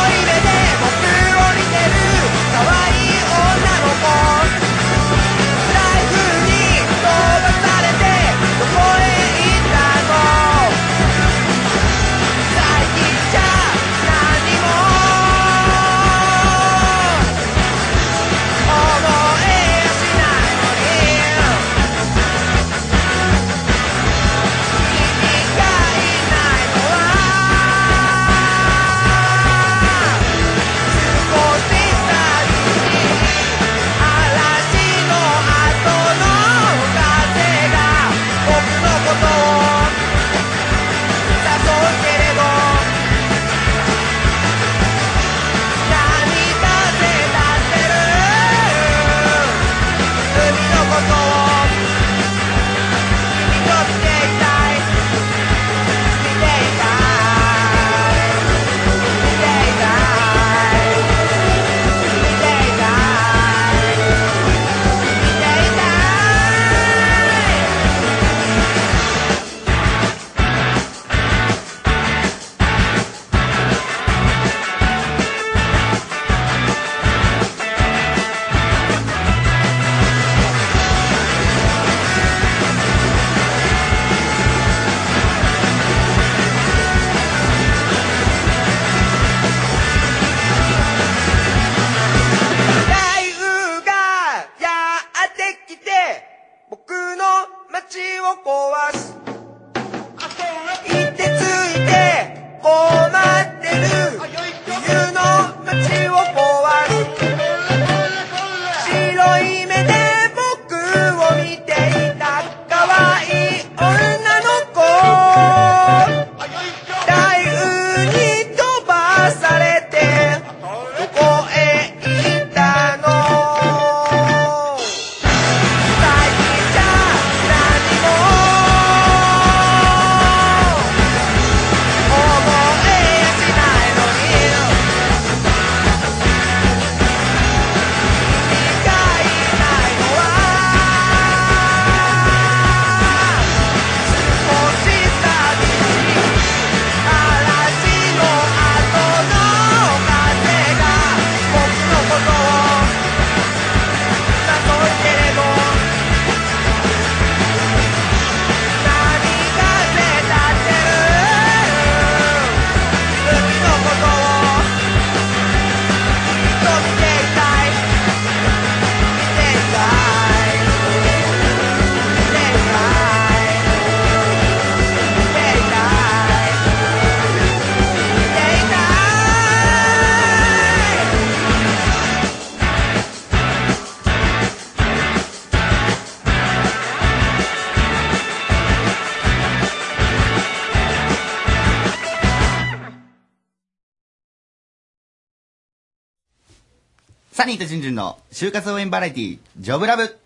Speaker 19: サニーとジュンジュンの就活応援バラエティジョブラブ。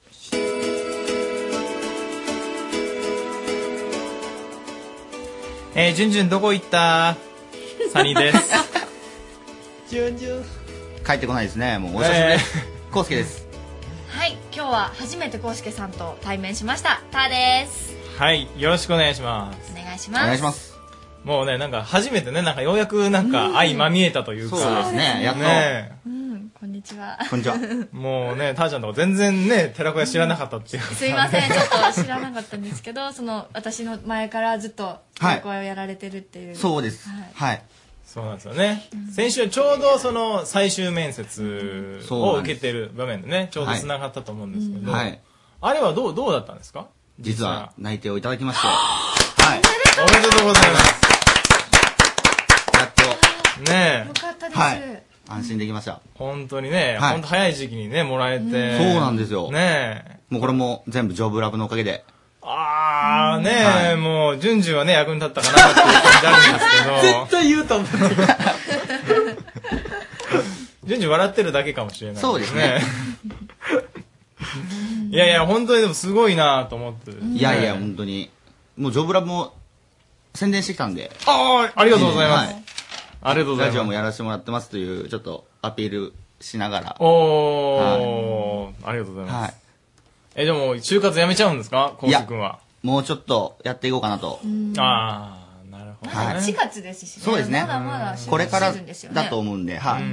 Speaker 20: えー、じゅんじゅんどこ行ったサニーです。
Speaker 19: ジュンジュン。 帰ってこないですね。もうお久しぶりです。コウスケです。
Speaker 28: はい今日は初めてコウスケさんと対面しましたターです
Speaker 20: はい、よろしくお願いします。
Speaker 28: お願いします
Speaker 19: す。
Speaker 20: もうね、なんか初めてね、なんかようやくなんか相まみえたというか。
Speaker 19: そうですねやっと
Speaker 20: ね
Speaker 28: うんこんにち は
Speaker 19: こんにちは
Speaker 20: もうね、ターちゃんとか全然ね、寺子屋知らなかったっていうかね、
Speaker 28: すいませんちょっと知らなかったんですけどその私の前からずっと
Speaker 20: はい
Speaker 28: 声をやられてるっていう、
Speaker 20: そうです
Speaker 28: はい
Speaker 19: はい。
Speaker 20: そうなんですよね。先週ちょうどその最終面接を受けてる場面でね、ちょうど繋がったと思うんですけど、
Speaker 19: はい。
Speaker 20: あれはどう、どうだったんですか
Speaker 19: 実は内定をいただきまして。はい。
Speaker 20: おめでとうございます。
Speaker 19: やっと。
Speaker 20: ね
Speaker 28: よかったです、
Speaker 19: はい。安心できました。
Speaker 20: 本当にね、
Speaker 19: はい
Speaker 20: 本当早い時期にね、もらえて。
Speaker 19: そうなんですよ。
Speaker 20: ね
Speaker 19: もうこれも全部ジョブラブのおかげで。
Speaker 20: ああねえ、もう、順次はね、役に立ったかなっていう感じあるんですけど。絶対言うと思って。 順次笑ってるだけかもしれない、
Speaker 19: そうですね。
Speaker 20: いやいや、本当にでもすごいなと思って、
Speaker 19: いやいや、本当に。もうジョブラブも宣伝してきたんで。
Speaker 20: ああ、ありがとうございます。
Speaker 19: はい
Speaker 20: ありがとうございます
Speaker 19: ラジオもやらせてもらってますという、ちょっとアピールしながら。
Speaker 20: おー、ありがとうございます。え、でも、就活やめちゃうんですか
Speaker 19: い
Speaker 20: 浩
Speaker 19: や
Speaker 20: く君は。
Speaker 19: もうちょっとやっていこうかなと。
Speaker 20: ああ、なるほど。
Speaker 28: まだ4月ですし、ね、
Speaker 19: そうですね
Speaker 28: まだまだ就活
Speaker 19: これから
Speaker 28: シーズンですよね
Speaker 19: だと思うんで、はい。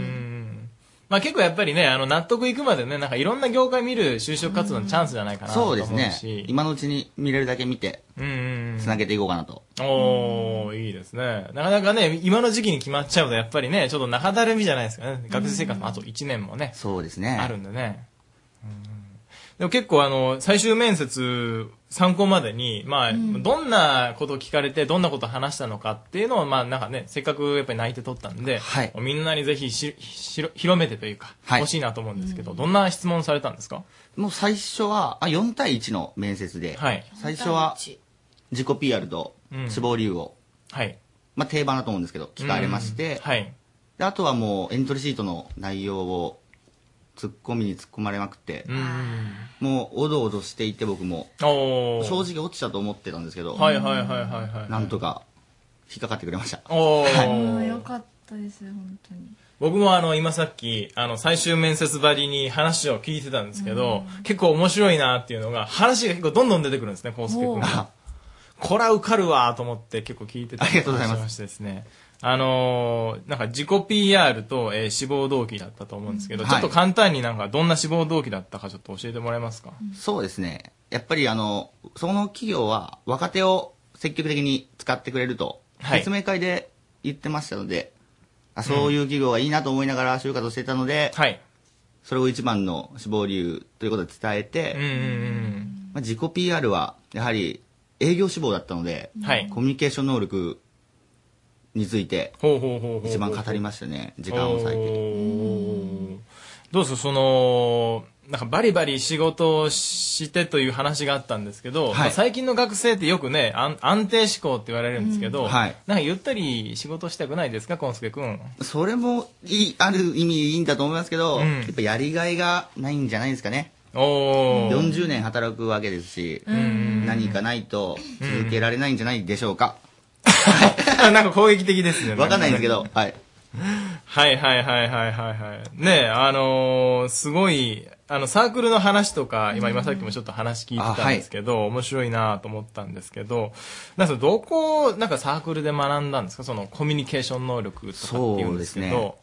Speaker 20: まあ結構やっぱりね、あの、納得いくまでね、なんかいろんな業界見る就職活動のチャンスじゃないかなと思
Speaker 19: そう
Speaker 20: うし。
Speaker 19: ですね。今のうちに見れるだけ見て、
Speaker 20: うんうん
Speaker 19: つなげていこうかなと。
Speaker 20: うん。おー、いいですね。なかなかね、今の時期に決まっちゃうと、やっぱりね、ちょっと中だるみじゃないですかね。学生生活もあと1年もね。
Speaker 19: そうですね。
Speaker 20: あるんでね。うんでも結構あの、最終面接参考までに、まあ、
Speaker 19: うん
Speaker 20: どんなことを聞かれて、どんなことを話したのかっていうのを、まあなんかね、せっかくやっぱり泣いて取ったんで、
Speaker 19: はい
Speaker 20: みんなにぜひししろ広めてというか、
Speaker 19: はい
Speaker 20: 欲しいなと思うんですけど、どんな質問されたんですか
Speaker 19: もう最初は、あ、4対1の面接で、最初は自己 PR と
Speaker 20: うん
Speaker 19: 志望理由を、
Speaker 20: はい。
Speaker 19: まあ定番だと思うんですけど、聞かれまして、であとはもうエントリーシートの内容を突っ込みに突っ込まれまくって、もうおどおどしていて僕も、
Speaker 20: おー
Speaker 19: 正直落ちたと思ってたんですけど、
Speaker 20: はいはいはいはいはい
Speaker 19: なんとか引っかかってくれました。
Speaker 20: おー
Speaker 28: もうよかったです本当に
Speaker 20: 僕もあの、今さっき、あの、最終面接ばりに話を聞いてたんですけど、結構面白いなっていうのが、話が結構どんどん出てくるんですね、コウスケ君
Speaker 19: お
Speaker 20: が。こら受かるわと思って結構聞いてた
Speaker 19: ありがとうございます
Speaker 20: してですね。あのーなんか自己 PR と、えー志望動機だったと思うんですけど、
Speaker 19: はい
Speaker 20: ちょっと簡単になんかどんな志望動機だったかちょっと教えてもらえますか、
Speaker 19: そうですね。やっぱりあの、その企業は若手を積極的に使ってくれると、
Speaker 20: はい
Speaker 19: 説明会で言ってましたので、あそういう企業がいいなと思いながら就活をしていたので、それを一番の志望理由ということで伝えて、まあ、自己 PR はやはり営業志望だったので、
Speaker 20: はい
Speaker 19: コミュニケーション能力について
Speaker 20: ほうほうほうほうほう
Speaker 19: 一番語りましたね、時間を割いて。
Speaker 20: て。どうですかその、なんかバリバリ仕事をしてという話があったんですけど、
Speaker 19: い
Speaker 20: まあ最近の学生ってよくね、安安定志向って言われるんですけど、
Speaker 19: うんはい
Speaker 20: なんかゆったり仕事したくないですか、コンスケ君。
Speaker 19: それもいい、ある意味いいんだと思いますけど、
Speaker 20: うん
Speaker 19: やっぱやりがいがないんじゃないですかね。
Speaker 20: おー
Speaker 19: 40年働くわけですし、何かないと続けられないんじゃないでしょうか。
Speaker 20: なんか攻撃的ですね。
Speaker 19: わかんないんですけど、はい。
Speaker 20: はいはいはいはいはいはい。ねえ、あのーすごい、あの、サークルの話とか、今、今さっきもちょっと話聞いてたんですけど、面白いなと思ったんですけど、なんかそのどこを、なんかサークルで学んだんですかそのコミュニケーション能力とかっていうんです
Speaker 19: そ
Speaker 20: け
Speaker 19: うですね
Speaker 20: ど。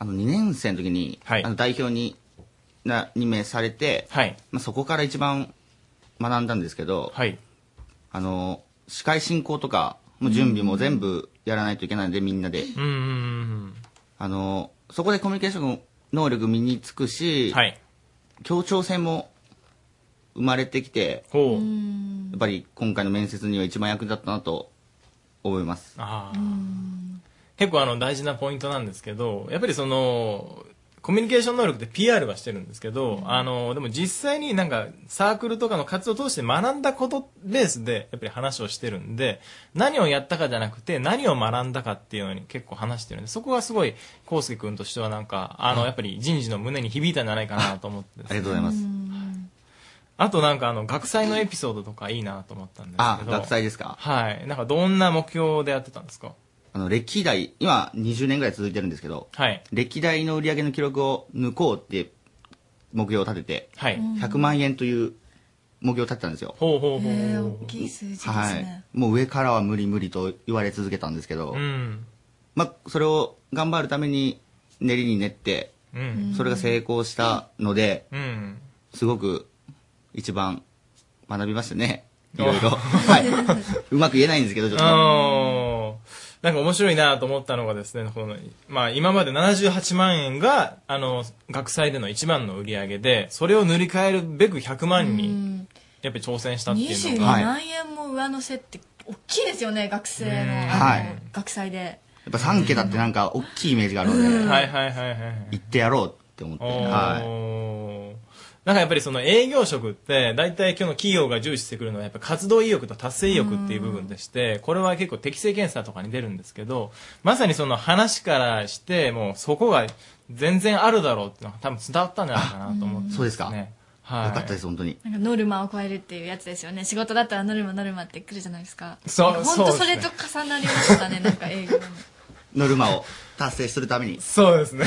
Speaker 19: あの、2年生の時に、あの代表にな任命されて、まあ、そこから一番学んだんですけど、あの、司会進行とかの準備も全部やらないといけないので、みんなで。
Speaker 20: うんうんうん
Speaker 19: あの、そこでコミュニケーション能力身につくし、協調性も生まれてきて、やっぱり今回の面接には一番役立ったなと思います。
Speaker 20: ああ。結構あの大事なポイントなんですけど、やっぱりその、コミュニケーション能力で PR はしてるんですけど、あの、でも実際になんかサークルとかの活動を通して学んだことベースでやっぱり話をしてるんで、何をやったかじゃなくて何を学んだかっていうのに結構話してるんで、そこがすごい、コウスケ君としてはなんか、あの、やっぱり人事の胸に響いたんじゃないかなと思って、
Speaker 19: ありがとうございます。
Speaker 20: あとなんかあの、学祭のエピソードとかいいなと思ったんです
Speaker 19: あ
Speaker 20: け、ど。
Speaker 19: 学祭ですか
Speaker 20: はい。なんかどんな目標でやってたんですか
Speaker 19: あの、歴代、今20年ぐらい続いてるんですけど、歴代の売り上げの記録を抜こうって目標を立てて、
Speaker 20: はい
Speaker 19: 100万円という目標を立てたんですよ。
Speaker 20: ほうほうほ
Speaker 9: う。えー、大きい数字です
Speaker 19: はい
Speaker 9: ね。。
Speaker 19: もう上からは無理無理と言われ続けたんですけど、
Speaker 20: うん。
Speaker 19: まあ、それを頑張るために練りに練って、
Speaker 20: うん
Speaker 19: それが成功したので、
Speaker 20: うん。
Speaker 19: すごく一番学びましたね。いろい ろ。はい。うまく言えないんですけど、ちょっと。
Speaker 20: あーなんか面白いなと思ったのがですね、この、まあ今まで78万円が、あの、学祭での一番の売り上げで、それを塗り替えるべく100万に、やっぱり挑戦したっていう
Speaker 11: 22
Speaker 20: のが。
Speaker 11: 万円も上乗せって大きいですよね学生の
Speaker 19: は
Speaker 11: あ
Speaker 19: い
Speaker 11: の学祭で
Speaker 19: やっぱ3桁ってなんか大きいイメージがあるので、
Speaker 11: うんはい
Speaker 20: はいはいはい。
Speaker 19: 行ってやろうって思って、
Speaker 20: おー
Speaker 19: は
Speaker 20: なんかやっぱりその営業職って、大体今日の企業が重視してくるのは、やっぱ活動意欲と達成意欲っていう部分でして、これは結構適性検査とかに出るんですけど、まさにその話からして、もうそこが全然あるだろうっていうのが多分伝わったんじゃないかなと思って、
Speaker 19: い。そうですか。
Speaker 20: はい。
Speaker 19: よかったです、本当に。
Speaker 11: なんかノルマを超えるっていうやつですよね仕事だったらノルマノルマってくるじゃないですか
Speaker 19: そう
Speaker 11: なんか
Speaker 19: そう
Speaker 11: 本当
Speaker 19: です
Speaker 11: そ
Speaker 19: ね
Speaker 11: れと重なりましたねなんか営 業の
Speaker 19: ノルマを達成するために。
Speaker 20: そうです ね。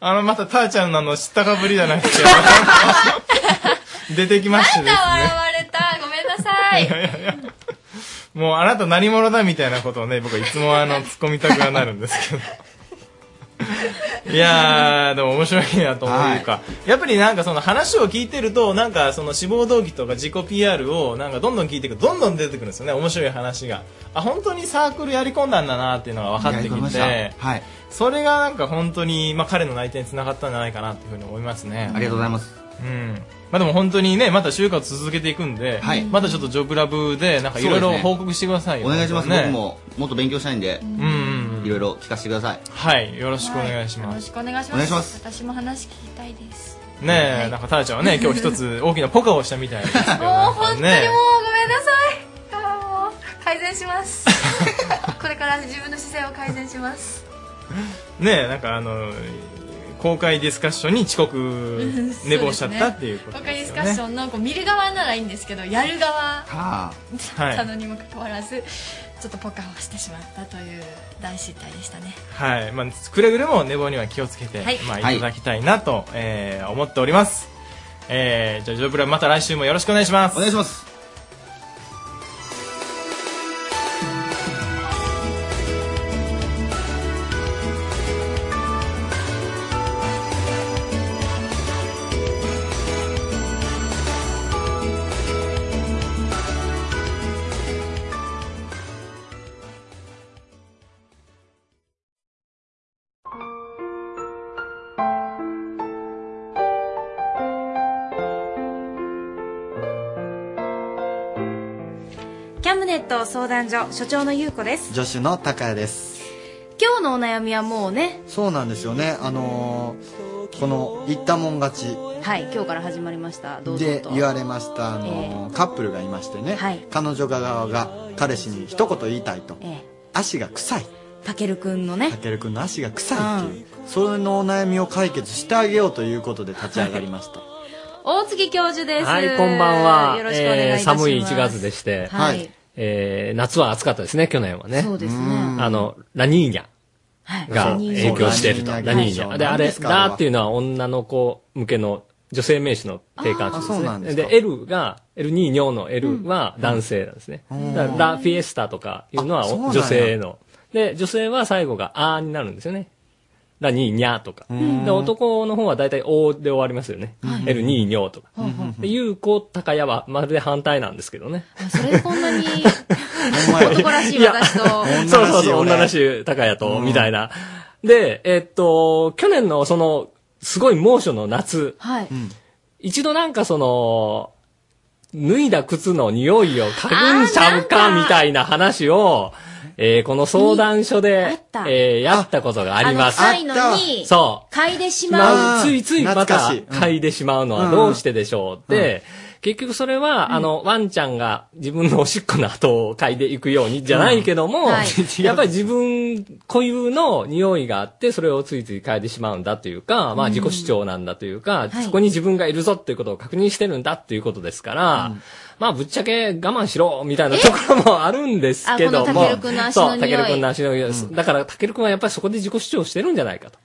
Speaker 20: あの、また、たーちゃんのあの、知ったかぶりじゃなくて、 出てきましてですね。
Speaker 11: 笑われたごめんなさい
Speaker 20: もうあなた何者だみたいなことをね、僕はいつもあの、突っ込みたくはなるんですけど。いやー、でも面白いなと思うか、やっぱりなんかその話を聞いてると、なんかその志望動機とか自己 PR をなんかどんどん聞いていく、どんどん出てくるんですよね、面白い話が。あ、本当にサークルやり込んだんだなっていうのが分かって
Speaker 19: やり込み
Speaker 20: き、
Speaker 19: ましてたはい。
Speaker 20: それがなんか本当に、まあ、彼の内定につながったんじゃないかなというふうに思いますね。
Speaker 19: ありがとうございます。
Speaker 20: うん。まあでも本当にね、また就活続けていくんで、またちょっとジョブラブで、なんかいろ
Speaker 19: そ
Speaker 20: い
Speaker 19: う
Speaker 20: ろ
Speaker 19: ですね
Speaker 20: 報告してくださいよ。
Speaker 19: お願いします、
Speaker 20: ね
Speaker 19: 僕ももっと勉強したいんで、いろいろ聞かせてください。
Speaker 20: はい、よろしくお願いし
Speaker 11: よ
Speaker 20: ま
Speaker 11: ろ
Speaker 20: す。
Speaker 11: しくお願いします
Speaker 19: お願いします
Speaker 11: 私も話聞きたいです
Speaker 20: ねえ、なんかタラちゃんはね、今日一つ大きなポカをしたみたいですけど。
Speaker 11: もう本当にもうごめん
Speaker 20: ね
Speaker 11: なさいあーもう改善します これから自分の姿勢を改善します
Speaker 20: ねえ、なんかあの、公開ディスカッションに遅刻、寝坊しちゃったっていうこと
Speaker 11: 他
Speaker 20: で
Speaker 11: ディ
Speaker 20: す
Speaker 11: ス
Speaker 20: よ
Speaker 11: カ
Speaker 20: ね。
Speaker 11: ッションのこう見る側ならいいんですけどやる側
Speaker 19: は
Speaker 11: だ
Speaker 20: は
Speaker 11: っ
Speaker 20: い
Speaker 11: たのにもかかわらず、ちょっとポカをしてしまったという大失態でしたね
Speaker 20: はい、まあ、くれぐれも寝坊には気をつけて、
Speaker 11: はい
Speaker 20: まあ、い
Speaker 11: はい
Speaker 20: ただきたいなと、えー思っております。えー、じゃあ、ジョブラまた来週もよろしくお願いします。お願いします。
Speaker 26: キャムネット相談所所長の優子です
Speaker 2: 助手の高谷です
Speaker 26: 今日のお悩みはもうね
Speaker 2: そうなんですよねあのーこの「言ったもん勝ち」
Speaker 26: はい今日から始まりました堂々
Speaker 2: で
Speaker 26: と
Speaker 2: 言われましたあの、カップルがいましてね、彼女側が彼氏に一言言いたいと、足が臭い
Speaker 26: たけるくんのね
Speaker 2: たけるくんの足が臭いっていう、それのお悩みを解決してあげようということで立ち上がりました
Speaker 26: 大月教授です
Speaker 21: はい、こんばんは。
Speaker 26: よろしくお願いいたします、
Speaker 21: えー寒い1月でして、
Speaker 26: はい
Speaker 21: えー夏は暑かったですね、去年はね。
Speaker 26: そうですねうん
Speaker 21: あの、ラニーニャが
Speaker 26: はい
Speaker 21: 影響していると。
Speaker 26: そう
Speaker 21: ラニ
Speaker 26: ラ
Speaker 21: ーニ
Speaker 26: ニーニャ現象
Speaker 21: ャ。で、あ
Speaker 26: 何
Speaker 21: れ、
Speaker 26: ですかあれは
Speaker 21: ラっていうのは女の子向けの女性名詞の定冠詞
Speaker 2: あーあそうなんで
Speaker 21: ですす
Speaker 2: か
Speaker 21: ね。で、L が、L ニーニョの L は男性なんですね。
Speaker 2: うん
Speaker 21: だからラフィエスタとかいうのは
Speaker 2: あそうなんや
Speaker 21: 女性の。で、女性は最後があーになるんですよね。ラニーニャとか。んで、男の方は大体おーで終わりますよね。L ニーニョとか。で、ゆうこ、たかやはまるで反対なんですけどね。
Speaker 26: それでこんな に男らしい
Speaker 21: いや
Speaker 26: 私と
Speaker 21: そうそうそう、
Speaker 26: 俺
Speaker 21: 女らしい、高谷と、みたいな。で、えっと、去年のその、すごい猛暑の夏、
Speaker 26: はい、
Speaker 21: 一度なんかその、脱いだ靴の匂いを嗅ぐんちゃうかみたいな話を、えーこの相談所で、えーやったことがあります。
Speaker 29: ああの臭いのに
Speaker 21: そう。
Speaker 29: 嗅いでしま
Speaker 21: まあ、
Speaker 29: う。
Speaker 21: ついついまた
Speaker 29: 懐かしいうん
Speaker 21: 嗅いでしまうのはどうしてでしょうって、結局それは、あの、ワンちゃんが自分のおしっこの後を嗅いでいくようにじゃないけども、
Speaker 11: うんはい
Speaker 21: やっぱり自分固有の匂いがあって、それをついつい嗅いでしまうんだというか、まあ
Speaker 11: うん
Speaker 21: 自己主張なんだというか、
Speaker 11: はい
Speaker 21: そこに自分がいるぞっていうことを確認してるんだっていうことですから、まあぶっちゃけ我慢しろみたいなところもあるんですけど
Speaker 29: あこ
Speaker 21: も
Speaker 29: のタケル君の、足の
Speaker 21: そう、タケル君の足の匂い。
Speaker 29: うん
Speaker 21: だからタケル君はやっぱりそこで自己主張してるんじゃないかと。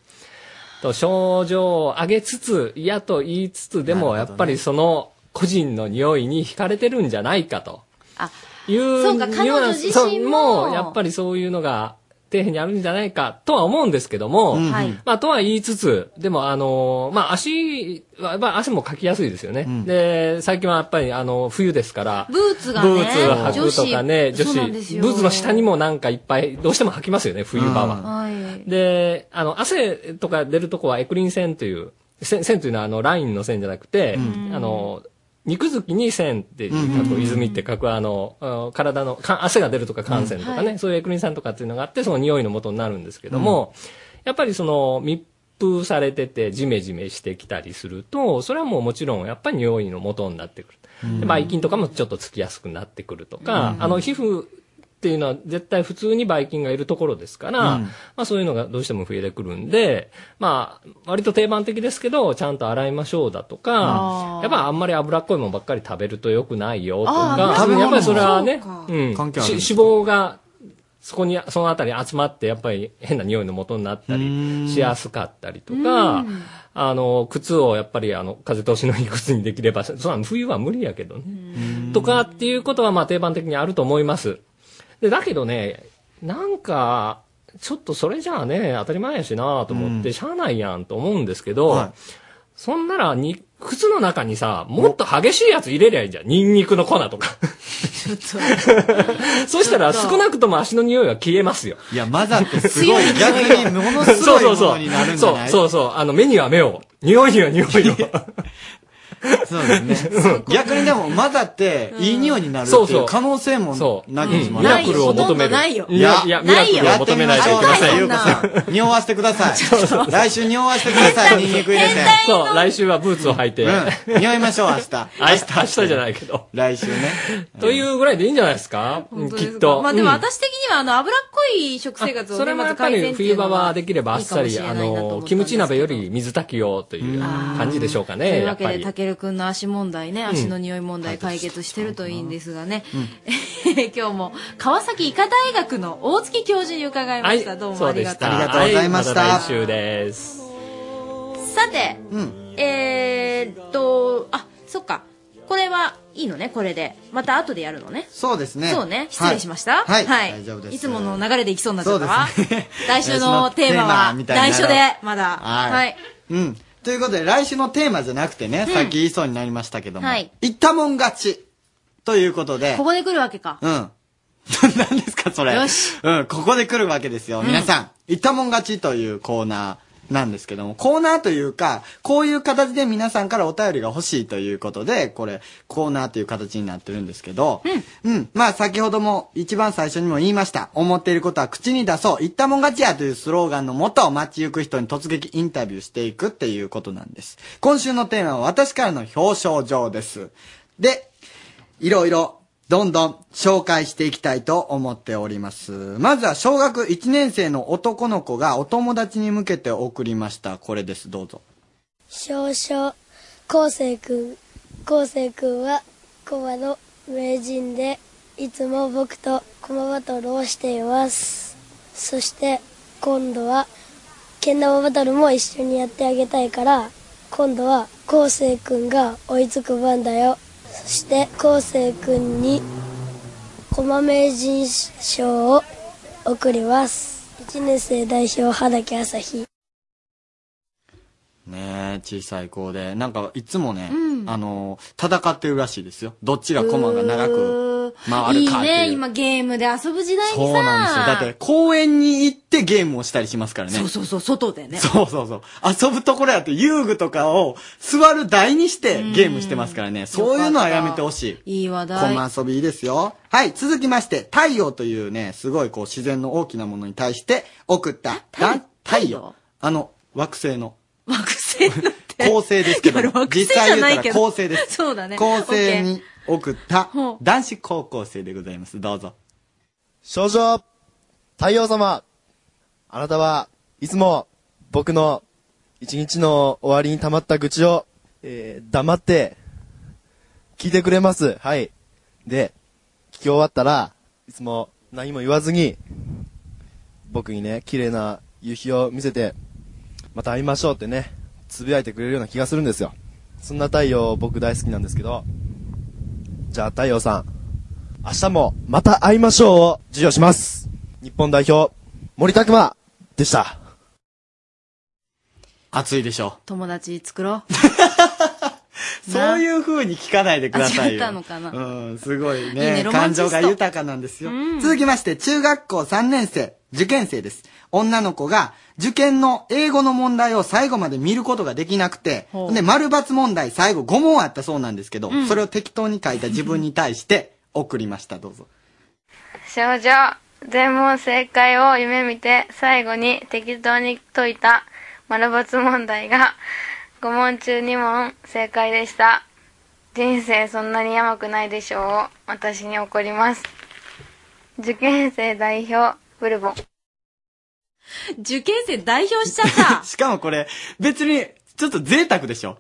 Speaker 21: と症状を上げつつ、嫌と言いつつ、でもやっぱりその個人の匂いに惹かれてるんじゃないかと。いう
Speaker 29: そうか彼女
Speaker 21: ニュアンス
Speaker 29: 自身も
Speaker 21: そうやっぱりそういうのが、底辺にあるんじゃないかとは思うんですけども、
Speaker 29: うんはい
Speaker 21: まあとは言いつつ、でもあのーまあ足は、まあ汗もかきやすいですよね。で、最近はやっぱりあの、冬ですから、
Speaker 29: ブーツがね
Speaker 21: ブーツ履くとか
Speaker 29: 女
Speaker 21: ね、女
Speaker 29: 子そ
Speaker 21: 子、
Speaker 29: う
Speaker 21: ブ
Speaker 29: なんですよ
Speaker 21: ーツの下にもなんかいっぱい、どうしても履きますよね、冬場は。
Speaker 29: はい。
Speaker 21: で、あの、汗とか出るとこはエクリン線という、線線というのはあの、ラインの線じゃなくて、あの、肉付きに線って書く、泉って書く、あの、あの体の、か汗が出るとか汗腺とかね、
Speaker 11: うんはい
Speaker 21: そういうエクリン酸とかっていうのがあって、その匂いの元になるんですけども、やっぱりその、密封されてて、ジメジメしてきたりすると、それはもうもちろん、やっぱり匂いの元になってくる。でばい菌とかもちょっとつきやすくなってくるとか、
Speaker 11: うん
Speaker 21: あの皮膚っていうのは絶対普通にばい菌がいるところですから、
Speaker 11: うん
Speaker 21: まあそういうのがどうしても増えてくるんで、まあ割と定番的ですけど、ちゃんと洗いましょうだと
Speaker 11: あ
Speaker 21: か、やっぱあんまり脂っこいもんばっかり食べると良くないよと
Speaker 11: あ
Speaker 21: か
Speaker 11: ー、食べ物
Speaker 21: やっぱりそれはね、
Speaker 11: そうか
Speaker 21: うん、
Speaker 11: 関係あるんです
Speaker 21: し脂肪がそこに、そのあたり集まって、やっぱり変な匂いの元になったりしやすかったりとか、あの、靴をやっぱりあの、風通しのいい靴にできれば、そ そんな冬は無理やけどね。とかっていうことはまあ定番的にあると思います。で、だけどね、なんか、ちょっとそれじゃあね、当たり前やしなと思って、しゃあないやんと思うんですけど、そんならに、靴の中にさ、もっと激しいやつ入れりゃいいじゃん。ニンニクの粉とか。 そしたら少なくとも足の匂いは消えますよ。いや、マザーって
Speaker 2: すごい強い逆にものすごいものになるんじゃない
Speaker 21: そうそうそうそうそう。あの、目には目を。匂いには匂 いを。
Speaker 2: そうですね。逆にでも、混ざって、いい匂いになる
Speaker 21: そう
Speaker 2: ってい
Speaker 21: そうう
Speaker 2: 可能性もなきにしも
Speaker 21: ミラクルを求める。
Speaker 2: ないよ
Speaker 21: いや、いや、ミラクルを
Speaker 2: やって
Speaker 21: 求
Speaker 2: み
Speaker 21: め
Speaker 2: ま
Speaker 21: な
Speaker 2: し
Speaker 21: いと
Speaker 2: ょ
Speaker 21: いうけません。
Speaker 2: ゆうこさん。匂わせてください。 来週匂わせてください。ニンニク入れて。
Speaker 21: そう、来週はブーツを履いて。
Speaker 2: うん。匂いましょう、明日。
Speaker 21: 明日、明日じゃないけど。
Speaker 2: 来週ね。
Speaker 21: というぐらいでいいんじゃないですか
Speaker 3: 本当
Speaker 21: き
Speaker 3: で
Speaker 21: っ
Speaker 3: すか
Speaker 21: と。
Speaker 3: まあでも
Speaker 21: うん
Speaker 3: 私的にはあの脂っこい食生活を
Speaker 21: それもやっぱり冬場はできればあっさり、あの、キムチ鍋より水炊きをという感じでしょうか
Speaker 3: と
Speaker 21: ね、
Speaker 3: いう
Speaker 21: や
Speaker 3: わ
Speaker 21: っ
Speaker 3: け
Speaker 21: ぱ
Speaker 3: で、
Speaker 21: り
Speaker 3: た。けるくんの足問題ね、
Speaker 21: ん
Speaker 3: 足の匂い問題解決してるといいんですがね、
Speaker 21: うん
Speaker 3: 今日も川崎医科大学の大月教授に伺いました。どうも
Speaker 21: そ
Speaker 3: あ
Speaker 21: う
Speaker 3: り
Speaker 21: で
Speaker 3: が
Speaker 21: し
Speaker 3: と
Speaker 21: た。
Speaker 3: う。
Speaker 2: ありがとうございました
Speaker 21: はた来週です。
Speaker 3: さて、えーっと、あ、そっか。これはいいのね、これで。また後でやるのね。
Speaker 2: そうですね。
Speaker 3: そうね。失礼しました。
Speaker 2: はい。はい大丈夫です。
Speaker 3: いつもの流れでいきそうになっちゃったわ。来週
Speaker 2: 来週の
Speaker 3: のテ
Speaker 2: テー
Speaker 3: ー
Speaker 2: マ
Speaker 3: マは、
Speaker 2: みたいな
Speaker 3: 内緒で、まだ。
Speaker 2: はい
Speaker 3: はい。
Speaker 2: うん。ということで、来週のテーマじゃなくてね、さっき言いそうになりましたけども。
Speaker 3: はい。
Speaker 2: 言ったもん勝ち。ということで。
Speaker 3: ここで来るわけか。
Speaker 2: うん。 何ですか、それ。
Speaker 3: よし。
Speaker 2: うん、ここで来るわけですよ。皆さん、言ったもん勝ちというコーナーなんですけども、コーナーというか、こういう形で皆さんからお便りが欲しいということで、これ、コーナーという形になってるんですけど、うん。まあ、先ほども、一番最初にも言いました。思っていることは口に出そう。言ったもん勝ちやというスローガンのもと、街行く人に突撃インタビューしていくっていうことなんです。今週のテーマは、私からの表彰状です。で、いろいろ、どんどん紹介していきたいと思っております。まずは小学1年生の男の子がお友達に向けて送りました。これです。どうぞ。
Speaker 30: 少々こうせいくんこうせいくんは駒の名人でいつも僕と駒バトルをしていますそして今度はけん玉バトルも一緒にやってあげたいから今度はこうせいくんが追いつく番だよそしてこうせいくんに駒名人賞を贈ります1年生代表畑朝日
Speaker 2: ねえ、小さい子で。なんか、いつもね、
Speaker 30: うん
Speaker 2: あの、戦ってるらしいですよ。どっちが駒が長く。
Speaker 3: く。
Speaker 2: 回るかっていう。
Speaker 3: ね、今ゲームで遊ぶ時代にさ。
Speaker 2: そうなんですよ。だって、公園に行ってゲームをしたりしますからね。
Speaker 3: そうそうそう、外でね。
Speaker 2: そうそうそう。遊ぶところやって遊具とかを座る台にしてゲームしてますからね。そういうのはやめてほしい。
Speaker 3: いい話
Speaker 2: コ
Speaker 3: 題。
Speaker 2: マ遊びいいですよ。はい、続きまして、太陽というね、すごいこう自然の大きなものに対して送った団太陽。あの、惑星の。惑星の恒星ですけども、
Speaker 3: 惑星じゃないけど。
Speaker 2: 恒星です。
Speaker 3: そうだね。
Speaker 2: 構
Speaker 3: オッケ
Speaker 2: 成
Speaker 3: ー
Speaker 2: に送った男子高校生でございます。どうぞ。
Speaker 9: 少女、太陽様、あなたはいつも僕の一日の終わりに溜まった愚痴を、えー黙って聞いてくれます。はい。で、聞き終わったらいつも何も言わずに僕にね、綺麗な夕日を見せてまた会いましょうってね、つぶやいてくれるような気がするんですよ。そんな太陽僕大好きなんですけど、じゃあ太陽さん、明日もまた会いましょうを授与します。日本代表、森拓馬でした。
Speaker 2: 熱いでしょ。
Speaker 3: 友達作ろう。
Speaker 2: そういう風に聞かないでくださいよ。
Speaker 3: あ違ったのかな
Speaker 2: うん、すごい
Speaker 3: いい
Speaker 2: ね。
Speaker 3: ねロマン
Speaker 2: 感
Speaker 3: チス
Speaker 2: 情
Speaker 3: ト
Speaker 2: が豊かなんですよ。
Speaker 3: うん
Speaker 2: 続きまして、中学校3年生、受験生です。女の子が受験の英語の問題を最後まで見ることができなくて、
Speaker 23: ほう
Speaker 2: で、丸抜問題最後5問あったそうなんですけど、
Speaker 23: うん
Speaker 2: それを適当に書いた自分に対して送りました。どうぞ。
Speaker 23: 少女全問正解を夢見て最後に適当に解いた丸抜問題が5問中2問正解でした人生そんなに甘くないでしょうを私に怒ります受験生代表ブルボン
Speaker 3: 受験生代表しちゃった。
Speaker 2: しかもこれ、別に、ちょっと贅沢でしょ。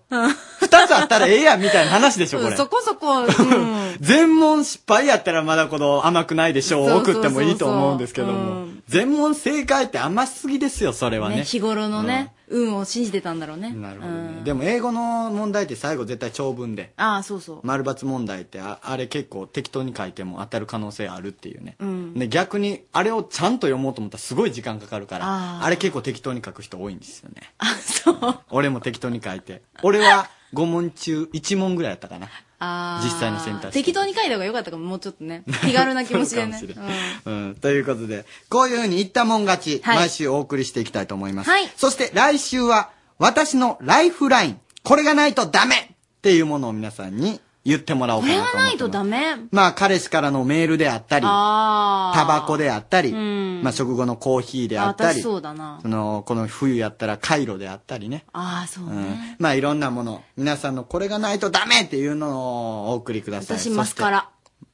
Speaker 2: 二つあったらええやんみたいな話でしょ、こ
Speaker 3: う
Speaker 2: れ
Speaker 3: ん。そこそこ、うん。
Speaker 2: 全問失敗やったらまだこの甘くないでしょうを
Speaker 3: そうそうそうそう
Speaker 2: 送ってもいいと思うんですけども、全問正解って甘すぎですよ、それはね。
Speaker 3: ね、日頃のね、運を信じてたんだろうね。
Speaker 2: なるほど
Speaker 3: うん
Speaker 2: ね。でも英語の問題って最後絶対長文で。
Speaker 3: ああ、そうそう。
Speaker 2: 丸抜問題ってああれ結構適当に書いても当たる可能性あるっていうね、
Speaker 3: うん
Speaker 2: で逆にあれをちゃんと読もうと思ったらすごい時間かかるから
Speaker 3: あ
Speaker 2: あ
Speaker 3: ー
Speaker 2: れ結構適当に書く人多いんですよねそう俺も適当に書いて俺は5問中1問ぐらいやったかな
Speaker 3: ああ。
Speaker 2: 実際の選択肢
Speaker 3: 適当に書いた方が良かったかも、もうちょっとね。気軽な気持ち でね
Speaker 2: そう。か
Speaker 3: うん
Speaker 2: うん、ということで、こういうふうに言ったもん勝ち、
Speaker 3: はい
Speaker 2: 毎週お送りしていきたいと思います。
Speaker 3: はい
Speaker 2: そして来週は、私のライフライン、これがないとダメっていうものを皆さんに言ってもらおう
Speaker 3: こ
Speaker 2: かな
Speaker 3: れ
Speaker 2: と思
Speaker 3: が
Speaker 2: って
Speaker 3: ないとダメ。
Speaker 2: まあ、彼氏からのメールであったり、
Speaker 3: ああ。
Speaker 2: タバコであったり、
Speaker 3: うん
Speaker 2: まあ、食後のコーヒーであった
Speaker 3: 私
Speaker 2: り、
Speaker 3: そうだな。
Speaker 2: その、この冬やったらカイロであったりね。
Speaker 3: ああ、そう
Speaker 2: う
Speaker 3: ね。
Speaker 2: ん、まあいろんなもの、皆さんのこれがないとダメっていうのをお送りください。
Speaker 3: 私、マスカラ。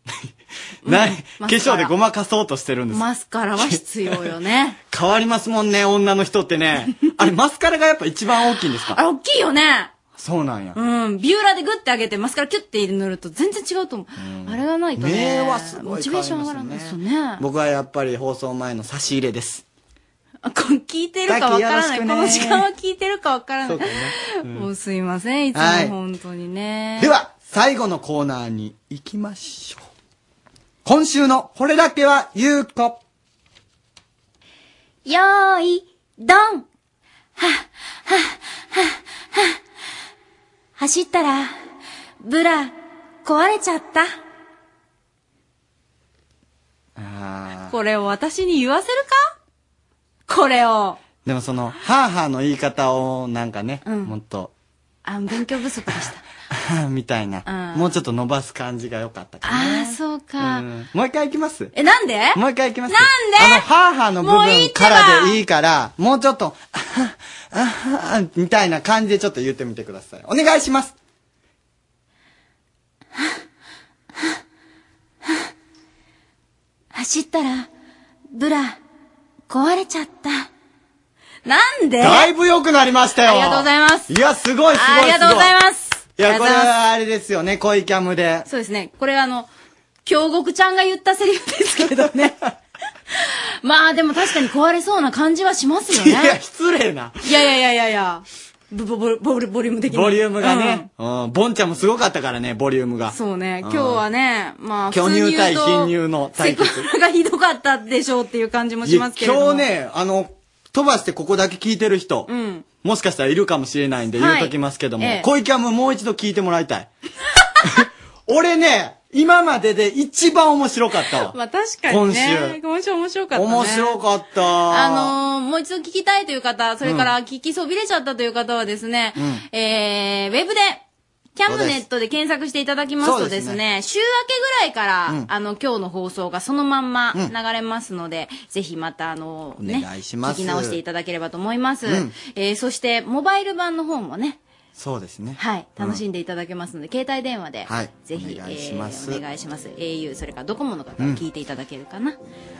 Speaker 2: そして。ない、化
Speaker 3: マスカラ
Speaker 2: 粧でごまかそうとしてるんです
Speaker 3: マスカラは必要よ ね。
Speaker 2: 変わりますもんね、女の人っ てね。あれ、マスカラがやっぱ一番大きいんです
Speaker 3: あれ、
Speaker 2: か
Speaker 3: 大きいよね。
Speaker 2: そうなんや。
Speaker 3: うん。ビューラーでグッて上げて、マスカラキュッて塗ると全然違うと思う。あれがないとね。
Speaker 2: 目はすごい
Speaker 3: モチベーション上がらないですよね。
Speaker 2: 僕はやっぱり放送前の差し入れです。
Speaker 3: 聞いてるかわからない。こ
Speaker 2: さっきよ
Speaker 3: の
Speaker 2: ろし
Speaker 3: 時
Speaker 2: くね
Speaker 3: 間は聞いてるかわからな
Speaker 2: そう
Speaker 3: い
Speaker 2: か。うん
Speaker 3: もうすいません。いつも
Speaker 2: はい
Speaker 3: 本当にね。
Speaker 2: では、最後のコーナーに行きましょう。今週の、これだけは、ゆうこ。
Speaker 25: よーい、どんは、は、は、は、は。走ったら、ブラ、壊れちゃった。
Speaker 3: これを私に言わせるかこれを。
Speaker 2: でもその、はーはーの言い方を、なんかね、もっと、
Speaker 3: あ、勉強不足でした。
Speaker 2: はーみたいな、
Speaker 3: うん
Speaker 2: もうちょっと伸ばす感じが良かったか
Speaker 3: ああ、そう
Speaker 2: な。
Speaker 3: か。
Speaker 2: うんもう一回行きます
Speaker 3: え、なんで
Speaker 2: もう一回行きます
Speaker 3: なんで
Speaker 2: あの、ハーハーの部
Speaker 3: もういいっ
Speaker 2: 分
Speaker 3: て
Speaker 2: か
Speaker 3: ば
Speaker 2: らでいいから、もうちょっと、あはあはみたいな感じでちょっと言ってみてください。お願いします。
Speaker 25: 走ったら、ブラ、壊れちゃった。
Speaker 3: なんで
Speaker 2: だいぶ良くなりましたよ。
Speaker 3: ありがとうございます。
Speaker 2: いや、すごい、すごい、すごい。。
Speaker 3: ありがとうございますす。
Speaker 2: い
Speaker 3: ありが
Speaker 2: や、
Speaker 3: とう
Speaker 2: こ
Speaker 3: ござい
Speaker 2: れ
Speaker 3: ます
Speaker 2: はあれですよね、恋キャムで。
Speaker 3: そうですね。これあの、京極ちゃんが言ったセリフですけど ね。まあでも確かに壊れそうな感じはしますよ
Speaker 2: いや、
Speaker 3: ね。
Speaker 2: 失 礼な。
Speaker 3: いやいやいやいやいや。ボボボボリボリューム的に。
Speaker 2: ボリュームがね。うん、ボンちゃんもすごかったからね、ボリューム
Speaker 3: う
Speaker 2: が。
Speaker 3: ん。そうね。今日はね、まあ、
Speaker 2: 巨乳対貧
Speaker 3: 乳
Speaker 2: 乳の対決。
Speaker 3: がひどかったでしょうっていう感じもしますけれども。
Speaker 2: 今日。ね、あの、飛ばしてここだけ聞いてる人、
Speaker 3: うん。
Speaker 2: もしかしたらいるかもしれないんで
Speaker 3: はい
Speaker 2: 言うときますけども、
Speaker 3: ええ
Speaker 2: 小池はもう一度聞いてもらいたい。俺ね、今までで一番面白かったわ。
Speaker 3: まあ確かにね。
Speaker 2: 今週
Speaker 3: 今週面白かったね。
Speaker 2: 面白かった。
Speaker 3: あのーもう一度聞きたいという方、それから聞きそびれちゃったという方はですね、
Speaker 2: う
Speaker 3: えー、ウェブで、キャムネットで検索していただきます
Speaker 11: そ
Speaker 3: と
Speaker 11: うで
Speaker 3: ですす
Speaker 11: ね
Speaker 3: ね、週明けぐらいから、
Speaker 2: うん
Speaker 3: あの、今日の放送がそのまんま
Speaker 2: うん
Speaker 3: 流れますので、ぜひまた、あの、ね、
Speaker 2: お願いします
Speaker 3: 聞き直していただければと思います。
Speaker 2: うん
Speaker 3: えー、そして、モバイル版の方もね、
Speaker 2: そうですね。
Speaker 3: はい、楽しんでいただけますので、携帯電話で、
Speaker 2: はい
Speaker 3: ぜひ、
Speaker 2: お願いします
Speaker 3: えーお願いします。au、それからドコモの方は聞いていただけるかな。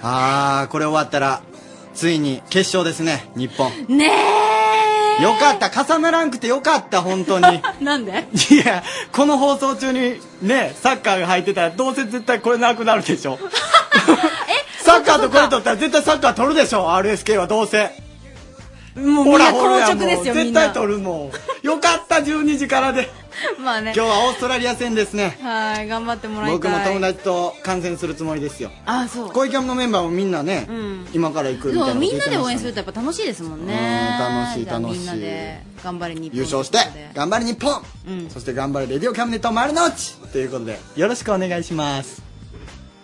Speaker 2: ああ、これ終わったら、ついに決勝ですね、日本。
Speaker 3: ね
Speaker 2: よかった、重ならんくてよかった、本当に。
Speaker 3: えなんで
Speaker 2: いや、この放送中にね、サッカーが入ってたら、どうせ絶対これなくなるで しょ。 サッカーとこれ取ったら絶対サッカー取るでしょ、RSK はどうせ。
Speaker 3: も
Speaker 2: ほら
Speaker 3: みんな
Speaker 2: ほら
Speaker 3: 硬直ですよ
Speaker 2: もう
Speaker 3: みん
Speaker 2: 絶
Speaker 3: な
Speaker 2: 対取るもん。よかった、12時からで。
Speaker 3: ま あね。
Speaker 2: 今日はオーストラリア戦ですね。
Speaker 3: はい、頑張ってもらいたい。
Speaker 2: 僕も友達と観戦するつもりですよ。
Speaker 3: あ、そう。
Speaker 2: 小池のメンバーもみんなね、
Speaker 3: うん。
Speaker 2: 今から行く
Speaker 3: で
Speaker 2: みた
Speaker 3: も
Speaker 2: いなこと
Speaker 3: み
Speaker 2: 言
Speaker 3: んな
Speaker 2: ってましたね
Speaker 3: で応援するとやっぱ楽しいですもんね。
Speaker 2: うん楽しい
Speaker 3: じゃあ
Speaker 2: 楽しい
Speaker 3: みんなで頑張れ日本。
Speaker 2: 優勝して頑張れ日本、そして頑張れレディオキャムネット丸の内ということでよろしくお願いします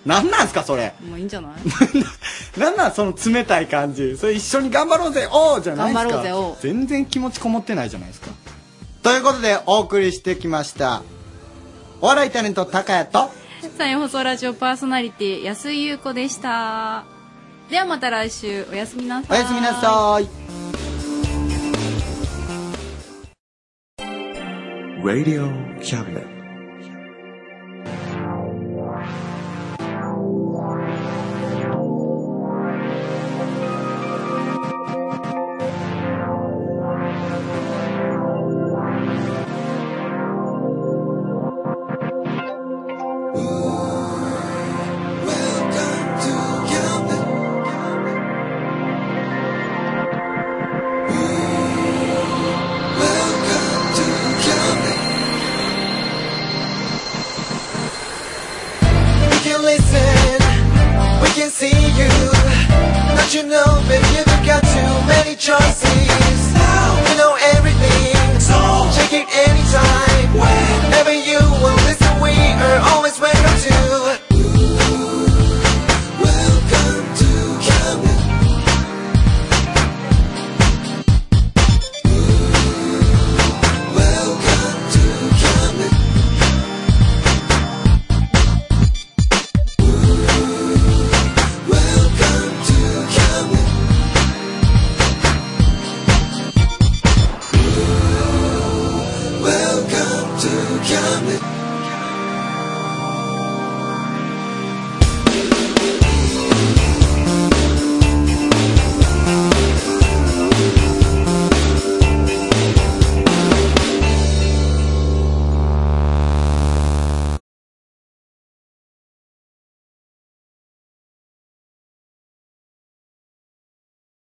Speaker 2: なんなんすかそれ
Speaker 3: もういいんじゃない
Speaker 2: なんなんその冷たい感じそれ一緒に頑張ろうぜおーじゃないですか
Speaker 3: 頑張ろうぜおー
Speaker 2: 全然気持ちこもってないじゃないですかということでお送りしてきましたお笑いタレント高谷と
Speaker 3: サイン放送ラジオパーソナリティ、安井優子でした。ではまた来週、おやすみなさ
Speaker 2: お
Speaker 3: い。
Speaker 2: やすみなさい
Speaker 8: Radio Cabinet.
Speaker 9: We can listen, we can see you. Don't you know, baby, you've got too many choices. Now we know everything, so check it anytime. Whenever you will listen, we are always welcome to. Welcome to Camden. Welcome to Camden. Welcome to Camden. Welcome to Camden.